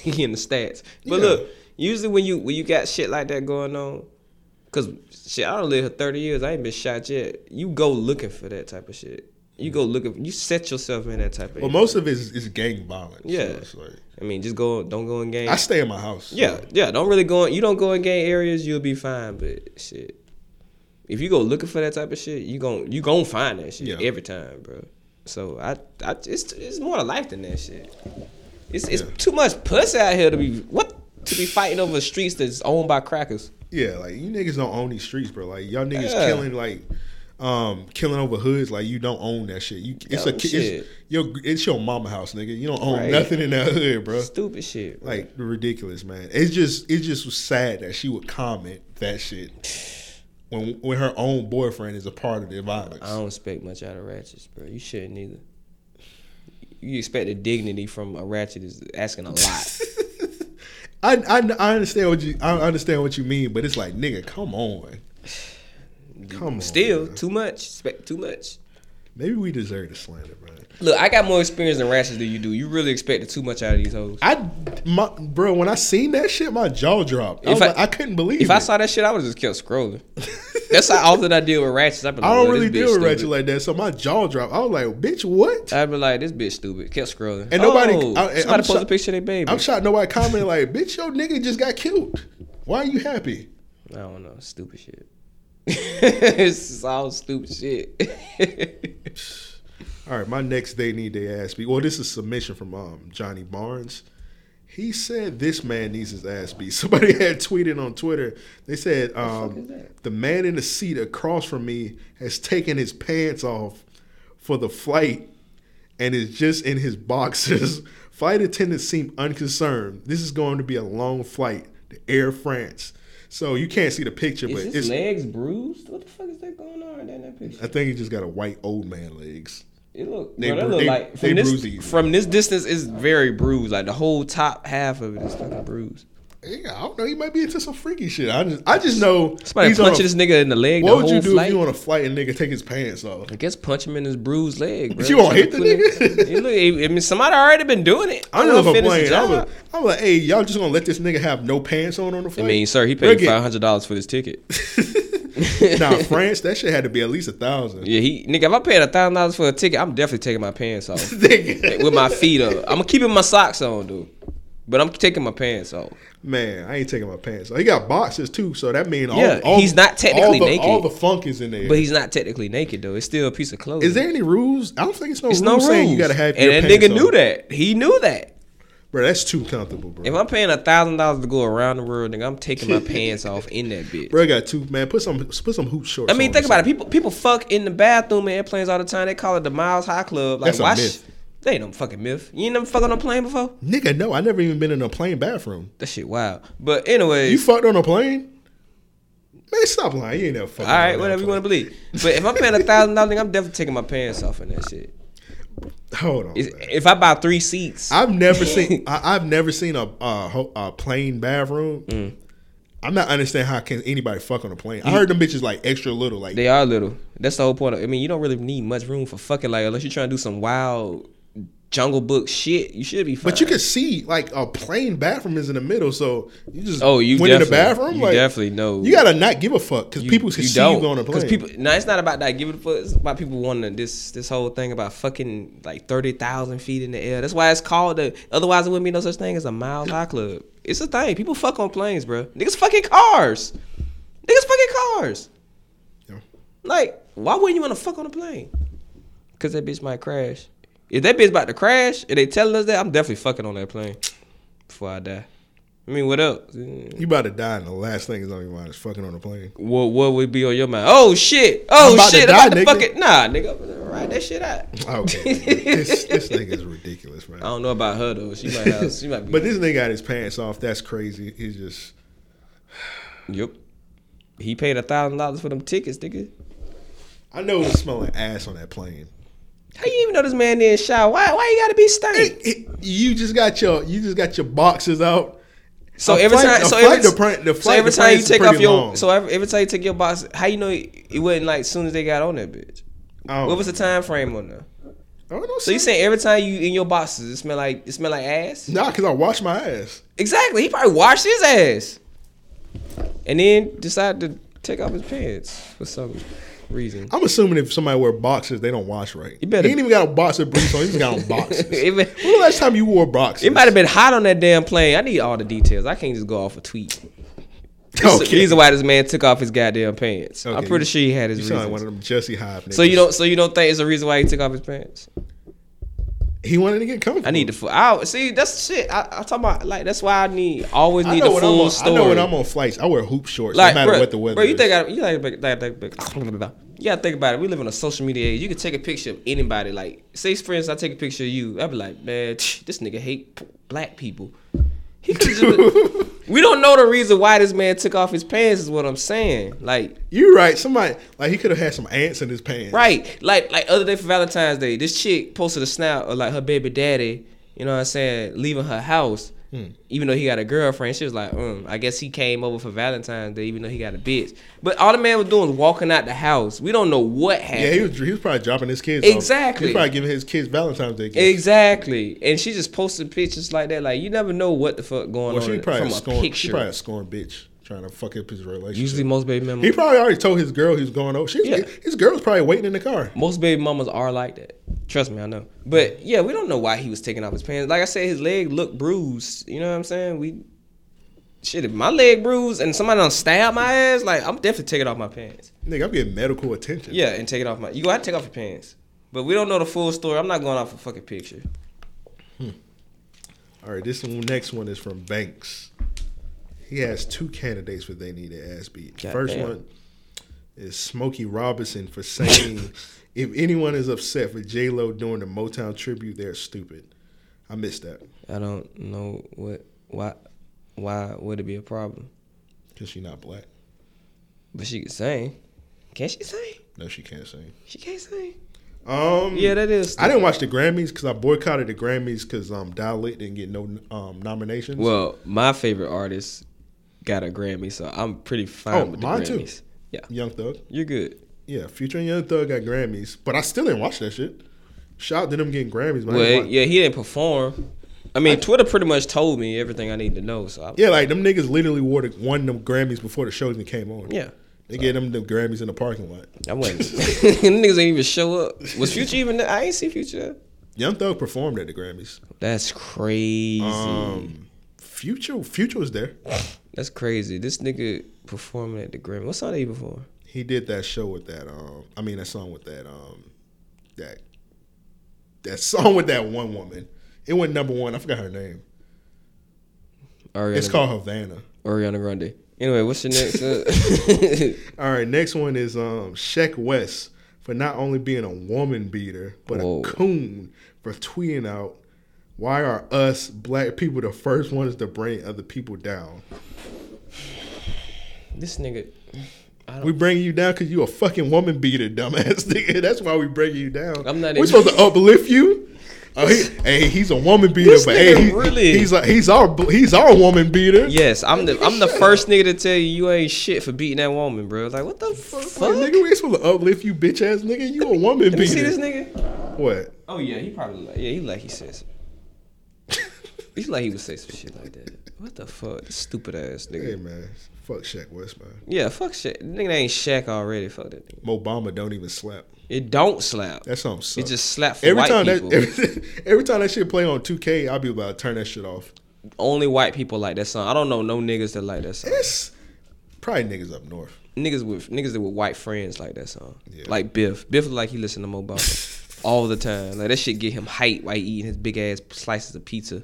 he in the stats. But yeah. look, usually when you when you got shit like that going on. Cause shit, I don't live here thirty years. I ain't been shot yet. You go looking for that type of shit. You go looking. You set yourself in that type of. Well, area. most of it is, is gang violence. Yeah. So like, I mean, just go. Don't go in gang. I stay in my house. Yeah, so. yeah. Don't really go. In, you don't go in gang areas. You'll be fine. But shit, if you go looking for that type of shit, you gon' you gon' find that shit yeah. every time, bro. So I, I, it's it's more to life than that shit. It's it's yeah. too much pussy out here to be what to be fighting over streets that's owned by crackers. Yeah, like you niggas don't own these streets, bro. Like y'all niggas yeah. killing like um killing over hoods like you don't own that shit. You it's Dumb a shit. it's your it's your mama house, nigga. You don't own right. nothing in that hood, bro. Stupid shit. Bro. Like ridiculous, man. It's just it just was sad that she would comment that shit. When, when her own boyfriend is a part of the violence, I don't expect much out of ratchets, bro. You shouldn't either. You expect the dignity from a ratchet is asking a lot. I, I, I understand what you I understand what you mean, but it's like nigga, come on, come Still on, too much, too much. Maybe we deserve to slander, bro. Look, I got more experience than ratchets than you do. You really expected too much out of these hoes. I, my, bro, when I seen that shit, my jaw dropped. I, I, like, I, couldn't believe. If it. I saw that shit, I would just kept scrolling. That's how often I deal with ratchets. I, like, I don't really deal with ratchets like that, so my jaw dropped. I was like, "Bitch, what?" I'd be like, "This bitch stupid." Kept scrolling, and nobody. Oh, I, somebody I'm posted a picture of their baby. I'm shot. Nobody commented like, "Bitch, your nigga just got killed. Why are you happy?" I don't know. Stupid shit. it's all stupid shit. All right, my next day need they ass beat. Well, this is submission from um, Johnny Barnes. He said this man needs his ass beat. Somebody had tweeted on Twitter. They said um, the, the man in the seat across from me has taken his pants off for the flight and is just in his boxers. flight attendants seem unconcerned. This is going to be a long flight to Air France. So you can't see the picture, is but his it's, legs bruised. What the fuck is that going on in that picture? I think he just got a white old man legs. It look, they, bro, that look they, like from this bruisey. from this distance is very bruised. Like the whole top half of it is fucking bruised. Yeah, I don't know. He might be into some freaky shit. I just, I just know somebody punching this nigga in the leg. What the would you do flight? if you on a flight and nigga take his pants off? I guess punch him in his bruised leg. Bro. You gonna hit the nigga? It, look, I mean, somebody already been doing it. I don't know if I'm playing. I was, I was like, hey, y'all just gonna let this nigga have no pants on on the flight? I mean, sir, he paid five hundred dollars for this ticket. nah, France, that shit had to be at least a thousand. Yeah, he nigga, if I paid a thousand dollars for a ticket, I'm definitely taking my pants off with my feet up. I'm keeping my socks on, dude. But I'm taking my pants off. Man, I ain't taking my pants off. He got boxes too, so that means all, yeah, all he's not technically all the, naked. All the funk is in there, but he's not technically naked though. It's still a piece of clothing. Is there any rules? I don't think it's no, it's rules, no rules saying you gotta have. And that nigga on. knew that. He knew that. Bro, that's too comfortable, bro. If I'm paying a thousand dollars to go around the world, nigga, I'm taking my pants off in that bitch. Bro, I got two man. Put some put some hoop shorts. I mean, think about it. People people fuck in the bathroom in airplanes all the time. They call it the Miles High Club. Like, that's a why myth. Sh- they ain't no fucking myth. You ain't never fucked on a plane before, nigga. No, I never even been in a plane bathroom. That shit wild. But anyway, you fucked on a plane. Man, stop lying. You ain't never fucking. All right, whatever you want to believe. But if I'm paying a thousand dollars, I'm definitely taking my pants off in that shit. Hold on. Is, if I buy three seats, I've never seen. I, have never seen a, a, a plain bathroom. Mm. I'm not understanding how can anybody fuck on a plane. I heard them bitches like extra little, like They are little. That's the whole point. Of, I mean, you don't really need much room for fucking. Like unless you're trying to do some wild Jungle Book shit, you should be. Fine. But you can see like a plain bathroom is in the middle, so you just Oh, you went in the definitely- bathroom. you like, definitely know. You gotta not give a fuck because people can see you on a plane. Because people, now it's not about that giving a fuck. It's about people wanting to- this this whole thing about fucking like thirty thousand feet in the air. That's why it's called the. Otherwise, it wouldn't be no such thing as a mile high club. It's a thing. People fuck on planes, bro. Niggas fucking cars. Niggas fucking cars. Like, why wouldn't you want to fuck on a plane? Cause that bitch might crash. If that bitch about to crash, and they telling us that, I'm definitely fucking on that plane before I die. I mean, what else? You about to die, and the last thing is on your mind is fucking on a plane. What what would be on your mind? Oh shit! Oh I'm about to shit! die, I'm about to nigga. fucking nah, nigga. Write that shit out. Okay, this this nigga is ridiculous, man. I don't know about her though. She might have. She might be. but this nigga got his pants off. That's crazy. He's just yep. He paid a thousand dollars for them tickets, nigga. I know it was smelling ass on that plane. How you even know this man didn't shower? Why why you gotta be stank? You just got your you just got your boxes out. So A every flight- time, a so flight every, to Pran- the so flight every to time you France is take off pretty your, long. so every, every time you take your box, how you know it, it wasn't like soon as they got on that bitch? I don't What was the know. time frame on there? I don't know. So you son. saying every time you in your boxes, it smell like it smell like ass? nah? Because I washed my ass. Exactly. He probably washed his ass, and then decided to take off his pants for some reason. I'm assuming if somebody wear boxes, they don't wash right. You better- He ain't even got a boxer briefs on. He just got on boxes. It might- When the last time you wore boxes? It might have been hot on that damn plane. I need all the details. I can't just go off a tweet. There's a Okay. reason why this man took off his goddamn pants. I'm Okay, pretty you- sure he had his You reason. sound like one of them Jesse Hive. Niggas. so you don't. So you don't think it's a reason why he took off his pants? He wanted to get comfortable. I need the full. I see. That's the shit. I, I talk about like that's why I need always I need know the when I'm full on, story. I know when I'm on flights, I wear hoop shorts like, no matter bruh, what the weather. bruh, you is. think I, you like, like, like, like, like, you gotta think about it. We live in a social media age. You can take a picture of anybody. Like, say, for instance, I take a picture of you. I'd be like, man, this nigga hate p- black people. He could just, we don't know the reason why this man took off his pants. Is what I'm saying. Like, You're right. Somebody like he could have had some ants in his pants. Right. Like like other day for Valentine's Day, this chick posted a snap of like her baby daddy, you know what I'm saying, leaving her house. Hmm. Even though he got a girlfriend, she was like, mm, I guess he came over for Valentine's Day, even though he got a bitch. But all the man was doing was walking out the house. We don't know what happened. Yeah, he was, he was probably dropping his kids. off. Exactly. He was probably giving his kids Valentine's Day gifts. exactly. And she just posted pictures like that. Like, you never know what the fuck going Well, on she in- probably from a a scorn. She picture. probably a scorn bitch trying to fuck up his relationship. Usually most baby he mamas, probably already told his girl he was going over. She's, Yeah. His girl's probably waiting in the car. most baby mamas are like that. Trust me, I know. But yeah, we don't know why he was taking off his pants. Like I said, his leg looked bruised. You know what I'm saying? We shit. If my leg bruised and somebody done stabbed my ass, like I'm definitely taking off my pants. Nigga, I'm getting medical attention. Yeah, and taking off my. You gotta take off your pants. But we don't know the full story. I'm not going off a fucking picture. All right, this one, next one is from Banks. He has two candidates for they need an ass beat. God First damn. one is Smokey Robinson for saying, "If anyone is upset with J Lo doing the Motown tribute, they're stupid." I missed that I don't know what why why would it be a problem? because she's not black. But she can sing. Can she sing? No, she can't sing. She can't sing. Um, Yeah, that is. I didn't watch the Grammys because I boycotted the Grammys because um, Dilit didn't get no um, nominations. Well, my favorite artist got a Grammy, so I'm pretty fine Oh, with the mine too. Grammys. Yeah, Young Thug, you're good. yeah, Future and Young Thug got Grammys, but I still didn't watch that shit. Shout out to them getting Grammys, but I didn't Well, watch- yeah, he didn't perform. I mean, Twitter pretty much told me everything I need to know. So I, Yeah, like them niggas literally wore the, won them Grammys before the show even came on. Yeah. They gave them the Grammys in the parking lot. I wasn't. niggas ain't even show up. Was Future even? there? I ain't see Future. Young Thug performed at the Grammys. That's crazy. Um, Future Future was there. That's crazy. This nigga performing at the Grammy. What song did he perform? He did that show with that um I mean that song with that um that that song with that one woman. It went number one. I forgot her name. Ariana, It's called Havana. Ariana Grande. Anyway, what's your next? uh, All right, next one is um Sheck West for not only being a woman beater, but Whoa. a coon for tweeting out why are us black people the first ones to bring other people down? this nigga. We bring you down because you a fucking woman beater, dumbass nigga. That's why we bring you down. I'm not We're even- supposed to uplift you. Oh, he, hey, he's a woman beater, This but hey, nigga he- really- he's a, he's our he's our woman beater. Yes, I'm the I'm the first nigga to tell you you ain't shit for beating that woman, bro. Like what the fuck? Like, nigga, we ain't supposed to uplift you, bitch ass nigga. You a woman Let beater. me see this nigga. What? Oh yeah, he probably like yeah he like he says. He's like he would say some shit like that. What the fuck, stupid ass nigga? Hey man, fuck Shaq West, man. Yeah, fuck shit. Nigga ain't Shaq already. Fuck that. Nigga. Obama don't even slap. It don't slap. That song sucks. It just slap for every white time people. that every, every time that shit play on 2K, I'll be about to turn that shit off. Only white people like that song. I don't know no niggas that like that song. It's probably niggas up north. Niggas with niggas that with white friends like that song. Like Biff. Biff like he listen to Mo Bamba all the time. Like that shit get him hype while he eating his big ass slices of pizza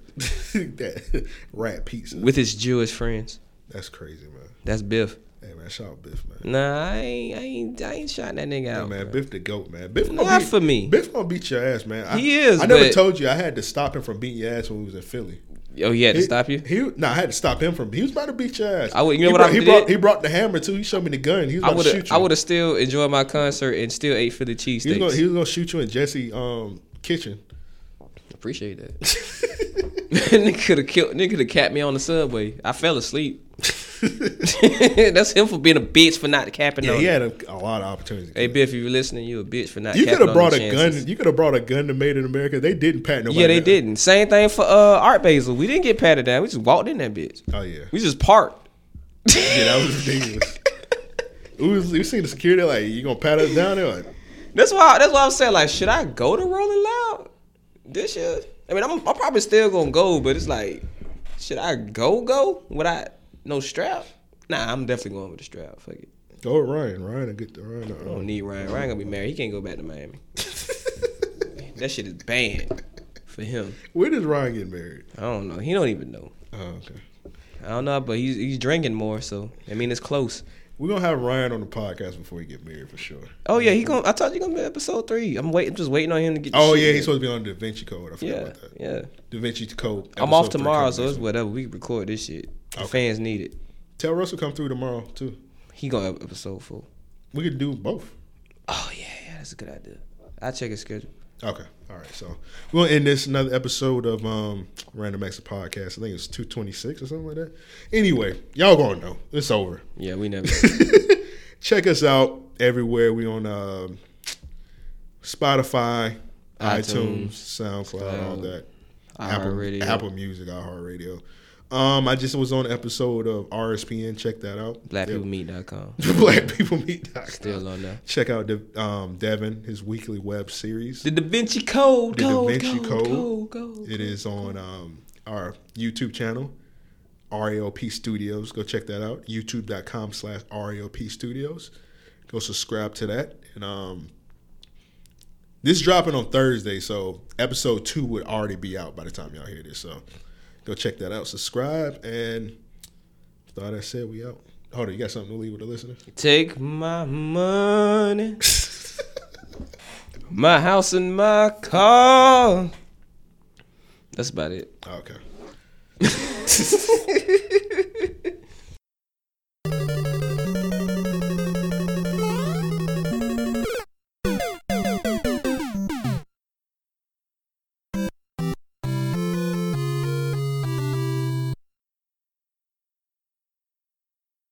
that rat pizza. with his Jewish friends. That's crazy, man. That's Biff. Hey man, shout out Biff, man. Nah, I ain't, I ain't, I ain't shot that nigga Hey, out. man, bro. Biff the goat, man. Biff gonna Not beat- for me. Biff gonna beat your ass, man. I, He is, I never but- told you I had to stop him from beating your ass when we was in Philly. Oh, he had to He- stop you. He no, I had to stop him from. He was about to beat your ass. I would- you know he what brought, I he did? brought. He brought the hammer too. He showed me the gun. He was I about would to shoot have, you. I would have still enjoyed my concert and still ate Philly He was, gonna, he cheesesteaks. was gonna shoot you in Jesse um kitchen. Appreciate that. nigga could have killed. Nigga could have capped me on the subway. I fell asleep. That's him for being a bitch for not capping Yeah, on. he it. had a, a lot of opportunities. Hey Biff, if you're listening, you a bitch for not. you could could have brought a gun. You could have brought a gun to Made in America. They didn't patent nobody. yeah, they down. didn't. Same thing for uh, Art Basil. We didn't get patted down. We just walked in that bitch. Oh yeah, We just parked. yeah, that was ridiculous. we was we seen the security like you gonna pat us down there. Like, That's why. That's why I'm saying like, should I go to Rolling Loud this year? I mean, I'm, I'm probably still gonna go, but it's like, should I go go without no strap? Nah, I'm definitely going with the strap. Fuck it. Go with "Oh, Ryan. Ryan, will get the uh, Ryan. will- I don't need Ryan. Ryan gonna be married. He can't go back to Miami. that shit is banned for him. When does Ryan get married? I don't know. He don't even know. Oh, okay. I don't know, but he's he's drinking more, so I mean it's close. We're gonna have Ryan on the podcast before he get married for sure. Oh yeah, he going I told you gonna be episode three. I'm waiting, just waiting on him to get. the Oh shit yeah, in. he's supposed to be on Da Vinci Code. I forgot yeah, about that. yeah. Da Vinci Code. I'm off episode three tomorrow, coming so next it's week. whatever. We can record this shit. The fans need it. Tell Russell come through tomorrow too. He gonna have episode four. We could do both. Oh yeah, yeah, that's a good idea. I check his schedule. Okay. All right. So we will end this another episode of um Random Exit Podcast. I think it's two twenty six or something like that. Anyway, y'all gonna know. It's over. Yeah, we never. Check us out everywhere. We on uh, Spotify, iTunes, iTunes, SoundCloud, all Cloud, that. iHeartRadio. Apple, Apple Music, iHeartRadio. Um, I just was on an episode of RSPN. Check that out. Blackpeoplemeet.com. Black People Meet. Still on there. Check out De- um, Devin, his weekly web series. The Da Vinci Code. The Da code, Vinci code, Code. code, code. It is on um, our YouTube channel, RALP Studios. Go check that out. YouTube.com slash RALP Studios. Go subscribe to that. And um, this dropping on Thursday, so episode two would already be out by the time y'all hear this. So go check that out. Subscribe. And with all that said, we out. Hold on, you got something to leave with the listeners? Take my money, my house and my car. That's about it. Okay.